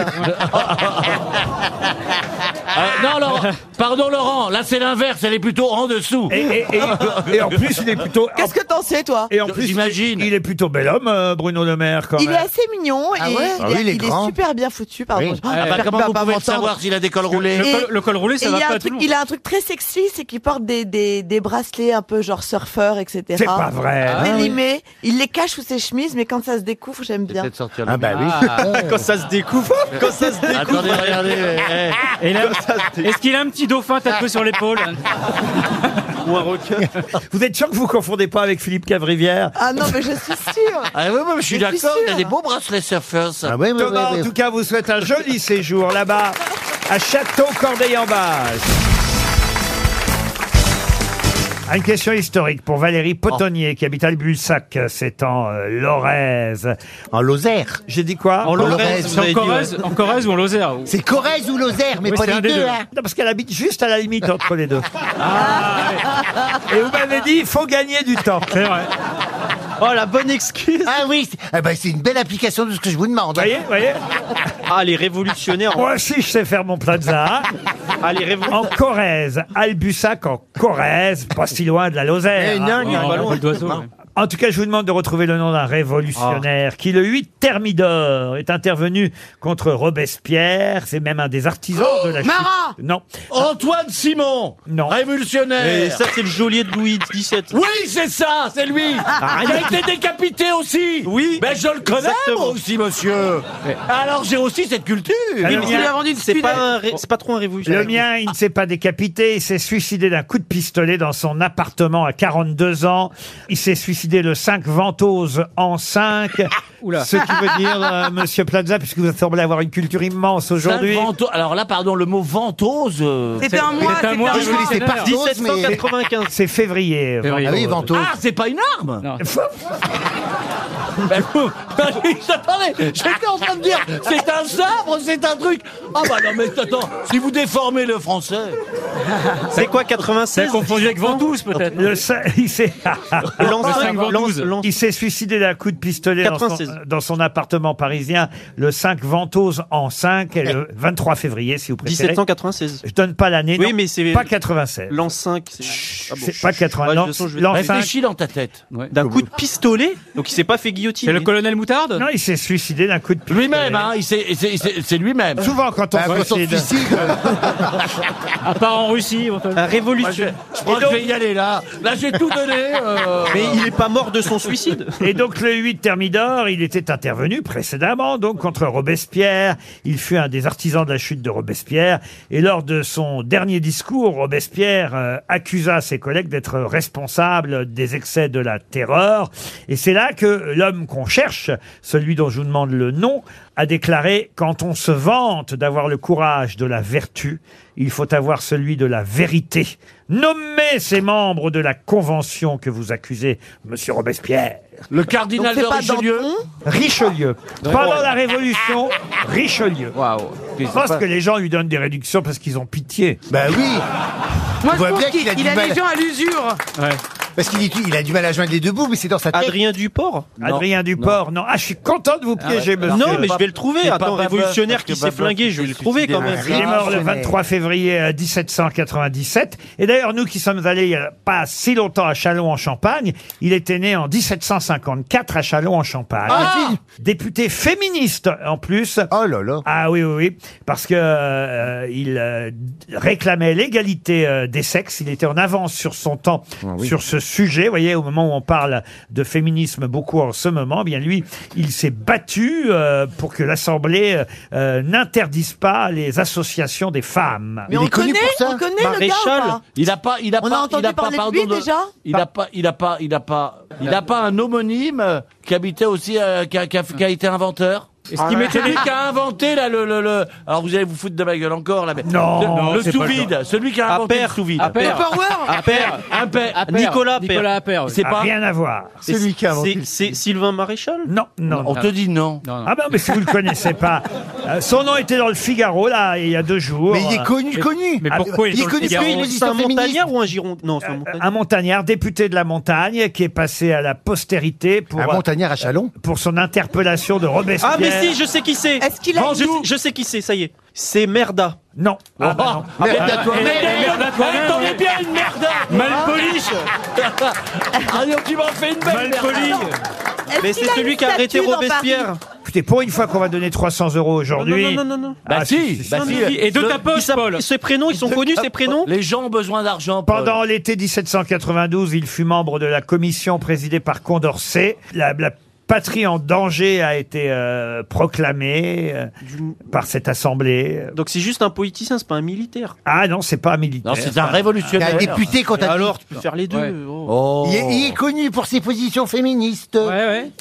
[SPEAKER 8] Euh, non, Laurent, pardon, Laurent, là c'est l'inverse, elle est plutôt en dessous.
[SPEAKER 2] Et, et- et- et en plus, il est plutôt.
[SPEAKER 3] Qu'est-ce que t'en sais, toi
[SPEAKER 2] Et en plus, il, il est plutôt bel homme, euh, Bruno Le Maire, quand
[SPEAKER 3] Il est
[SPEAKER 2] même.
[SPEAKER 3] assez mignon et
[SPEAKER 2] Ah ouais
[SPEAKER 3] il,
[SPEAKER 2] Ah oui, il est
[SPEAKER 3] il
[SPEAKER 2] grand.
[SPEAKER 3] est super bien foutu, pardon.
[SPEAKER 2] Oui.
[SPEAKER 3] Oh,
[SPEAKER 2] Ah,
[SPEAKER 3] j'espère
[SPEAKER 2] bah,
[SPEAKER 3] qu'il
[SPEAKER 2] comment
[SPEAKER 3] va
[SPEAKER 2] vous
[SPEAKER 3] pas
[SPEAKER 2] pouvez le
[SPEAKER 3] m'entendre.
[SPEAKER 2] savoir s'il a des cols roulés
[SPEAKER 3] Et-
[SPEAKER 2] Le col- le col roulé, ça
[SPEAKER 3] et
[SPEAKER 2] va
[SPEAKER 3] il y a
[SPEAKER 2] pas
[SPEAKER 3] un
[SPEAKER 2] à tout
[SPEAKER 3] truc-
[SPEAKER 2] le monde.
[SPEAKER 3] Il a un truc très sexy, c'est qu'il porte des, des, des bracelets un peu genre surfeur, etc.
[SPEAKER 2] C'est pas vrai. Ah, oui.
[SPEAKER 3] Délimés. Il les cache sous ses chemises, mais quand ça se découvre, j'aime bien.
[SPEAKER 8] Ah bah oui.
[SPEAKER 9] [LAUGHS] Quand ça se découvre. Quand ça se découvre.
[SPEAKER 8] Attendez,
[SPEAKER 9] [LAUGHS]
[SPEAKER 8] regardez, eh,
[SPEAKER 6] Et là, Est-ce qu'il a un petit dauphin tapé sur l'épaule
[SPEAKER 2] Ou un requin. [LAUGHS] vous êtes sûr que vous ne confondez pas avec Philippe Cavrivière
[SPEAKER 3] Ah non, mais je suis sûre.
[SPEAKER 8] Ah ouais, ouais, je suis
[SPEAKER 3] Mais je suis
[SPEAKER 8] d'accord, il y a
[SPEAKER 3] sûre.
[SPEAKER 8] des beaux bracelets surfeurs. ça.
[SPEAKER 2] Thomas, en tout cas, vous souhaite un joli séjour là-bas, à Château Corday-en-Baz. Ah, Une question historique pour Valérie Potonnier, qui habite Albussac, euh, c'est en euh, Lorraise. En Lozère. J'ai dit quoi
[SPEAKER 6] En Lorraise, c'est en Corrèze, en Corrèze ou en Lozère ou-
[SPEAKER 2] C'est Corrèze ou Lozère,
[SPEAKER 6] mais Oui, pas c'est les un des deux, deux. hein.
[SPEAKER 2] Non, parce qu'elle habite juste à la limite entre les deux. Ah, Et vous m'avez dit, il faut gagner du temps. [LAUGHS] C'est vrai.
[SPEAKER 5] Oh, la bonne excuse Ah oui, c'est- ah bah, c'est une belle application de ce que je vous demande. Vous
[SPEAKER 2] voyez, voyez
[SPEAKER 7] [LAUGHS]
[SPEAKER 9] Ah, les révolutionnaires. hein. Ah,
[SPEAKER 2] Moi aussi, je sais faire mon plaza.
[SPEAKER 9] Allez,
[SPEAKER 2] En Corrèze, Albussac en Corrèze, pas si loin de la Lozère.
[SPEAKER 9] Eh, non, non,
[SPEAKER 2] hein.
[SPEAKER 9] pas loin.
[SPEAKER 2] En tout cas, je vous demande de retrouver le nom d'un révolutionnaire qui, le 8 Thermidor, est intervenu contre Robespierre. C'est même un des artisans de la chute.
[SPEAKER 8] Marat
[SPEAKER 2] Non.
[SPEAKER 8] Antoine Simon
[SPEAKER 2] Non.
[SPEAKER 8] Révolutionnaire
[SPEAKER 9] Et ça, c'est le geôlier de Louis XVII.
[SPEAKER 8] Oui, c'est ça, c'est lui
[SPEAKER 9] Ah,
[SPEAKER 8] Il a
[SPEAKER 9] rien
[SPEAKER 8] été décapité aussi
[SPEAKER 9] Oui
[SPEAKER 8] Mais je le connais,
[SPEAKER 9] Exactement.
[SPEAKER 8] moi aussi, monsieur Alors, j'ai aussi cette culture
[SPEAKER 2] Oui, mais il lui a vendu une
[SPEAKER 9] Ah, C'est pas,
[SPEAKER 2] spinette.
[SPEAKER 9] un ré- c'est pas trop un révolutionnaire.
[SPEAKER 2] Le mien, il ne s'est pas décapité, il s'est suicidé d'un coup de pistolet dans son appartement à 42 ans. Il s'est suicidé le 5 Ventose en 5.
[SPEAKER 8] [LAUGHS] Oula.
[SPEAKER 2] Ce qui veut dire, euh, monsieur Plaza, puisque vous semblez avoir une culture immense aujourd'hui.
[SPEAKER 8] Saint Vento- Alors là, pardon, le mot ventose. euh,
[SPEAKER 2] C'était un mois, c'était un
[SPEAKER 8] Je vous dis, c'est
[SPEAKER 2] mois.
[SPEAKER 8] pas 1795.
[SPEAKER 2] C'est février.
[SPEAKER 8] Février.
[SPEAKER 2] Ventose.
[SPEAKER 8] Ah oui, ventose. Ah, c'est pas une
[SPEAKER 9] [LAUGHS]
[SPEAKER 8] arme Ben, Attendez, j'étais en train de dire, c'est un sabre, c'est un truc. Ah bah non, mais attends, si vous déformez le français.
[SPEAKER 9] C'est quoi 96
[SPEAKER 6] T'as confondu avec Ventouse peut-être
[SPEAKER 2] Le
[SPEAKER 9] [LAUGHS]
[SPEAKER 2] cin- il s'est
[SPEAKER 6] Lance- Lance- Lance-
[SPEAKER 2] Il s'est suicidé d'un coup de pistolet dans son,
[SPEAKER 9] 96.
[SPEAKER 2] dans son appartement parisien le 5 Ventose en 5 et
[SPEAKER 8] Eh.
[SPEAKER 2] le 23 février si vous préférez.
[SPEAKER 9] 1796.
[SPEAKER 2] Je donne pas l'année.
[SPEAKER 9] Oui,
[SPEAKER 2] non,
[SPEAKER 9] mais c'est-
[SPEAKER 2] Pas 96.
[SPEAKER 9] L'an 5. C'est Ah bon.
[SPEAKER 2] C'est pas 80.
[SPEAKER 9] Ouais, de
[SPEAKER 2] L'an
[SPEAKER 9] toute façon, je vais-
[SPEAKER 2] l'an
[SPEAKER 9] Réfléchis
[SPEAKER 8] dans ta tête.
[SPEAKER 9] D'un coup de pistolet Donc il s'est pas fait guillotiner.
[SPEAKER 6] C'est le colonel Moutarde
[SPEAKER 2] Non, il s'est suicidé d'un coup de pistolet.
[SPEAKER 8] Lui-même, hein, il s'est- c'est-
[SPEAKER 9] Euh,
[SPEAKER 8] c'est c'est lui-même.
[SPEAKER 2] Souvent, quand on
[SPEAKER 8] Ah,
[SPEAKER 2] se suicide.
[SPEAKER 6] À part en Russie,
[SPEAKER 9] Un révolutionnaire.
[SPEAKER 8] Je crois que je vais y aller là. Là, j'ai tout donné. euh.
[SPEAKER 9] Mais il est pas mort de son suicide.
[SPEAKER 2] [LAUGHS] Et donc le 8 Thermidor, il était intervenu précédemment donc contre Robespierre. Il fut un des artisans de la chute de Robespierre. Et lors de son dernier discours, Robespierre euh, accusa ses collègues d'être responsables des excès de la terreur. Et c'est là que l'homme qu'on cherche, celui dont je vous demande le nom, a déclaré Quand on se vante d'avoir le courage de la vertu, il faut avoir celui de la vérité. Nommez ces membres de la convention que vous accusez, Monsieur Robespierre.
[SPEAKER 8] Le cardinal Donc, c'est de pas Richelieu Ah.
[SPEAKER 2] Richelieu.
[SPEAKER 8] Ouais.
[SPEAKER 2] Pendant la Révolution, Richelieu. Je
[SPEAKER 8] c'est
[SPEAKER 2] pense
[SPEAKER 8] pas-
[SPEAKER 2] que les gens lui donnent des réductions parce qu'ils ont pitié.
[SPEAKER 5] Ben oui
[SPEAKER 7] Moi,
[SPEAKER 5] On
[SPEAKER 7] je
[SPEAKER 5] voit
[SPEAKER 7] pense
[SPEAKER 5] bien
[SPEAKER 7] qu'il
[SPEAKER 5] qu'il a du
[SPEAKER 7] il a
[SPEAKER 5] mal.
[SPEAKER 7] les gens à l'usure.
[SPEAKER 5] Parce qu'il dit- il a du mal à joindre les deux bouts, mais c'est dans sa tête.
[SPEAKER 9] Adrien Duport Ah
[SPEAKER 2] Adrien Duport, non. Ah, je suis content de vous piéger, monsieur.
[SPEAKER 9] Non, mais je vais le trouver.
[SPEAKER 2] C'est pas
[SPEAKER 9] Attends,
[SPEAKER 2] Babeuf,
[SPEAKER 9] révolutionnaire
[SPEAKER 2] parce
[SPEAKER 9] qui
[SPEAKER 2] que
[SPEAKER 9] s'est
[SPEAKER 2] Babeuf
[SPEAKER 9] flingué, je vais le trouver quand même.
[SPEAKER 2] Il est mort le 23 février euh, 1797. Et d'ailleurs, nous qui sommes allés il n'y a pas si longtemps à Châlons-en-Champagne, il était né en 1754 à Châlons-en-Champagne.
[SPEAKER 9] Ah
[SPEAKER 2] Député féministe en plus.
[SPEAKER 5] Oh là là.
[SPEAKER 2] Ah oui, oui, oui. Parce que euh, il euh, réclamait l'égalité euh, des sexes. Il était en avance sur son temps
[SPEAKER 13] oui.
[SPEAKER 2] sur ce sujet. Vous voyez, au moment où on parle de féminisme beaucoup en ce moment, eh bien lui, il s'est battu euh, pour que l'Assemblée euh, euh, n'interdise pas les associations des femmes.
[SPEAKER 3] Mais on connaît, on connaît le gars ou pas
[SPEAKER 8] il n'a pas, il a
[SPEAKER 3] On a
[SPEAKER 8] pas,
[SPEAKER 3] entendu
[SPEAKER 8] il a pas,
[SPEAKER 3] parler de
[SPEAKER 8] pardon,
[SPEAKER 3] lui, déjà
[SPEAKER 8] Il n'a pas, il a pas, il a pas, il a pas un homonyme euh, qui habitait aussi, euh, qui, a, qui a- qui a été inventeur.
[SPEAKER 9] Est-ce qu'il mettait
[SPEAKER 8] celui
[SPEAKER 9] des-
[SPEAKER 8] [LAUGHS] qui a inventé là le, le, le- alors vous allez vous foutre de ma gueule encore là mais
[SPEAKER 9] Non,
[SPEAKER 8] le, le
[SPEAKER 9] c'est pas le
[SPEAKER 8] sous-vide
[SPEAKER 9] genre.
[SPEAKER 8] celui qui a inventé le
[SPEAKER 9] Appert.
[SPEAKER 8] sous-vide
[SPEAKER 9] Appert. Appert.
[SPEAKER 8] Appert.
[SPEAKER 9] Appert. Nicolas Appert. Nicolas Appert, oui.
[SPEAKER 8] c'est pas
[SPEAKER 2] Rien à voir.
[SPEAKER 9] C'est- c'est- C'est Sylvain Maréchal
[SPEAKER 2] Non, non.
[SPEAKER 8] on te dit non
[SPEAKER 2] Ah
[SPEAKER 9] bah,
[SPEAKER 2] ben, mais si vous le connaissez pas, [LAUGHS] Euh, son nom était dans le Figaro là il y a deux jours.
[SPEAKER 5] Mais il est connu, connu.
[SPEAKER 2] Ah,
[SPEAKER 5] il est connu parce qu'il est
[SPEAKER 9] C'est un
[SPEAKER 5] législateur féministe.
[SPEAKER 9] montagnard ou un giron Non, c'est un montagnard.
[SPEAKER 2] un montagnard, député de la montagne, qui est passé à la postérité pour euh,
[SPEAKER 5] Un montagnard à Chalon
[SPEAKER 2] pour son interpellation de Robespierre.
[SPEAKER 9] Ah, mais si, je sais qui c'est.
[SPEAKER 3] Est-ce qu'il a
[SPEAKER 9] Non, je,
[SPEAKER 3] une-
[SPEAKER 9] sais- je sais qui c'est, ça y est. C'est Merda.
[SPEAKER 2] Non. Ah, bah non.
[SPEAKER 9] Ah,
[SPEAKER 8] Merde
[SPEAKER 9] bah,
[SPEAKER 8] à toi-même.
[SPEAKER 9] eh, eh, merde à toi-même,
[SPEAKER 8] Eh, t'en es
[SPEAKER 9] ouais.
[SPEAKER 8] bien une merde
[SPEAKER 9] Malpolish.
[SPEAKER 8] Ah, donc tu m'en fais une belle merde.
[SPEAKER 4] Ah,
[SPEAKER 9] Malpoli.
[SPEAKER 3] Est-ce
[SPEAKER 9] Mais
[SPEAKER 3] qu'il
[SPEAKER 9] c'est
[SPEAKER 3] a
[SPEAKER 9] celui
[SPEAKER 3] une
[SPEAKER 9] qui a arrêté
[SPEAKER 3] statue dans
[SPEAKER 9] Robespierre.
[SPEAKER 2] Écoutez, pour une fois qu'on va donner 300 euros aujourd'hui.
[SPEAKER 9] Non, non, non, non, non.
[SPEAKER 8] Bah si, bah
[SPEAKER 9] Non,
[SPEAKER 8] si.
[SPEAKER 9] mais si, Et de
[SPEAKER 8] Le-
[SPEAKER 9] ta poche, Paul. Ses prénoms, ils sont connus, ses prénoms
[SPEAKER 8] Les gens ont besoin d'argent. Paul.
[SPEAKER 2] Pendant l'été 1792, il fut membre de la commission présidée par Condorcet. La, la patrie en danger a été euh, proclamée euh, par cette assemblée.
[SPEAKER 9] Donc c'est juste un politicien, c'est pas un militaire.
[SPEAKER 2] Ah non, c'est pas un militaire.
[SPEAKER 8] Non, c'est un
[SPEAKER 5] Il y a
[SPEAKER 8] révolutionnaire.
[SPEAKER 5] un député quand t'as
[SPEAKER 9] Alors, tu peux faire les deux. oh.
[SPEAKER 8] Oh.
[SPEAKER 5] Il est, il est connu pour ses positions féministes.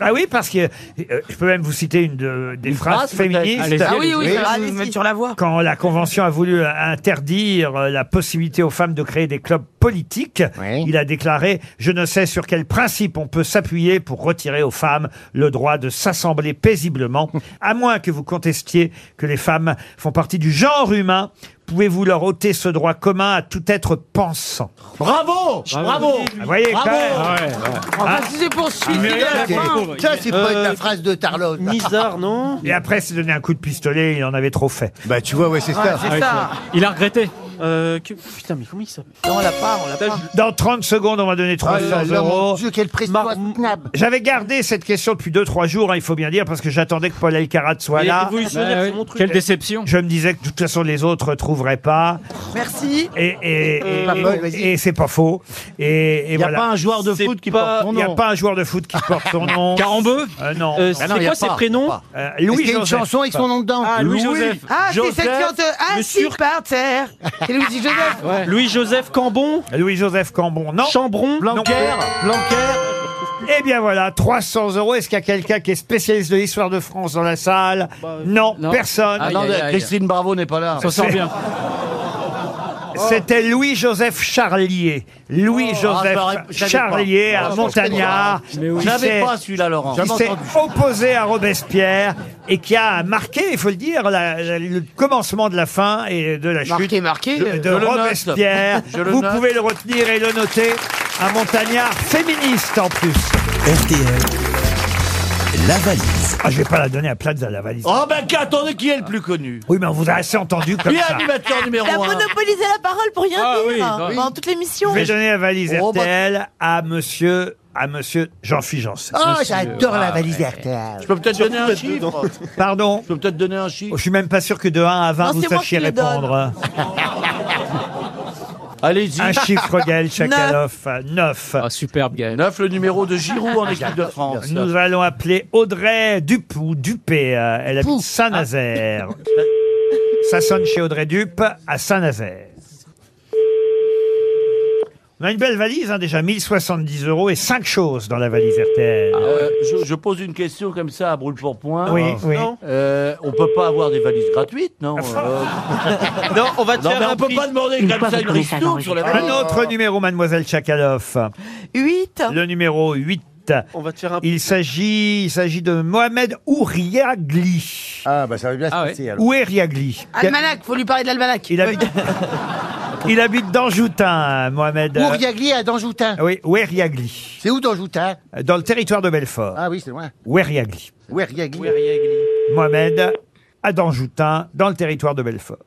[SPEAKER 2] Ah oui, parce que euh, je peux même vous citer une de- des phrases
[SPEAKER 8] phrase, peut-être.
[SPEAKER 2] féministes.
[SPEAKER 7] Ah oui, oui,
[SPEAKER 5] Oui.
[SPEAKER 7] ça va nous mettre sur la voie.
[SPEAKER 2] Quand la Convention a voulu euh, interdire euh, la possibilité aux femmes de créer des clubs politiques,
[SPEAKER 5] Oui.
[SPEAKER 2] il a déclaré « Je ne sais sur quel principe on peut s'appuyer pour retirer aux femmes le droit de s'assembler paisiblement, à moins que vous contestiez que les femmes font partie du genre humain. Pouvez-vous leur ôter ce droit commun à tout être pensant
[SPEAKER 8] Bravo, bravo.
[SPEAKER 2] Vous voyez, quand
[SPEAKER 8] Bravo.
[SPEAKER 7] Ah
[SPEAKER 2] même,
[SPEAKER 7] Enfin, si c'est bah, pour se suicider à la fin.
[SPEAKER 5] Ça, c'est pas de
[SPEAKER 9] Euh,
[SPEAKER 5] la phrase de
[SPEAKER 9] [LAUGHS]
[SPEAKER 5] Tarlotte.
[SPEAKER 9] Nizar, non
[SPEAKER 2] Et après, c'est donné un coup de pistolet, il en avait trop fait.
[SPEAKER 5] Bah, tu vois, ouais, c'est ça.
[SPEAKER 7] C'est ça.
[SPEAKER 9] Ah, Il a regretté. Euh, que- Putain, mais comment il s'appelle
[SPEAKER 3] Non, on l'a pas, on l'a pas.
[SPEAKER 2] Dans 30 secondes, on va donner
[SPEAKER 5] Oh
[SPEAKER 2] 300
[SPEAKER 5] là là, mon
[SPEAKER 2] euros.
[SPEAKER 5] Dieu, quelle pression à ce knabe.
[SPEAKER 2] J'avais gardé cette question depuis 2-3 jours, hein, il faut bien dire, parce que j'attendais que Paul Elkarat soit
[SPEAKER 9] Les
[SPEAKER 2] là.
[SPEAKER 9] révolutionnaires, c'est mon truc.
[SPEAKER 6] Quelle déception.
[SPEAKER 2] Je me disais que de toute façon les autres ne trouveraient pas.
[SPEAKER 3] Merci.
[SPEAKER 2] Et, et, et-
[SPEAKER 5] Pas Paul, vas-y.
[SPEAKER 2] et c'est pas faux. Et, et
[SPEAKER 8] Il n'y a
[SPEAKER 2] voilà.
[SPEAKER 8] pas un joueur de
[SPEAKER 9] C'est
[SPEAKER 8] foot qui
[SPEAKER 9] pas-
[SPEAKER 8] porte ton
[SPEAKER 2] Il n'y a
[SPEAKER 8] nom.
[SPEAKER 2] pas un joueur de foot qui porte
[SPEAKER 8] [LAUGHS]
[SPEAKER 2] son nom.
[SPEAKER 9] Carambeu
[SPEAKER 2] Euh, Non.
[SPEAKER 9] Euh,
[SPEAKER 8] non,
[SPEAKER 9] C'est
[SPEAKER 8] y a
[SPEAKER 9] quoi ses
[SPEAKER 8] pas, y a
[SPEAKER 9] prénoms
[SPEAKER 8] pas.
[SPEAKER 2] Euh,
[SPEAKER 5] Est-ce qu'il
[SPEAKER 2] Louis
[SPEAKER 5] y a une
[SPEAKER 2] Joseph.
[SPEAKER 5] chanson avec son nom dedans
[SPEAKER 9] Ah, Louis-Joseph.
[SPEAKER 3] Ah, c'est cette
[SPEAKER 8] Joseph,
[SPEAKER 3] chanteuse assis
[SPEAKER 9] sur-
[SPEAKER 3] par terre.
[SPEAKER 7] Et lui dit Joseph.
[SPEAKER 9] Louis-Joseph Cambon
[SPEAKER 2] Louis-Joseph Cambon. Non.
[SPEAKER 9] Chambron
[SPEAKER 8] Blanquer, Blanquer.
[SPEAKER 2] Eh bien voilà, 300 euros. Est-ce qu'il y a quelqu'un qui est spécialiste de l'histoire de France dans la salle non,
[SPEAKER 6] non.
[SPEAKER 2] personne.
[SPEAKER 6] Ah,
[SPEAKER 8] Non,
[SPEAKER 6] Aïe, aïe, aïe.
[SPEAKER 8] Christine Bravo n'est pas là.
[SPEAKER 6] Ça sort bien.
[SPEAKER 2] Oh. C'était Louis-Joseph Charlier. Louis-Joseph
[SPEAKER 8] Ah, je l'aurais- je l'avais
[SPEAKER 2] Charlier
[SPEAKER 8] pas.
[SPEAKER 2] à
[SPEAKER 8] Ah, je
[SPEAKER 2] Montagnard.
[SPEAKER 8] Je
[SPEAKER 2] qui
[SPEAKER 8] n'avais
[SPEAKER 2] s'est-
[SPEAKER 8] pas celui-là, Laurent.
[SPEAKER 2] qui s'est opposé à Robespierre et qui a marqué, il faut le dire, la- la- le commencement de la fin et de la chute
[SPEAKER 7] Marqué, marqué.
[SPEAKER 2] de,
[SPEAKER 7] euh,
[SPEAKER 2] de
[SPEAKER 8] le note.
[SPEAKER 2] Robespierre.
[SPEAKER 8] [LAUGHS] Je le
[SPEAKER 2] Vous
[SPEAKER 8] note.
[SPEAKER 2] pouvez le retenir et le noter. Un montagnard féministe en plus.
[SPEAKER 1] RTL, la valise.
[SPEAKER 2] Ah, je vais pas la donner à Plaza, la valise.
[SPEAKER 8] Oh ben attendez, qui est le plus connu
[SPEAKER 2] Oui, mais on vous a assez entendu
[SPEAKER 8] Qui
[SPEAKER 2] comme
[SPEAKER 8] est
[SPEAKER 2] ça.
[SPEAKER 8] animateur
[SPEAKER 3] Il a
[SPEAKER 8] numéro 1
[SPEAKER 3] monopolisé la parole pour rien
[SPEAKER 6] Ah
[SPEAKER 3] dire
[SPEAKER 6] oui, oui.
[SPEAKER 3] pendant toute l'émission.
[SPEAKER 2] Je vais donner la valise
[SPEAKER 8] Oh, bah-
[SPEAKER 2] RTL à monsieur, à monsieur Jean-Philippe Janssen. Ah,
[SPEAKER 5] Oh, j'adore la valise RTL.
[SPEAKER 8] Je peux peut-être donner un chiffre
[SPEAKER 2] Pardon. Oh,
[SPEAKER 8] Je peux peut-être donner un
[SPEAKER 2] Je
[SPEAKER 8] chiffre
[SPEAKER 2] suis même pas sûr que de 1 à 20
[SPEAKER 3] Non,
[SPEAKER 2] vous
[SPEAKER 3] c'est moi
[SPEAKER 2] sachiez
[SPEAKER 3] qui le donne.
[SPEAKER 2] répondre.
[SPEAKER 8] Allez-y.
[SPEAKER 2] Un
[SPEAKER 8] [LAUGHS]
[SPEAKER 2] chiffre, Gaël Chakalov. 9.
[SPEAKER 6] Ah, superbe, Gaël.
[SPEAKER 8] 9, le numéro de Giroud en équipe de France.
[SPEAKER 2] Nous allons appeler Audrey Dupe ou Dupé. euh, Elle habite Saint-Nazaire.
[SPEAKER 8] Ah.
[SPEAKER 2] Ça sonne chez Audrey Dupe à Saint-Nazaire. On a une belle valise, hein, déjà 1070 euros et 5 choses dans la valise RTL.
[SPEAKER 8] Euh, je, je pose une question comme ça à brûle pour point.
[SPEAKER 2] Oui, oui. Ah,
[SPEAKER 8] on peut pas avoir des valises gratuites, non euh,
[SPEAKER 2] [LAUGHS]
[SPEAKER 9] Non, on va te
[SPEAKER 8] Non,
[SPEAKER 9] faire
[SPEAKER 8] mais
[SPEAKER 9] un
[SPEAKER 8] on peut
[SPEAKER 9] prix.
[SPEAKER 8] pas demander
[SPEAKER 9] Une
[SPEAKER 8] comme
[SPEAKER 9] fois
[SPEAKER 8] ça
[SPEAKER 9] vous
[SPEAKER 8] une
[SPEAKER 9] prenez ça Oh. dans
[SPEAKER 8] ristourne
[SPEAKER 9] les
[SPEAKER 8] sur la
[SPEAKER 9] écoles.
[SPEAKER 8] valise.
[SPEAKER 2] Un autre numéro, mademoiselle Tchakaloff.
[SPEAKER 3] 8.
[SPEAKER 2] Le numéro 8.
[SPEAKER 9] On va te faire un
[SPEAKER 2] Il s'agit, il s'agit de Mohamed Ouriagli.
[SPEAKER 5] Ah, bah ça va bien se passer alors.
[SPEAKER 2] Ouriagli.
[SPEAKER 3] Ah,
[SPEAKER 7] Almanach, faut lui parler de l'almanach.
[SPEAKER 2] Il habite, il habite Danjoutin, Mohamed. euh,
[SPEAKER 5] Ouriagli à Danjoutin.
[SPEAKER 2] Oui, Ouriagli.
[SPEAKER 5] C'est où Danjoutin
[SPEAKER 2] Dans le territoire de Belfort.
[SPEAKER 5] Ah oui, c'est loin.
[SPEAKER 2] Ouriagli.
[SPEAKER 5] Ouriagli.
[SPEAKER 2] Mohamed à Danjoutin, dans le territoire de Belfort.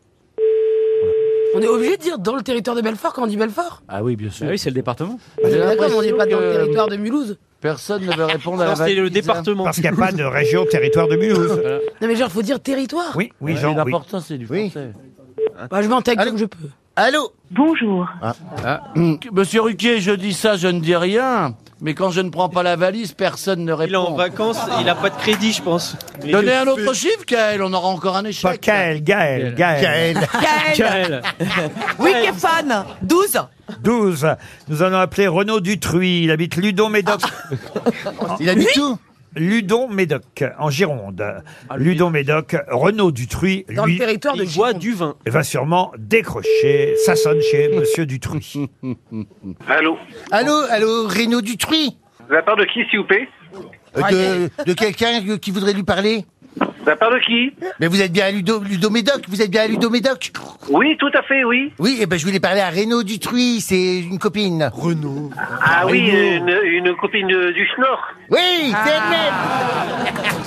[SPEAKER 7] On est obligé de dire dans le territoire de Belfort quand on dit Belfort
[SPEAKER 8] Ah oui, bien sûr.
[SPEAKER 6] oui, c'est le département.
[SPEAKER 2] Ah,
[SPEAKER 8] J'ai
[SPEAKER 7] D'accord, mais on n'est
[SPEAKER 8] l'impression
[SPEAKER 7] pas dans le
[SPEAKER 8] que
[SPEAKER 7] territoire de Mulhouse.
[SPEAKER 8] Personne ne veut répondre à la
[SPEAKER 9] Non, c'était
[SPEAKER 8] valise.
[SPEAKER 9] le département.
[SPEAKER 2] Parce qu'il n'y a pas de région territoire de Mulhouse.
[SPEAKER 7] Non mais genre, faut dire territoire.
[SPEAKER 2] Oui, oui,
[SPEAKER 8] Mais
[SPEAKER 2] Jean. oui.
[SPEAKER 8] L'important, c'est du français.
[SPEAKER 7] Bah, je m'entends comme je peux.
[SPEAKER 5] Allô
[SPEAKER 13] Bonjour.
[SPEAKER 2] Ah.
[SPEAKER 8] Ah. Monsieur Ruquier, je dis ça, je ne dis rien. Mais quand je ne prends pas la valise, personne ne
[SPEAKER 9] Il est en
[SPEAKER 8] répond.
[SPEAKER 9] vacances, il a pas de crédit, je pense.
[SPEAKER 8] Donnez un autre chiffre, Kael, on aura encore un
[SPEAKER 2] Pas
[SPEAKER 8] échec.
[SPEAKER 2] Kael, Gaël, Gaël.
[SPEAKER 5] Gaël.
[SPEAKER 3] Gaël.
[SPEAKER 9] Michael.
[SPEAKER 2] [LAUGHS]
[SPEAKER 3] Oui, Kéfan. 12.
[SPEAKER 2] 12. Nous allons appeler Renaud Dutruy. Il habite Ludon, Médoc.
[SPEAKER 5] Ah. Il a du tout
[SPEAKER 2] Ludon, Médoc, en Gironde. Ludon, Médoc. Renaud Dutruy,
[SPEAKER 7] Dans
[SPEAKER 2] lui,
[SPEAKER 7] le territoire de
[SPEAKER 9] Ah, Il boit
[SPEAKER 7] Gironde.
[SPEAKER 9] du vin.
[SPEAKER 2] va sûrement décrocher. Ça sonne chez
[SPEAKER 9] [LAUGHS]
[SPEAKER 2] Monsieur Dutruy.
[SPEAKER 12] Allô
[SPEAKER 5] Allô, allô, Renaud Dutruy
[SPEAKER 12] De la part de qui, s'il vous plaît
[SPEAKER 5] Euh, De, de quelqu'un que- qui voudrait lui parler
[SPEAKER 12] De la part de qui
[SPEAKER 5] Mais vous êtes bien à Ludo, Ludo Médoc Vous êtes bien à Ludo Médoc
[SPEAKER 12] Oui, tout à fait, oui.
[SPEAKER 5] Oui, et ben je voulais parler à Renaud Dutruy, c'est une copine. Renaud
[SPEAKER 12] Ah oui, ah. une, une copine euh, du Schnorr.
[SPEAKER 5] Oui, c'est elle même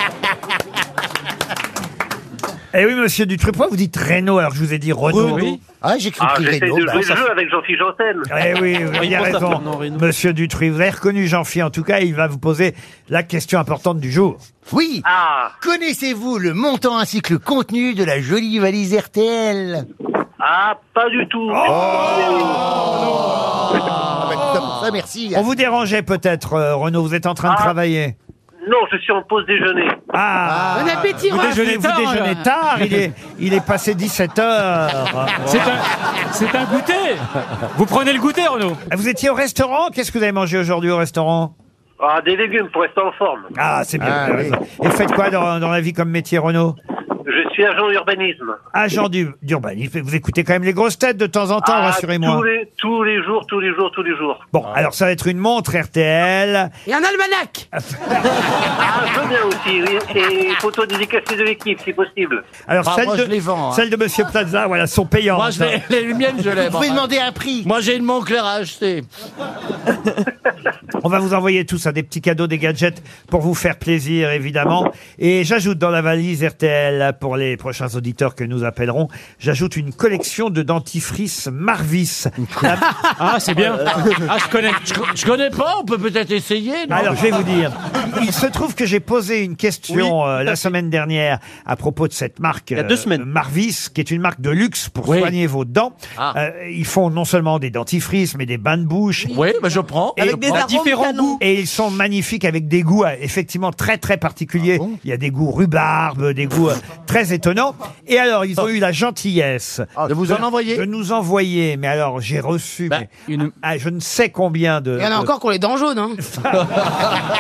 [SPEAKER 2] Eh oui, Monsieur Dutruy, pourquoi vous dites Renaud alors que je vous ai dit Renaud
[SPEAKER 9] Oui.
[SPEAKER 5] Ah, j'ai cru
[SPEAKER 12] Ah,
[SPEAKER 5] que
[SPEAKER 12] j'essaie
[SPEAKER 5] Renaud.
[SPEAKER 12] de
[SPEAKER 5] bah,
[SPEAKER 12] jouer
[SPEAKER 5] ça-
[SPEAKER 12] le jeu avec Jean-Philippe Janssen.
[SPEAKER 6] [LAUGHS]
[SPEAKER 2] Eh oui, vous
[SPEAKER 9] Il
[SPEAKER 2] avez
[SPEAKER 9] pense à
[SPEAKER 2] raison,
[SPEAKER 9] Fernand Reynaud.
[SPEAKER 2] Monsieur Dutruy. Vous avez reconnu Jean-Phi, en tout cas, il va vous poser la question importante du jour.
[SPEAKER 5] Oui
[SPEAKER 12] Ah,
[SPEAKER 5] Connaissez-vous le montant ainsi que le contenu de la jolie valise RTL
[SPEAKER 12] ah, pas du tout.
[SPEAKER 5] Oh. Ah bah, tout ça pour ça, merci.
[SPEAKER 2] On vous dérangeait peut-être, euh, Renaud, vous êtes en train de
[SPEAKER 12] Ah.
[SPEAKER 2] travailler.
[SPEAKER 12] Non, je suis en pause déjeuner.
[SPEAKER 2] Ah,
[SPEAKER 7] Bon appétit,
[SPEAKER 2] Vous
[SPEAKER 7] Ross.
[SPEAKER 2] déjeunez, vous
[SPEAKER 6] tard,
[SPEAKER 2] déjeunez
[SPEAKER 6] là.
[SPEAKER 2] tard, il est, il est passé 17 heures.
[SPEAKER 6] [LAUGHS] C'est un, c'est un goûter. Vous prenez le goûter, Renaud.
[SPEAKER 2] Ah, Vous étiez au restaurant Qu'est-ce que vous avez mangé aujourd'hui au restaurant
[SPEAKER 12] Ah, des légumes pour rester en forme.
[SPEAKER 2] Ah, c'est bien.
[SPEAKER 5] Ah,
[SPEAKER 2] vous avez
[SPEAKER 5] oui.
[SPEAKER 2] raison. Et faites quoi dans, dans la vie comme métier, Renaud
[SPEAKER 12] Je suis agent d'urbanisme.
[SPEAKER 2] Agent du- d'urbanisme. Vous écoutez quand même les grosses têtes de temps en temps,
[SPEAKER 12] Ah,
[SPEAKER 2] rassurez-moi.
[SPEAKER 12] Tous les, tous les jours, tous les jours, tous les jours.
[SPEAKER 2] Bon, alors ça va être une montre RTL.
[SPEAKER 7] Et un almanach
[SPEAKER 12] Ah, je veux bien aussi. oui. Et photo dédicacée de l'équipe, si possible.
[SPEAKER 4] Bah,
[SPEAKER 2] Alors
[SPEAKER 8] Ah,
[SPEAKER 2] celle,
[SPEAKER 8] moi,
[SPEAKER 2] de,
[SPEAKER 8] je les vends, hein.
[SPEAKER 2] celle de Monsieur Plaza, voilà, sont payantes.
[SPEAKER 8] Moi, je l'ai- [LAUGHS] les miennes, je l'ai.
[SPEAKER 5] Vous pouvez
[SPEAKER 8] moi.
[SPEAKER 5] demander un prix.
[SPEAKER 8] Moi, j'ai une Montclair à acheter.
[SPEAKER 2] On va vous envoyer tous à des petits cadeaux, des gadgets pour vous faire plaisir, évidemment. Et j'ajoute dans la valise RTL, pour les prochains auditeurs que nous appellerons, j'ajoute une collection de dentifrice Marvis. La-
[SPEAKER 6] Ah, c'est
[SPEAKER 8] [LAUGHS]
[SPEAKER 6] bien. Ah, je connais.
[SPEAKER 8] Je, je connais pas, on peut peut-être essayer. non
[SPEAKER 2] Alors, je vais vous dire. Il se trouve que j'ai posé une question euh, la semaine dernière à propos de cette marque. euh,
[SPEAKER 9] y a deux semaines.
[SPEAKER 2] Marvis, qui est une marque de luxe pour
[SPEAKER 8] Oui.
[SPEAKER 2] soigner vos dents.
[SPEAKER 8] Ah.
[SPEAKER 2] Euh, ils font non seulement des dentifrices, mais des bains de bouche.
[SPEAKER 8] Oui, bah, je prends.
[SPEAKER 3] Avec des arômes canons.
[SPEAKER 2] Et ils sont magnifiques avec des goûts euh, effectivement très très particuliers. Il y a des goûts rhubarbe, des goûts euh, très étonnants. Et alors, ils ont eu la gentillesse
[SPEAKER 8] De vous en envoyer.
[SPEAKER 2] Oh. Ah, de nous envoyer, mais alors j'ai reçu
[SPEAKER 8] Bah,
[SPEAKER 2] mais,
[SPEAKER 6] une-
[SPEAKER 2] ah, je ne sais combien de...
[SPEAKER 7] Il y en a encore qui ont les dents jaunes,
[SPEAKER 2] [LAUGHS]
[SPEAKER 7] hein.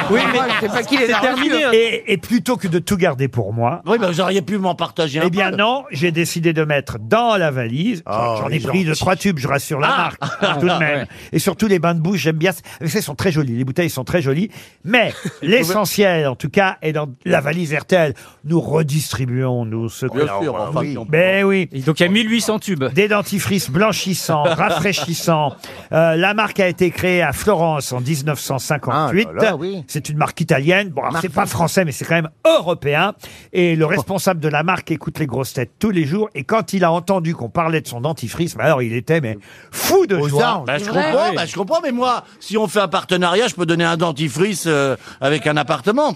[SPEAKER 6] Oui, mais
[SPEAKER 7] Moi, je sais pas qui les a reçus.
[SPEAKER 6] terminé. hein.
[SPEAKER 2] Et, et plutôt que de tout garder pour moi,
[SPEAKER 8] Oui, bah, vous auriez pu m'en partager un.
[SPEAKER 2] eh bien
[SPEAKER 8] peu. Ah,
[SPEAKER 2] non, j'ai décidé de mettre dans la valise.
[SPEAKER 5] Oh,
[SPEAKER 2] J'en ai
[SPEAKER 5] les
[SPEAKER 2] pris deux
[SPEAKER 5] gentils.
[SPEAKER 2] trois tubes, je rassure la marque
[SPEAKER 8] [LAUGHS]
[SPEAKER 2] tout de même. Et surtout les bains de bouche, j'aime bien. Vous savez, Ils sont très jolis, les bouteilles sont très jolies.
[SPEAKER 8] [LAUGHS]
[SPEAKER 2] Mais l'essentiel, en tout cas, est dans la valise RTL. Nous redistribuons nous ce que.
[SPEAKER 8] Bien sûr, enfin,
[SPEAKER 5] oui.
[SPEAKER 8] on-
[SPEAKER 2] Ben oui.
[SPEAKER 6] Et Donc il y a 1800 tubes.
[SPEAKER 2] Des dentifrices blanchissants, [LAUGHS] rafraîchissants. Euh, la marque a été créée à Florence en 1958.
[SPEAKER 5] Ah là là, oui.
[SPEAKER 2] C'est une marque italienne. Bon, alors, c'est pas français, mais c'est quand même européen. Et
[SPEAKER 8] Oh.
[SPEAKER 2] le responsable de la marque écoute les grosses têtes tous les jours. Et quand il a entendu qu'on parlait de son dentifrice, bah alors il était mais fou de
[SPEAKER 5] Aux
[SPEAKER 2] joie.
[SPEAKER 5] anges.
[SPEAKER 8] Bah, je
[SPEAKER 7] C'est vrai,
[SPEAKER 8] comprends,
[SPEAKER 7] oui.
[SPEAKER 8] bah, je comprends, mais moi, si on fait un partenariat, je peux donner un dentifrice euh, avec un appartement.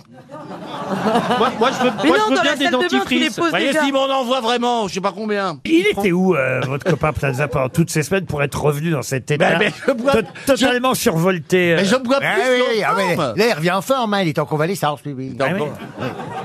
[SPEAKER 8] Moi, moi, je veux,
[SPEAKER 4] Mais
[SPEAKER 8] moi,
[SPEAKER 4] non,
[SPEAKER 8] je veux
[SPEAKER 4] dans
[SPEAKER 8] bien
[SPEAKER 4] la
[SPEAKER 8] des
[SPEAKER 4] salle de bain, tu les
[SPEAKER 8] dentifrices.
[SPEAKER 4] poses
[SPEAKER 8] Voyez,
[SPEAKER 4] déjà.
[SPEAKER 8] s'il m'en envoie vraiment, je sais pas combien.
[SPEAKER 2] Il était où, euh, votre copain Plaza, pendant toutes ces semaines pour être revenu dans cet état
[SPEAKER 8] Ben, mais je bois-
[SPEAKER 2] to- totalement survolté euh.
[SPEAKER 5] Ah oui, oui, ah oui. Là, il revient en forme, hein, il est en convalescence, lui. oui.
[SPEAKER 8] Ah, bon.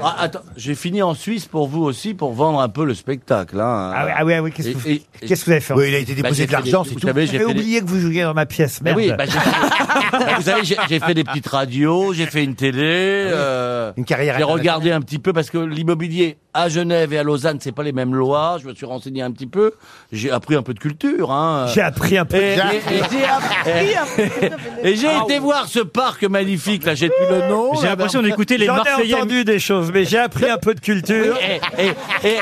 [SPEAKER 8] Ah, attends, j'ai fini en Suisse pour vous aussi, pour vendre un peu le spectacle. hein.
[SPEAKER 2] Ah oui, ah oui, ah oui, qu'est-ce que vous-
[SPEAKER 8] Et- et-
[SPEAKER 2] qu'est-ce que vous avez fait en-
[SPEAKER 8] Oui, il a été déposer Bah, j'ai de fait l'argent, des- c'est vous tout. savez, j'ai
[SPEAKER 2] J'avais
[SPEAKER 8] fait des-
[SPEAKER 2] oublié que vous jouiez dans ma pièce,
[SPEAKER 8] Mais
[SPEAKER 2] merde.
[SPEAKER 8] oui, bah, j'ai fait- bah, vous savez, j'ai j'ai fait des petites radios, j'ai fait une télé,
[SPEAKER 2] Ah
[SPEAKER 8] euh,
[SPEAKER 5] Une carrière
[SPEAKER 8] J'ai regardé un petit peu parce que l'immobilier à Genève et à Lausanne, c'est pas les mêmes lois. Je me suis renseigné un petit peu. J'ai appris un peu de culture. hein.
[SPEAKER 2] J'ai appris un peu de-
[SPEAKER 8] Et, et- et-
[SPEAKER 4] J'ai appris un peu.
[SPEAKER 8] et j'ai été voir ce parc magnifique. Là, j'ai plus le nom.
[SPEAKER 2] J'ai l'impression d'écouter les Marseillais. Oh J'en ai entendu des choses, mais j'ai appris un peu de culture.
[SPEAKER 8] Et, et- et- et-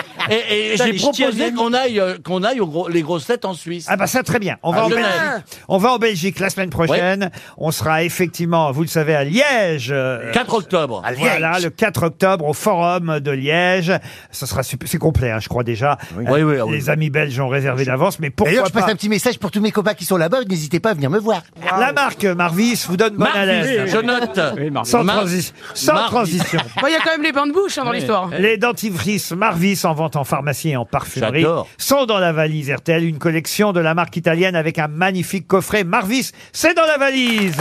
[SPEAKER 8] et
[SPEAKER 2] Putain,
[SPEAKER 8] j'ai
[SPEAKER 2] les ch'tis
[SPEAKER 8] proposé
[SPEAKER 2] allemands.
[SPEAKER 8] qu'on aille, euh, qu'on aille aux gros- les grosses têtes en Suisse.
[SPEAKER 2] Ah bah ça très bien. On va,
[SPEAKER 8] Ah,
[SPEAKER 2] en
[SPEAKER 8] bien.
[SPEAKER 2] Belgique. on va en Belgique la semaine prochaine. On sera effectivement, vous le savez, à Liège. euh,
[SPEAKER 8] 4 octobre.
[SPEAKER 2] Voilà, le 4 octobre au Forum de Liège. Ce sera sup- c'est complet, hein, je crois déjà. Euh,
[SPEAKER 8] Oui, oui, oui.
[SPEAKER 2] Les amis belges ont réservé d'avance, mais pourquoi
[SPEAKER 5] D'ailleurs, je passe
[SPEAKER 2] pas Ah.
[SPEAKER 5] un petit message pour tous mes copains qui sont là-bas, n'hésitez pas à venir me voir.
[SPEAKER 2] La marque Marvis vous donne bonne
[SPEAKER 8] Marvis,
[SPEAKER 2] haleine.
[SPEAKER 8] je note. Oui, Marvis.
[SPEAKER 2] Sans,
[SPEAKER 8] Mar-
[SPEAKER 2] transi- sans
[SPEAKER 8] Marvis.
[SPEAKER 2] transition.
[SPEAKER 7] Bon, il y a quand même les bains de bouche hein, dans l'histoire.
[SPEAKER 2] Euh. Les dentifrices Marvis en vente en pharmacie et en parfumerie
[SPEAKER 8] J'adore.
[SPEAKER 2] sont dans la valise RTL, une collection de la marque italienne avec un magnifique coffret Marvis. C'est dans la valise.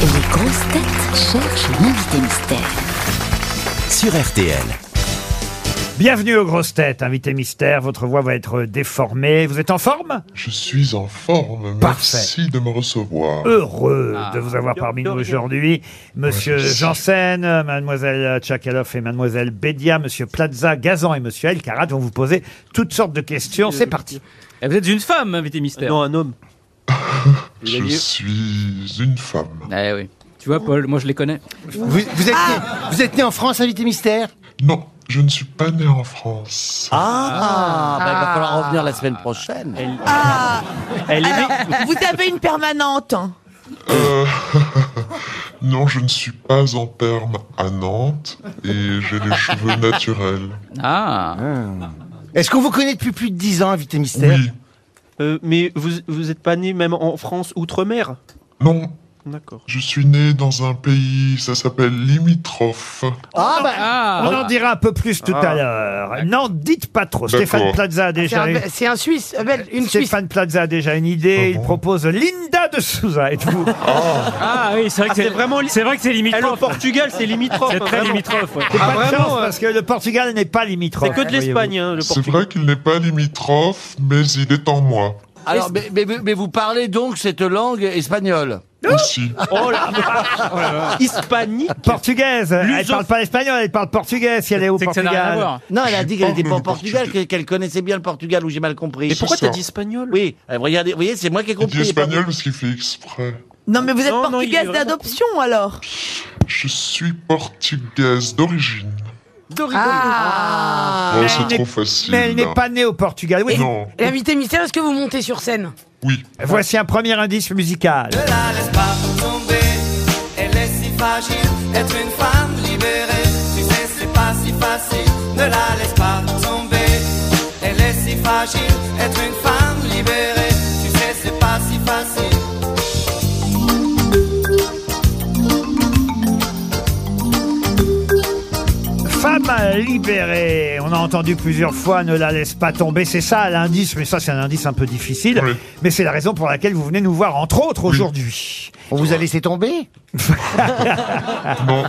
[SPEAKER 11] Les grosses têtes cherchent l'invité mystère.
[SPEAKER 1] Sur RTL.
[SPEAKER 2] Bienvenue aux grosses têtes, invité mystère. Votre voix va être déformée. Vous êtes en forme
[SPEAKER 13] Je suis en forme.
[SPEAKER 2] Parfait.
[SPEAKER 13] Merci de me recevoir.
[SPEAKER 2] Heureux de vous avoir parmi nous aujourd'hui. Monsieur
[SPEAKER 13] Ouais, je sais.
[SPEAKER 2] Janssen, euh, mademoiselle Tchakaloff et mademoiselle Bédia, monsieur Plaza, Gazan et monsieur Elkarat vont vous poser toutes sortes de questions. C'est parti.
[SPEAKER 9] Eh,
[SPEAKER 6] Vous êtes une femme, invité mystère. Non, un homme.
[SPEAKER 13] Je suis une femme.
[SPEAKER 9] Bah.
[SPEAKER 6] Eh oui. Tu vois, Paul, moi je les connais.
[SPEAKER 5] Vous, vous êtes né, vous êtes né en France, invité mystère
[SPEAKER 13] Non, je ne suis pas né en France.
[SPEAKER 8] Ah, bah, il va
[SPEAKER 3] Ah.
[SPEAKER 8] falloir revenir la semaine prochaine. Ah,
[SPEAKER 3] Alors, [LAUGHS] vous avez une permanente.
[SPEAKER 13] Euh, [LAUGHS] non, je ne suis pas en perme à Nantes et j'ai les cheveux naturels.
[SPEAKER 6] Ah.
[SPEAKER 5] Est-ce qu'on vous connaît depuis plus de 10 ans, invité mystère
[SPEAKER 13] Oui.
[SPEAKER 9] Euh, mais vous vous êtes pas né même en France outre-mer
[SPEAKER 13] Non,
[SPEAKER 9] D'accord.
[SPEAKER 13] je suis né dans un pays, ça s'appelle limitrophe.
[SPEAKER 5] Ah, bah,
[SPEAKER 2] On en dira un peu plus tout à
[SPEAKER 13] Ah.
[SPEAKER 2] l'heure. Non, dites pas trop. Stéphane
[SPEAKER 13] D'accord.
[SPEAKER 2] Plaza a
[SPEAKER 7] C'est un,
[SPEAKER 2] déjà eu-
[SPEAKER 7] Be- c'est un Suisse, un Belge, une Suisse.
[SPEAKER 2] Stéphane Plaza a déjà une
[SPEAKER 6] Oh
[SPEAKER 2] idée. Il propose Linda de Souza. Êtes-vous
[SPEAKER 6] Ah oui, c'est vrai que c'est vraiment. C'est vrai que c'est limitrophe.
[SPEAKER 9] Elle, au Eh, Portugal, c'est limitrophe.
[SPEAKER 6] C'est
[SPEAKER 9] hein,
[SPEAKER 6] très
[SPEAKER 9] vraiment.
[SPEAKER 6] limitrophe. ouais.
[SPEAKER 2] J'ai
[SPEAKER 9] Ah,
[SPEAKER 2] pas de
[SPEAKER 9] vraiment,
[SPEAKER 2] chance
[SPEAKER 9] euh,
[SPEAKER 2] parce que le Portugal n'est pas limitrophe.
[SPEAKER 9] C'est que de l'Espagne, hein, le
[SPEAKER 13] C'est
[SPEAKER 9] Portugal.
[SPEAKER 13] vrai qu'il n'est pas limitrophe, mais il est en moi.
[SPEAKER 2] Ah,
[SPEAKER 8] Alors, mais, mais- mais vous parlez donc cette langue espagnole
[SPEAKER 13] Aussi.
[SPEAKER 9] Oh
[SPEAKER 2] [LAUGHS]
[SPEAKER 9] la vache Oh la vache. Hispanique
[SPEAKER 2] Portugaise. Elle
[SPEAKER 9] Luso-
[SPEAKER 2] parle pas espagnol, elle parle portugais si elle est au
[SPEAKER 6] C'est que ça n'a rien à
[SPEAKER 2] Portugal. Oh,
[SPEAKER 6] voir.
[SPEAKER 8] Non, elle a dit qu'elle était pas au
[SPEAKER 13] Le
[SPEAKER 8] Portugal, que- qu'elle connaissait bien le Portugal, où j'ai mal compris.
[SPEAKER 9] Mais pourquoi
[SPEAKER 13] C'est ça.
[SPEAKER 9] t'as dit espagnol
[SPEAKER 8] Oui, euh, regardez, vous voyez, c'est moi qui ai
[SPEAKER 13] Il dit
[SPEAKER 8] compris.
[SPEAKER 13] espagnol parce qu'il fait exprès.
[SPEAKER 3] Non, mais vous êtes
[SPEAKER 9] Non, non, il est
[SPEAKER 3] portugaise
[SPEAKER 9] vraiment-
[SPEAKER 3] d'adoption alors.
[SPEAKER 13] Je suis portugaise d'origine.
[SPEAKER 7] Ah
[SPEAKER 13] Oh,
[SPEAKER 2] Mais
[SPEAKER 13] c'est
[SPEAKER 2] elle n'est-
[SPEAKER 13] trop facile.
[SPEAKER 2] Mais elle n'est pas née au Portugal. Oui.
[SPEAKER 13] Non,
[SPEAKER 7] L'invité mystère, est-ce que vous montez sur scène
[SPEAKER 13] oui.
[SPEAKER 2] Voici un premier indice musical.
[SPEAKER 4] Ne la laisse pas tomber, elle est si fragile, être une femme libérée, tu sais c'est pas si facile, ne la laisse pas tomber, elle est si fragile, être une femme libérée, tu sais c'est pas si facile.
[SPEAKER 2] Femme libérée. On a entendu plusieurs fois, ne la laisse pas tomber. C'est ça l'indice, mais ça c'est un indice un peu difficile.
[SPEAKER 13] Oui.
[SPEAKER 2] Mais c'est la raison pour laquelle vous venez nous voir, entre autres, aujourd'hui.
[SPEAKER 5] On vous a laissé tomber
[SPEAKER 13] Non,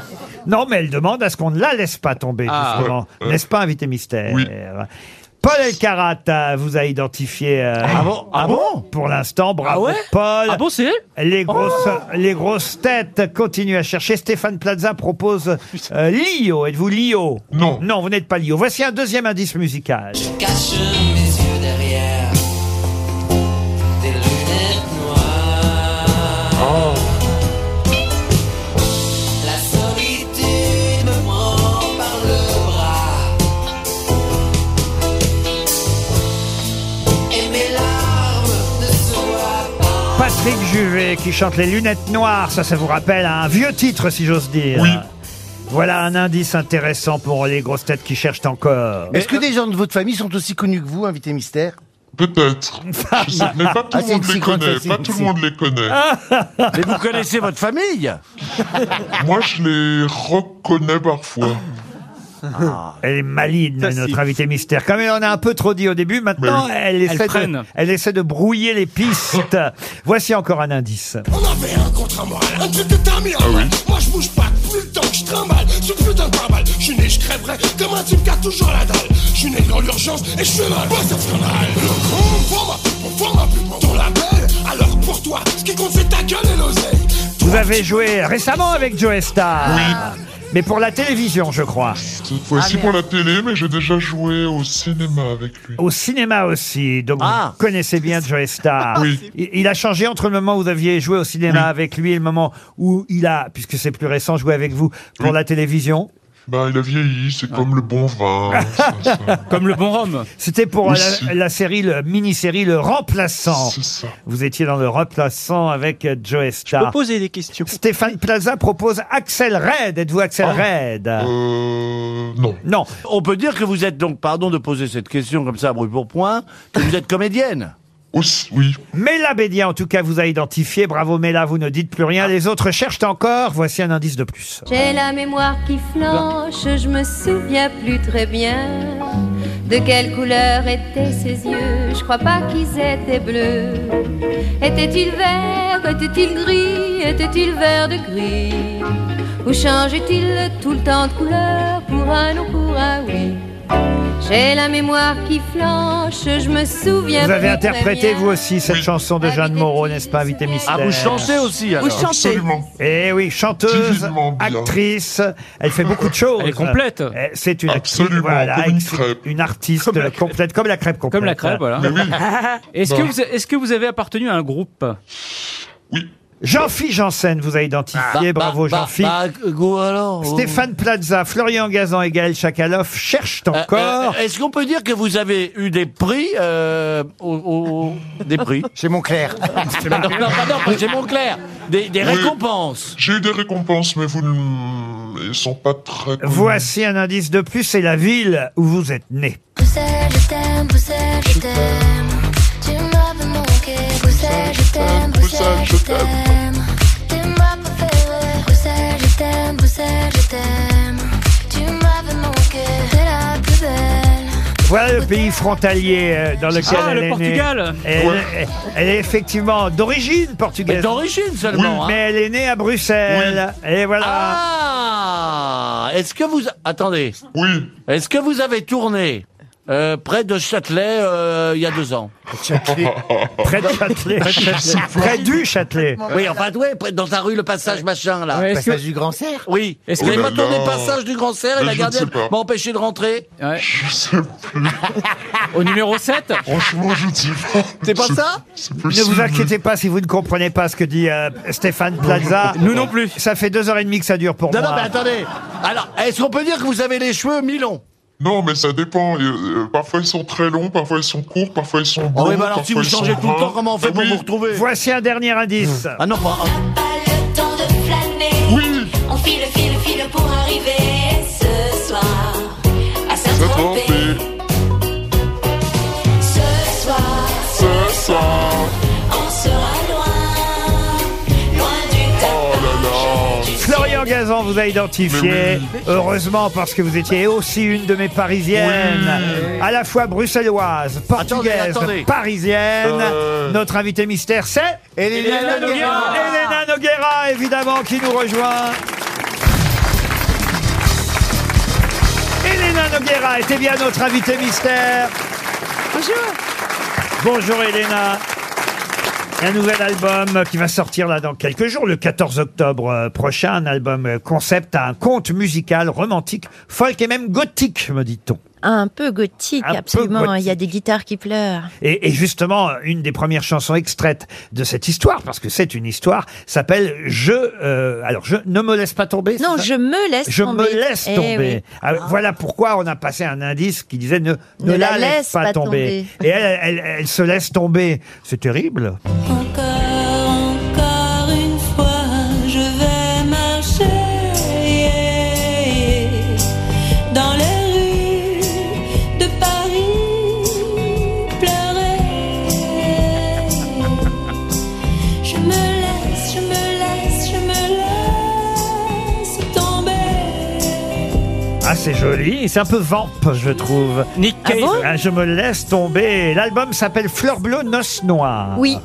[SPEAKER 2] Non, mais elle demande à ce qu'on ne la laisse pas tomber,
[SPEAKER 6] Ah.
[SPEAKER 2] justement.
[SPEAKER 13] Ouais.
[SPEAKER 2] N'est-ce pas, invité mystère
[SPEAKER 13] Oui.
[SPEAKER 4] Eh,
[SPEAKER 2] Paul Elkarat euh, vous a identifié. euh,
[SPEAKER 8] Ah bon Ah bon
[SPEAKER 2] Pour l'instant, bravo
[SPEAKER 6] Ah ouais
[SPEAKER 2] Paul.
[SPEAKER 6] Ah bon, c'est elle
[SPEAKER 2] les, grosses,
[SPEAKER 8] Oh
[SPEAKER 2] les grosses têtes continuent à chercher. Stéphane Plaza propose euh, Lio. Êtes-vous Lio
[SPEAKER 13] Non.
[SPEAKER 2] Non, vous n'êtes pas Lio. Voici un deuxième indice musical.
[SPEAKER 4] cache mes yeux derrière des lunettes noires.
[SPEAKER 14] Oh.
[SPEAKER 4] La solitude me prend par le bras et mes larmes ne soient pas.
[SPEAKER 2] Patrick Juvet qui chante Les lunettes noires, ça, ça vous rappelle un vieux titre, si j'ose dire.
[SPEAKER 13] Oui.
[SPEAKER 2] Voilà un indice intéressant pour les grosses têtes qui cherchent encore.
[SPEAKER 5] Est-ce que des gens de votre famille sont aussi connus que vous, invité mystère
[SPEAKER 2] [LAUGHS]
[SPEAKER 13] Peut-être. Je sais, mais pas tout
[SPEAKER 8] Ah,
[SPEAKER 13] le monde
[SPEAKER 8] c'est une
[SPEAKER 13] les
[SPEAKER 8] psychose,
[SPEAKER 13] connaît.
[SPEAKER 8] c'est
[SPEAKER 13] Pas
[SPEAKER 8] une
[SPEAKER 13] tout le
[SPEAKER 8] psy-
[SPEAKER 13] monde les connaît.
[SPEAKER 2] Ah
[SPEAKER 8] Mais vous connaissez votre famille
[SPEAKER 13] [LAUGHS] Moi, je les reconnais parfois.
[SPEAKER 8] Ah.
[SPEAKER 2] Elle est maligne, notre invitée mystère. Comme elle en a un peu trop dit au début, maintenant,
[SPEAKER 13] Mais oui.
[SPEAKER 2] elle,
[SPEAKER 13] Elle
[SPEAKER 2] essaie de,
[SPEAKER 13] freine.
[SPEAKER 2] elle essaie de brouiller
[SPEAKER 13] [LAUGHS]
[SPEAKER 2] les pistes. Voici encore un indice.
[SPEAKER 14] On avait un contre à moi, un truc de ta mère.
[SPEAKER 2] Ah oui.
[SPEAKER 14] Moi je bouge pas, plus le temps que je trimballe. Je suis putain de barbale, je suis né, je crèverai comme un type qui a toujours la dalle. Je suis né dans l'urgence et je suis là, pas un scandale. Le con, on forme, on forme un pub, ton label. Alors pour toi, ce qui compte c'est ta gueule et l'oseille.
[SPEAKER 2] Vous avez joué récemment avec Joe Star. Mais pour la télévision, je crois.
[SPEAKER 13] Cette
[SPEAKER 9] Ah,
[SPEAKER 13] fois-ci pour la télé, mais j'ai déjà joué au cinéma avec lui.
[SPEAKER 2] Au cinéma aussi, donc
[SPEAKER 9] Ah.
[SPEAKER 2] vous connaissez bien Joe Star.
[SPEAKER 13] [LAUGHS] Oui.
[SPEAKER 2] Il, il a changé entre le moment où vous aviez joué au cinéma avec lui et le moment où il a, puisque c'est plus récent, joué avec vous pour la télévision.
[SPEAKER 13] Bah, il a vieilli, c'est comme le bon vin.
[SPEAKER 6] Comme le bon rhum.
[SPEAKER 2] C'était pour
[SPEAKER 13] Oui,
[SPEAKER 2] la- la,
[SPEAKER 13] si.
[SPEAKER 2] série, le mini-série Le Remplaçant. Vous étiez dans Le Remplaçant avec euh, Joe Star.
[SPEAKER 9] peux poser des questions.
[SPEAKER 2] Stéphane Plaza propose Axel Red. Êtes-vous Axel Red
[SPEAKER 13] Ah. Euh, non.
[SPEAKER 2] Non.
[SPEAKER 8] On peut dire que vous êtes donc, pardon de poser cette question comme ça à bruit pour point,
[SPEAKER 2] Euh,
[SPEAKER 8] que vous êtes comédienne.
[SPEAKER 13] oui.
[SPEAKER 2] Mela Bédia, en tout cas, vous a identifié. Bravo Mela, vous ne dites plus rien. Les autres cherchent encore. Voici un indice de plus.
[SPEAKER 15] J'ai la mémoire qui flanche, je me souviens plus très bien de quelle couleur étaient ses yeux. Je crois pas qu'ils étaient bleus. Était-il vert, était-il gris, était-il vert de gris Ou changeait-il tout le temps de couleur pour un non pour un oui J'ai la mémoire qui flanche, je me souviens
[SPEAKER 2] Vous
[SPEAKER 15] plus
[SPEAKER 2] avez
[SPEAKER 15] très
[SPEAKER 2] interprété
[SPEAKER 15] bien.
[SPEAKER 2] vous aussi cette chanson de Jeanne Moreau, n'est-ce pas, invité mystère
[SPEAKER 8] Ah, vous chantez aussi, alors. Vous chantez. Absolument.
[SPEAKER 2] Eh oui, chanteuse, actrice. Elle fait beaucoup de choses.
[SPEAKER 6] Elle est complète.
[SPEAKER 2] Eh, C'est une actrice,
[SPEAKER 6] Absolument,
[SPEAKER 2] voilà,
[SPEAKER 6] comme une
[SPEAKER 2] ex- une artiste complète, comme la crêpe complète.
[SPEAKER 6] Comme la crêpe, voilà. [LAUGHS] Est-ce que,
[SPEAKER 2] Bon.
[SPEAKER 6] vous- est-ce que vous avez appartenu à un groupe
[SPEAKER 2] Jean-Philippe Janssen vous a identifié.
[SPEAKER 8] Ah, bah,
[SPEAKER 2] Bravo Jean-Philippe. Stéphane Plaza, Florian Gazan et Gaël Chakalov cherchent encore.
[SPEAKER 8] Euh, Est-ce qu'on peut dire que vous avez eu des prix euh, au- au- Des prix
[SPEAKER 5] Chez Montclair.
[SPEAKER 8] [LAUGHS] non, non, non, pas chez Montclair. Des, des
[SPEAKER 13] Oui.
[SPEAKER 8] récompenses.
[SPEAKER 13] J'ai eu des récompenses, mais vous ne... Ils sont pas très... connus.
[SPEAKER 2] Voici un indice de plus, c'est la ville où vous êtes né.
[SPEAKER 16] Bruxelles, je t'aime, Bruxelles, je t'aime. Tu m'avais manqué. Bruxelles, je t'aime, Bruxelles, je t'aime. Tu m'as préféré. Bruxelles, je t'aime, Bruxelles, je t'aime. Tu m'avais manqué. T'es la plus belle.
[SPEAKER 2] Voilà le pays frontalier euh, dans lequel
[SPEAKER 6] Ah,
[SPEAKER 2] elle
[SPEAKER 6] le
[SPEAKER 2] est née.
[SPEAKER 6] Portugal.
[SPEAKER 2] Elle,
[SPEAKER 6] Ouais.
[SPEAKER 2] elle est effectivement d'origine portugaise.
[SPEAKER 8] Mais d'origine seulement,
[SPEAKER 2] Oui,
[SPEAKER 8] hein.
[SPEAKER 2] mais elle est née à Bruxelles. Et voilà.
[SPEAKER 8] Ah Est-ce que vous... Attendez.
[SPEAKER 13] Oui.
[SPEAKER 8] Est-ce que vous avez tourné euh, près de Châtelet euh, il y a deux [LAUGHS] ans
[SPEAKER 2] Près de Châtelet.
[SPEAKER 8] Près de Châtelet.
[SPEAKER 2] [LAUGHS] Près du Châtelet.
[SPEAKER 8] Oui, enfin, ouais, près- dans sa rue, le passage machin, là.
[SPEAKER 6] Ouais, est-ce Passage que-
[SPEAKER 8] du Grand Serre Oui. Bah, Est-ce
[SPEAKER 6] Oh
[SPEAKER 8] qu'il n'y
[SPEAKER 6] là
[SPEAKER 8] a pas tourné
[SPEAKER 6] là.
[SPEAKER 8] passage du Grand Serre et
[SPEAKER 6] Mais
[SPEAKER 8] la
[SPEAKER 6] je
[SPEAKER 8] gardienne
[SPEAKER 6] ne sais pas.
[SPEAKER 8] m'a empêché de rentrer
[SPEAKER 6] Au numéro 7
[SPEAKER 13] Franchement, je dis pas.
[SPEAKER 8] C'est pas ça
[SPEAKER 2] Ne vous inquiétez pas si vous ne comprenez pas ce que dit euh, Stéphane Plaza.
[SPEAKER 6] Nous non plus.
[SPEAKER 2] Ça fait deux heures et demie que ça dure [LAUGHS] pour
[SPEAKER 8] Non,
[SPEAKER 2] moi.
[SPEAKER 8] non, mais attendez. Alors, est-ce qu'on peut dire que vous avez les cheveux mi-longs
[SPEAKER 13] Non, mais ça dépend. Euh, euh, Parfois, ils sont très longs, parfois, ils sont courts, parfois, ils
[SPEAKER 8] Ah
[SPEAKER 13] sont blonds.
[SPEAKER 8] bah
[SPEAKER 13] parfois, ils sont bruns. Ah oui.
[SPEAKER 2] Voici un dernier indice.
[SPEAKER 8] Ah non, pas.
[SPEAKER 16] Le temps de flâner. On file, file, file pour arriver ce soir à Saint-Tropez. Ce soir, ce soir, on sera loin, loin du
[SPEAKER 13] Oh
[SPEAKER 16] tapage. du
[SPEAKER 2] Florian Gazan vous a identifié,
[SPEAKER 16] Mais oui.
[SPEAKER 2] heureusement parce que vous étiez aussi une de mes parisiennes, à la fois bruxelloise, portugaise,
[SPEAKER 4] attendez.
[SPEAKER 2] parisienne. Notre invité mystère, c'est
[SPEAKER 4] Elena Elena Noguera. Noguera.
[SPEAKER 2] Elena Noguera, évidemment, qui nous rejoint. Elena Noguera était bien notre invitée mystère. Bonjour. Bonjour Elena. Un nouvel album qui va sortir là dans quelques jours, le 14 octobre euh, prochain, un album euh, concept, un conte musical romantique, folk et même gothique, me dit-on.
[SPEAKER 17] Un peu gothique,
[SPEAKER 2] peu
[SPEAKER 17] absolument. Il y a
[SPEAKER 2] gothique.
[SPEAKER 17] des guitares qui pleurent.
[SPEAKER 2] Et, et justement, une des premières chansons extraites de cette histoire, parce que c'est une histoire, s'appelle Je. euh, alors, je ne me laisse pas tomber. c'est
[SPEAKER 17] Non,
[SPEAKER 2] ça
[SPEAKER 17] je me laisse
[SPEAKER 2] Je
[SPEAKER 17] tomber.
[SPEAKER 2] me laisse
[SPEAKER 17] Eh
[SPEAKER 2] tomber.
[SPEAKER 17] oui.
[SPEAKER 2] Ah, Voilà pourquoi on a passé un indice qui disait ne, ne
[SPEAKER 17] Ne
[SPEAKER 2] la, laisse, pas,
[SPEAKER 17] tomber.
[SPEAKER 2] tomber. Et elle, elle- elle se laisse tomber. C'est terrible.
[SPEAKER 16] Encore une fois, je vais marcher dans les rues de Paris, pleurer
[SPEAKER 4] [LAUGHS]
[SPEAKER 2] Ah, c'est joli. C'est un peu vamp, je trouve. Nick
[SPEAKER 18] Cave. Ah bon
[SPEAKER 2] je me laisse tomber. L'album s'appelle Fleur bleue, noce noire.
[SPEAKER 17] Oui.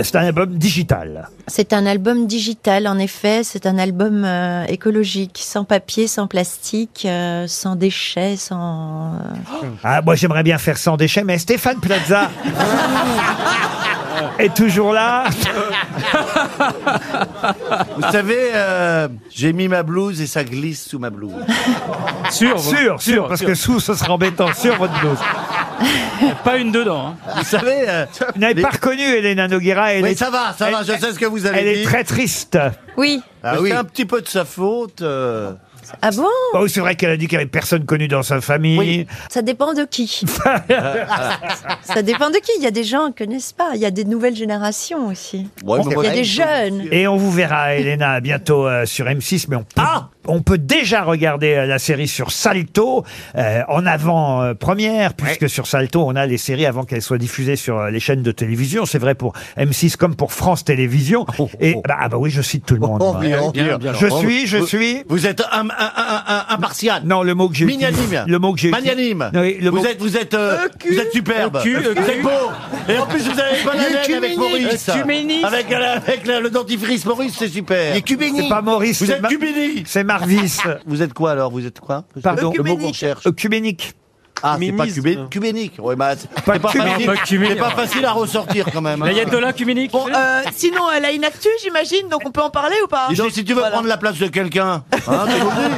[SPEAKER 2] C'est un album digital.
[SPEAKER 17] C'est un album digital, en effet. C'est un album euh, écologique, sans papier, sans plastique, euh, sans déchets, sans. euh,
[SPEAKER 2] Ah, moi, j'aimerais bien faire sans déchet, mais Stéphane
[SPEAKER 8] [LAUGHS]
[SPEAKER 2] Plaza est toujours là.
[SPEAKER 8] Vous savez, euh, j'ai mis ma blouse et ça glisse sous ma blouse.
[SPEAKER 2] Sûr, sûr, sûr, parce que sous, ce sera embêtant. Sur votre blouse.
[SPEAKER 8] [LAUGHS]
[SPEAKER 2] Pas une dedans.
[SPEAKER 8] Vous savez. euh,
[SPEAKER 2] Vous n'avez
[SPEAKER 8] les-
[SPEAKER 2] pas reconnu Elena Noguera. elle
[SPEAKER 8] Oui,
[SPEAKER 2] est-
[SPEAKER 8] ça va, ça va,
[SPEAKER 2] elle-
[SPEAKER 8] je sais ce que vous avez
[SPEAKER 2] Elle
[SPEAKER 8] dit. Ah
[SPEAKER 2] est très triste.
[SPEAKER 17] Oui.
[SPEAKER 2] Ah
[SPEAKER 8] Mais C'est un petit peu de sa faute. euh.
[SPEAKER 17] Ah bon
[SPEAKER 2] Oh, c'est vrai qu'elle a dit qu'il n'y avait personne connu dans sa famille.
[SPEAKER 17] Ça dépend de
[SPEAKER 8] [LAUGHS]
[SPEAKER 2] [LAUGHS]
[SPEAKER 17] qui. Ça dépend de qui. Il y a des gens qui connaissent pas. Il y a des nouvelles générations aussi. Il y a des jeunes.
[SPEAKER 2] Et on vous verra, Elena, bientôt euh, sur M6. Mais on peut,
[SPEAKER 8] Ah
[SPEAKER 2] on peut déjà regarder euh, la série sur Salto euh, en avant-première, puisque sur Salto, on a les séries avant qu'elles soient diffusées sur euh, les chaînes de télévision. C'est vrai pour M6 comme pour France Télévisions. Et bah, ah bah oui, je cite tout le monde.
[SPEAKER 8] Oh, bien,
[SPEAKER 2] Ouais.
[SPEAKER 8] bien, bien.
[SPEAKER 2] je suis, je
[SPEAKER 8] Vous-
[SPEAKER 2] suis.
[SPEAKER 8] Vous êtes un- un- un- un- impartial.
[SPEAKER 2] Non, le mot que j'ai
[SPEAKER 8] Magnanime.
[SPEAKER 2] utilisé- le mot que j'ai
[SPEAKER 8] Magnanime.
[SPEAKER 2] utilisé- Oui, le
[SPEAKER 8] vous,
[SPEAKER 2] mot-
[SPEAKER 8] êtes, vous êtes, euh, vous êtes superbe.
[SPEAKER 2] Le cul, le
[SPEAKER 8] vous
[SPEAKER 2] cul.
[SPEAKER 8] êtes beau. Et en plus, vous avez une bonne
[SPEAKER 2] Le
[SPEAKER 8] haleine avec
[SPEAKER 2] cuméniste.
[SPEAKER 8] Maurice.
[SPEAKER 2] Le cuméniste.
[SPEAKER 8] Avec, euh, la- avec la- le dentifrice Maurice, c'est super.
[SPEAKER 2] Les cubénis. C'est pas Maurice,
[SPEAKER 8] Vous
[SPEAKER 2] c'est
[SPEAKER 8] êtes
[SPEAKER 2] Ma-
[SPEAKER 8] cubéni.
[SPEAKER 2] C'est Marvis.
[SPEAKER 8] [LAUGHS] Vous êtes quoi alors Vous êtes quoi
[SPEAKER 2] Pardon.
[SPEAKER 8] Le mot qu'on cherche.
[SPEAKER 2] Cubénique.
[SPEAKER 8] Ah, c'est pas
[SPEAKER 2] Cuméniste.
[SPEAKER 8] cubé, cubénique. Ouais, bah, c'est c'est pas,
[SPEAKER 2] cubénique.
[SPEAKER 8] facile,
[SPEAKER 2] Pas
[SPEAKER 8] c'est
[SPEAKER 2] cubénique.
[SPEAKER 8] pas facile à ressortir quand même. hein.
[SPEAKER 6] Cuminic.
[SPEAKER 3] Bon, euh, sinon, elle a une actu, j'imagine, donc on peut en parler ou pas
[SPEAKER 8] Dis donc, si tu veux prendre la place de quelqu'un, hein, t'es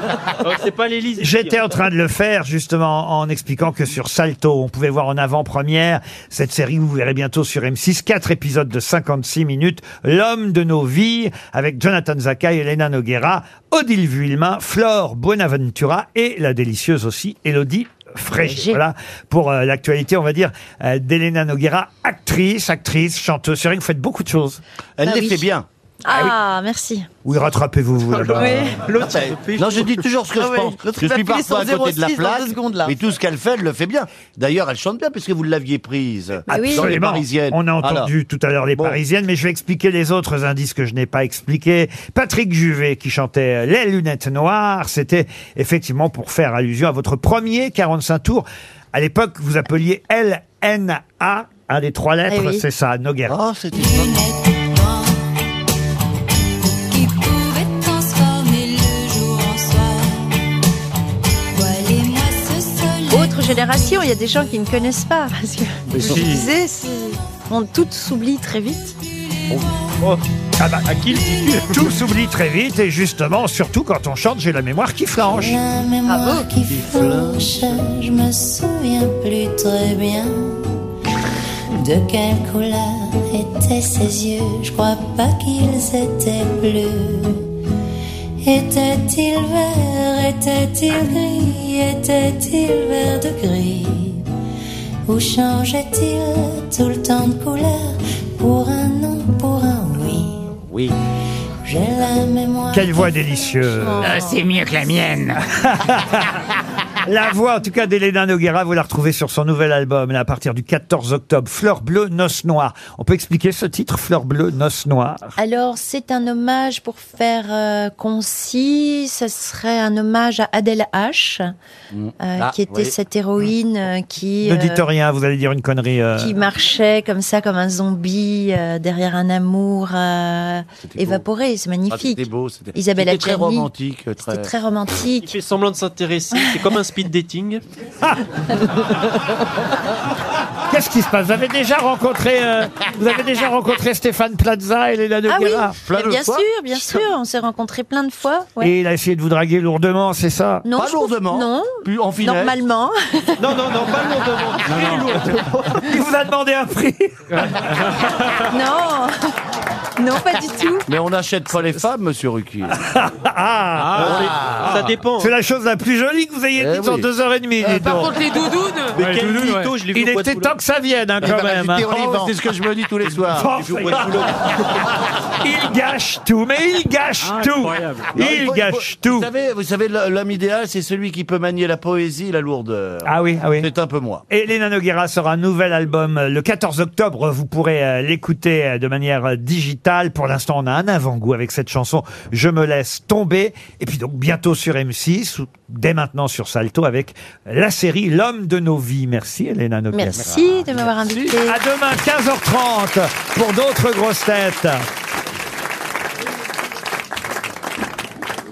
[SPEAKER 8] obligé.
[SPEAKER 6] C'est pas l'Élysée.
[SPEAKER 2] J'étais en train de le faire justement en expliquant que sur Salto, on pouvait voir en avant-première cette série, vous verrez bientôt sur M6, quatre épisodes de 56 minutes, L'homme de nos vies, avec Jonathan Zakai, Elena Noguera, Odile Vuillemin, Flore Buenaventura et la délicieuse aussi, Elodie. Frégé. Voilà pour euh, l'actualité, on va dire, euh, d'Elena Noguera, actrice, actrice, chanteuse. C'est vrai que vous faites beaucoup de choses.
[SPEAKER 17] Bah
[SPEAKER 8] Elle les fait bien. Ah,
[SPEAKER 17] Ah, merci.
[SPEAKER 2] Oui, rattrapez-vous, vous,
[SPEAKER 8] Bah,
[SPEAKER 2] là-bas.
[SPEAKER 8] L'autre, euh, non, je dis toujours ce que
[SPEAKER 17] Ah
[SPEAKER 8] je
[SPEAKER 17] oui.
[SPEAKER 8] pense.
[SPEAKER 17] L'autre, il
[SPEAKER 8] Je
[SPEAKER 17] va filer
[SPEAKER 8] suis parfois à
[SPEAKER 17] son
[SPEAKER 8] côté de la
[SPEAKER 17] 06 dans deux
[SPEAKER 8] plaque,
[SPEAKER 17] secondes, là.
[SPEAKER 8] mais tout ce qu'elle fait, elle le fait bien. D'ailleurs, elle chante bien puisque vous l'aviez prise dans Ah, les
[SPEAKER 2] Ah Absolument.
[SPEAKER 8] Parisiennes.
[SPEAKER 2] On a entendu
[SPEAKER 8] Alors.
[SPEAKER 2] tout à l'heure les Parisiennes, mais je vais expliquer les autres indices que je n'ai pas expliqués. Patrick Juvet qui chantait Les lunettes noires, c'était effectivement pour faire allusion à votre premier 45 tours. À l'époque, vous appeliez LNA, un des trois lettres,
[SPEAKER 4] oui.
[SPEAKER 2] c'est ça, Noguera.
[SPEAKER 8] Ah,
[SPEAKER 4] Qui pouvait transformer le jour en soir Voilez-moi ce soleil
[SPEAKER 17] Autre génération, il y a des gens qui ne connaissent pas. Parce que,
[SPEAKER 4] Mais
[SPEAKER 17] je
[SPEAKER 4] si.
[SPEAKER 17] disais, c'est- on tout s'oublie très vite.
[SPEAKER 2] Ah bah, Tout s'oublie très vite et justement, surtout quand on chante, j'ai la mémoire qui flanche.
[SPEAKER 4] La mémoire qui flanche Je me souviens plus très bien De quelle couleur étaient ses yeux Je crois pas qu'ils étaient bleus Était-il vert, était-il gris Était-il vert de gris Ou changeait-il tout le temps de couleur Pour un non, pour un oui
[SPEAKER 8] Oui.
[SPEAKER 4] J'ai la mémoire
[SPEAKER 2] Quelle voix délicieuse.
[SPEAKER 4] Euh, c'est mieux que la mienne.
[SPEAKER 2] La voix, en tout cas, d'Elena Noguera, vous la retrouvez sur son nouvel album, là, à partir du 14 octobre, Fleur bleue, noce noire. On peut expliquer ce titre, Fleur bleue, noce noire
[SPEAKER 17] Alors, c'est un hommage pour faire euh, concis. Ce serait un hommage à Adèle H, euh,
[SPEAKER 2] Ah,
[SPEAKER 17] qui était
[SPEAKER 2] oui.
[SPEAKER 17] cette héroïne euh,
[SPEAKER 8] Mm.
[SPEAKER 17] qui.
[SPEAKER 2] Ne
[SPEAKER 17] euh,
[SPEAKER 2] dites rien, vous allez dire une connerie. euh.
[SPEAKER 17] qui marchait comme ça, comme un zombie euh, derrière un amour euh, évaporé. C'est
[SPEAKER 8] Ah,
[SPEAKER 17] magnifique.
[SPEAKER 8] c'était beau. C'était
[SPEAKER 17] Isabelle
[SPEAKER 8] c'était très
[SPEAKER 17] Adjani.
[SPEAKER 8] romantique.
[SPEAKER 17] C'était très romantique.
[SPEAKER 9] Il fait semblant de s'intéresser. C'est comme un speed dating.
[SPEAKER 2] Qu'est-ce qui se passe Vous avez déjà rencontré, euh, vous avez déjà rencontré Stéphane Plaza, Elena
[SPEAKER 17] Ah oui,
[SPEAKER 2] Noguera
[SPEAKER 17] mais bien sûr, bien sûr, on s'est rencontrés plein de fois. ouais.
[SPEAKER 2] Et il a essayé de vous draguer lourdement, c'est ça
[SPEAKER 17] Non, je trouve- Non, normalement.
[SPEAKER 9] Non, non, non, pas lourdement. Très lourdement.
[SPEAKER 2] Il vous a demandé un prix.
[SPEAKER 17] non, non, pas du tout.
[SPEAKER 8] Mais on n'achète pas les femmes, monsieur
[SPEAKER 2] [LAUGHS]
[SPEAKER 8] Ruquier. Ah.
[SPEAKER 9] ça dépend.
[SPEAKER 2] Ah, C'est la chose la plus jolie que vous ayez
[SPEAKER 8] Eh
[SPEAKER 2] dite en
[SPEAKER 8] oui.
[SPEAKER 2] deux heures et demie.
[SPEAKER 8] Euh,
[SPEAKER 2] dis
[SPEAKER 8] par
[SPEAKER 2] donc.
[SPEAKER 8] contre, les doudounes. Mais
[SPEAKER 2] Ouais,
[SPEAKER 8] quel
[SPEAKER 2] les doudounes,
[SPEAKER 8] mytho,
[SPEAKER 2] ouais.
[SPEAKER 8] je l'ai vu
[SPEAKER 2] Il
[SPEAKER 8] au
[SPEAKER 2] était
[SPEAKER 8] Poitou-Lourdes.
[SPEAKER 2] temps que ça vienne, hein,
[SPEAKER 8] Il
[SPEAKER 2] quand
[SPEAKER 8] m'a
[SPEAKER 2] même.
[SPEAKER 8] rajouté
[SPEAKER 2] hein.
[SPEAKER 8] Olivant. C'est ce que je me dis tous les soirs.
[SPEAKER 2] Bon,
[SPEAKER 8] Je joue au Poitou-Lourdes.
[SPEAKER 2] [LAUGHS] Il gâche tout, mais il gâche tout.
[SPEAKER 8] Non,
[SPEAKER 2] Il
[SPEAKER 8] faut-
[SPEAKER 2] gâche
[SPEAKER 8] faut-
[SPEAKER 2] tout.
[SPEAKER 8] Vous savez, vous savez, l'homme idéal, c'est celui qui peut manier la poésie et la lourdeur.
[SPEAKER 2] Ah oui, ah oui.
[SPEAKER 8] C'est un peu moi.
[SPEAKER 2] Elena Noguera sort un nouvel album euh, le 14 octobre. Vous pourrez euh, l'écouter euh, de manière euh, digitale. Pour l'instant, on a un avant-goût avec cette chanson Je me laisse tomber. Et puis donc bientôt sur M6 ou dès maintenant sur Salto avec la série L'homme de nos vies. Merci Elena Noguera.
[SPEAKER 17] Merci de m'avoir invité.
[SPEAKER 2] À demain 15h30 pour d'autres grosses têtes.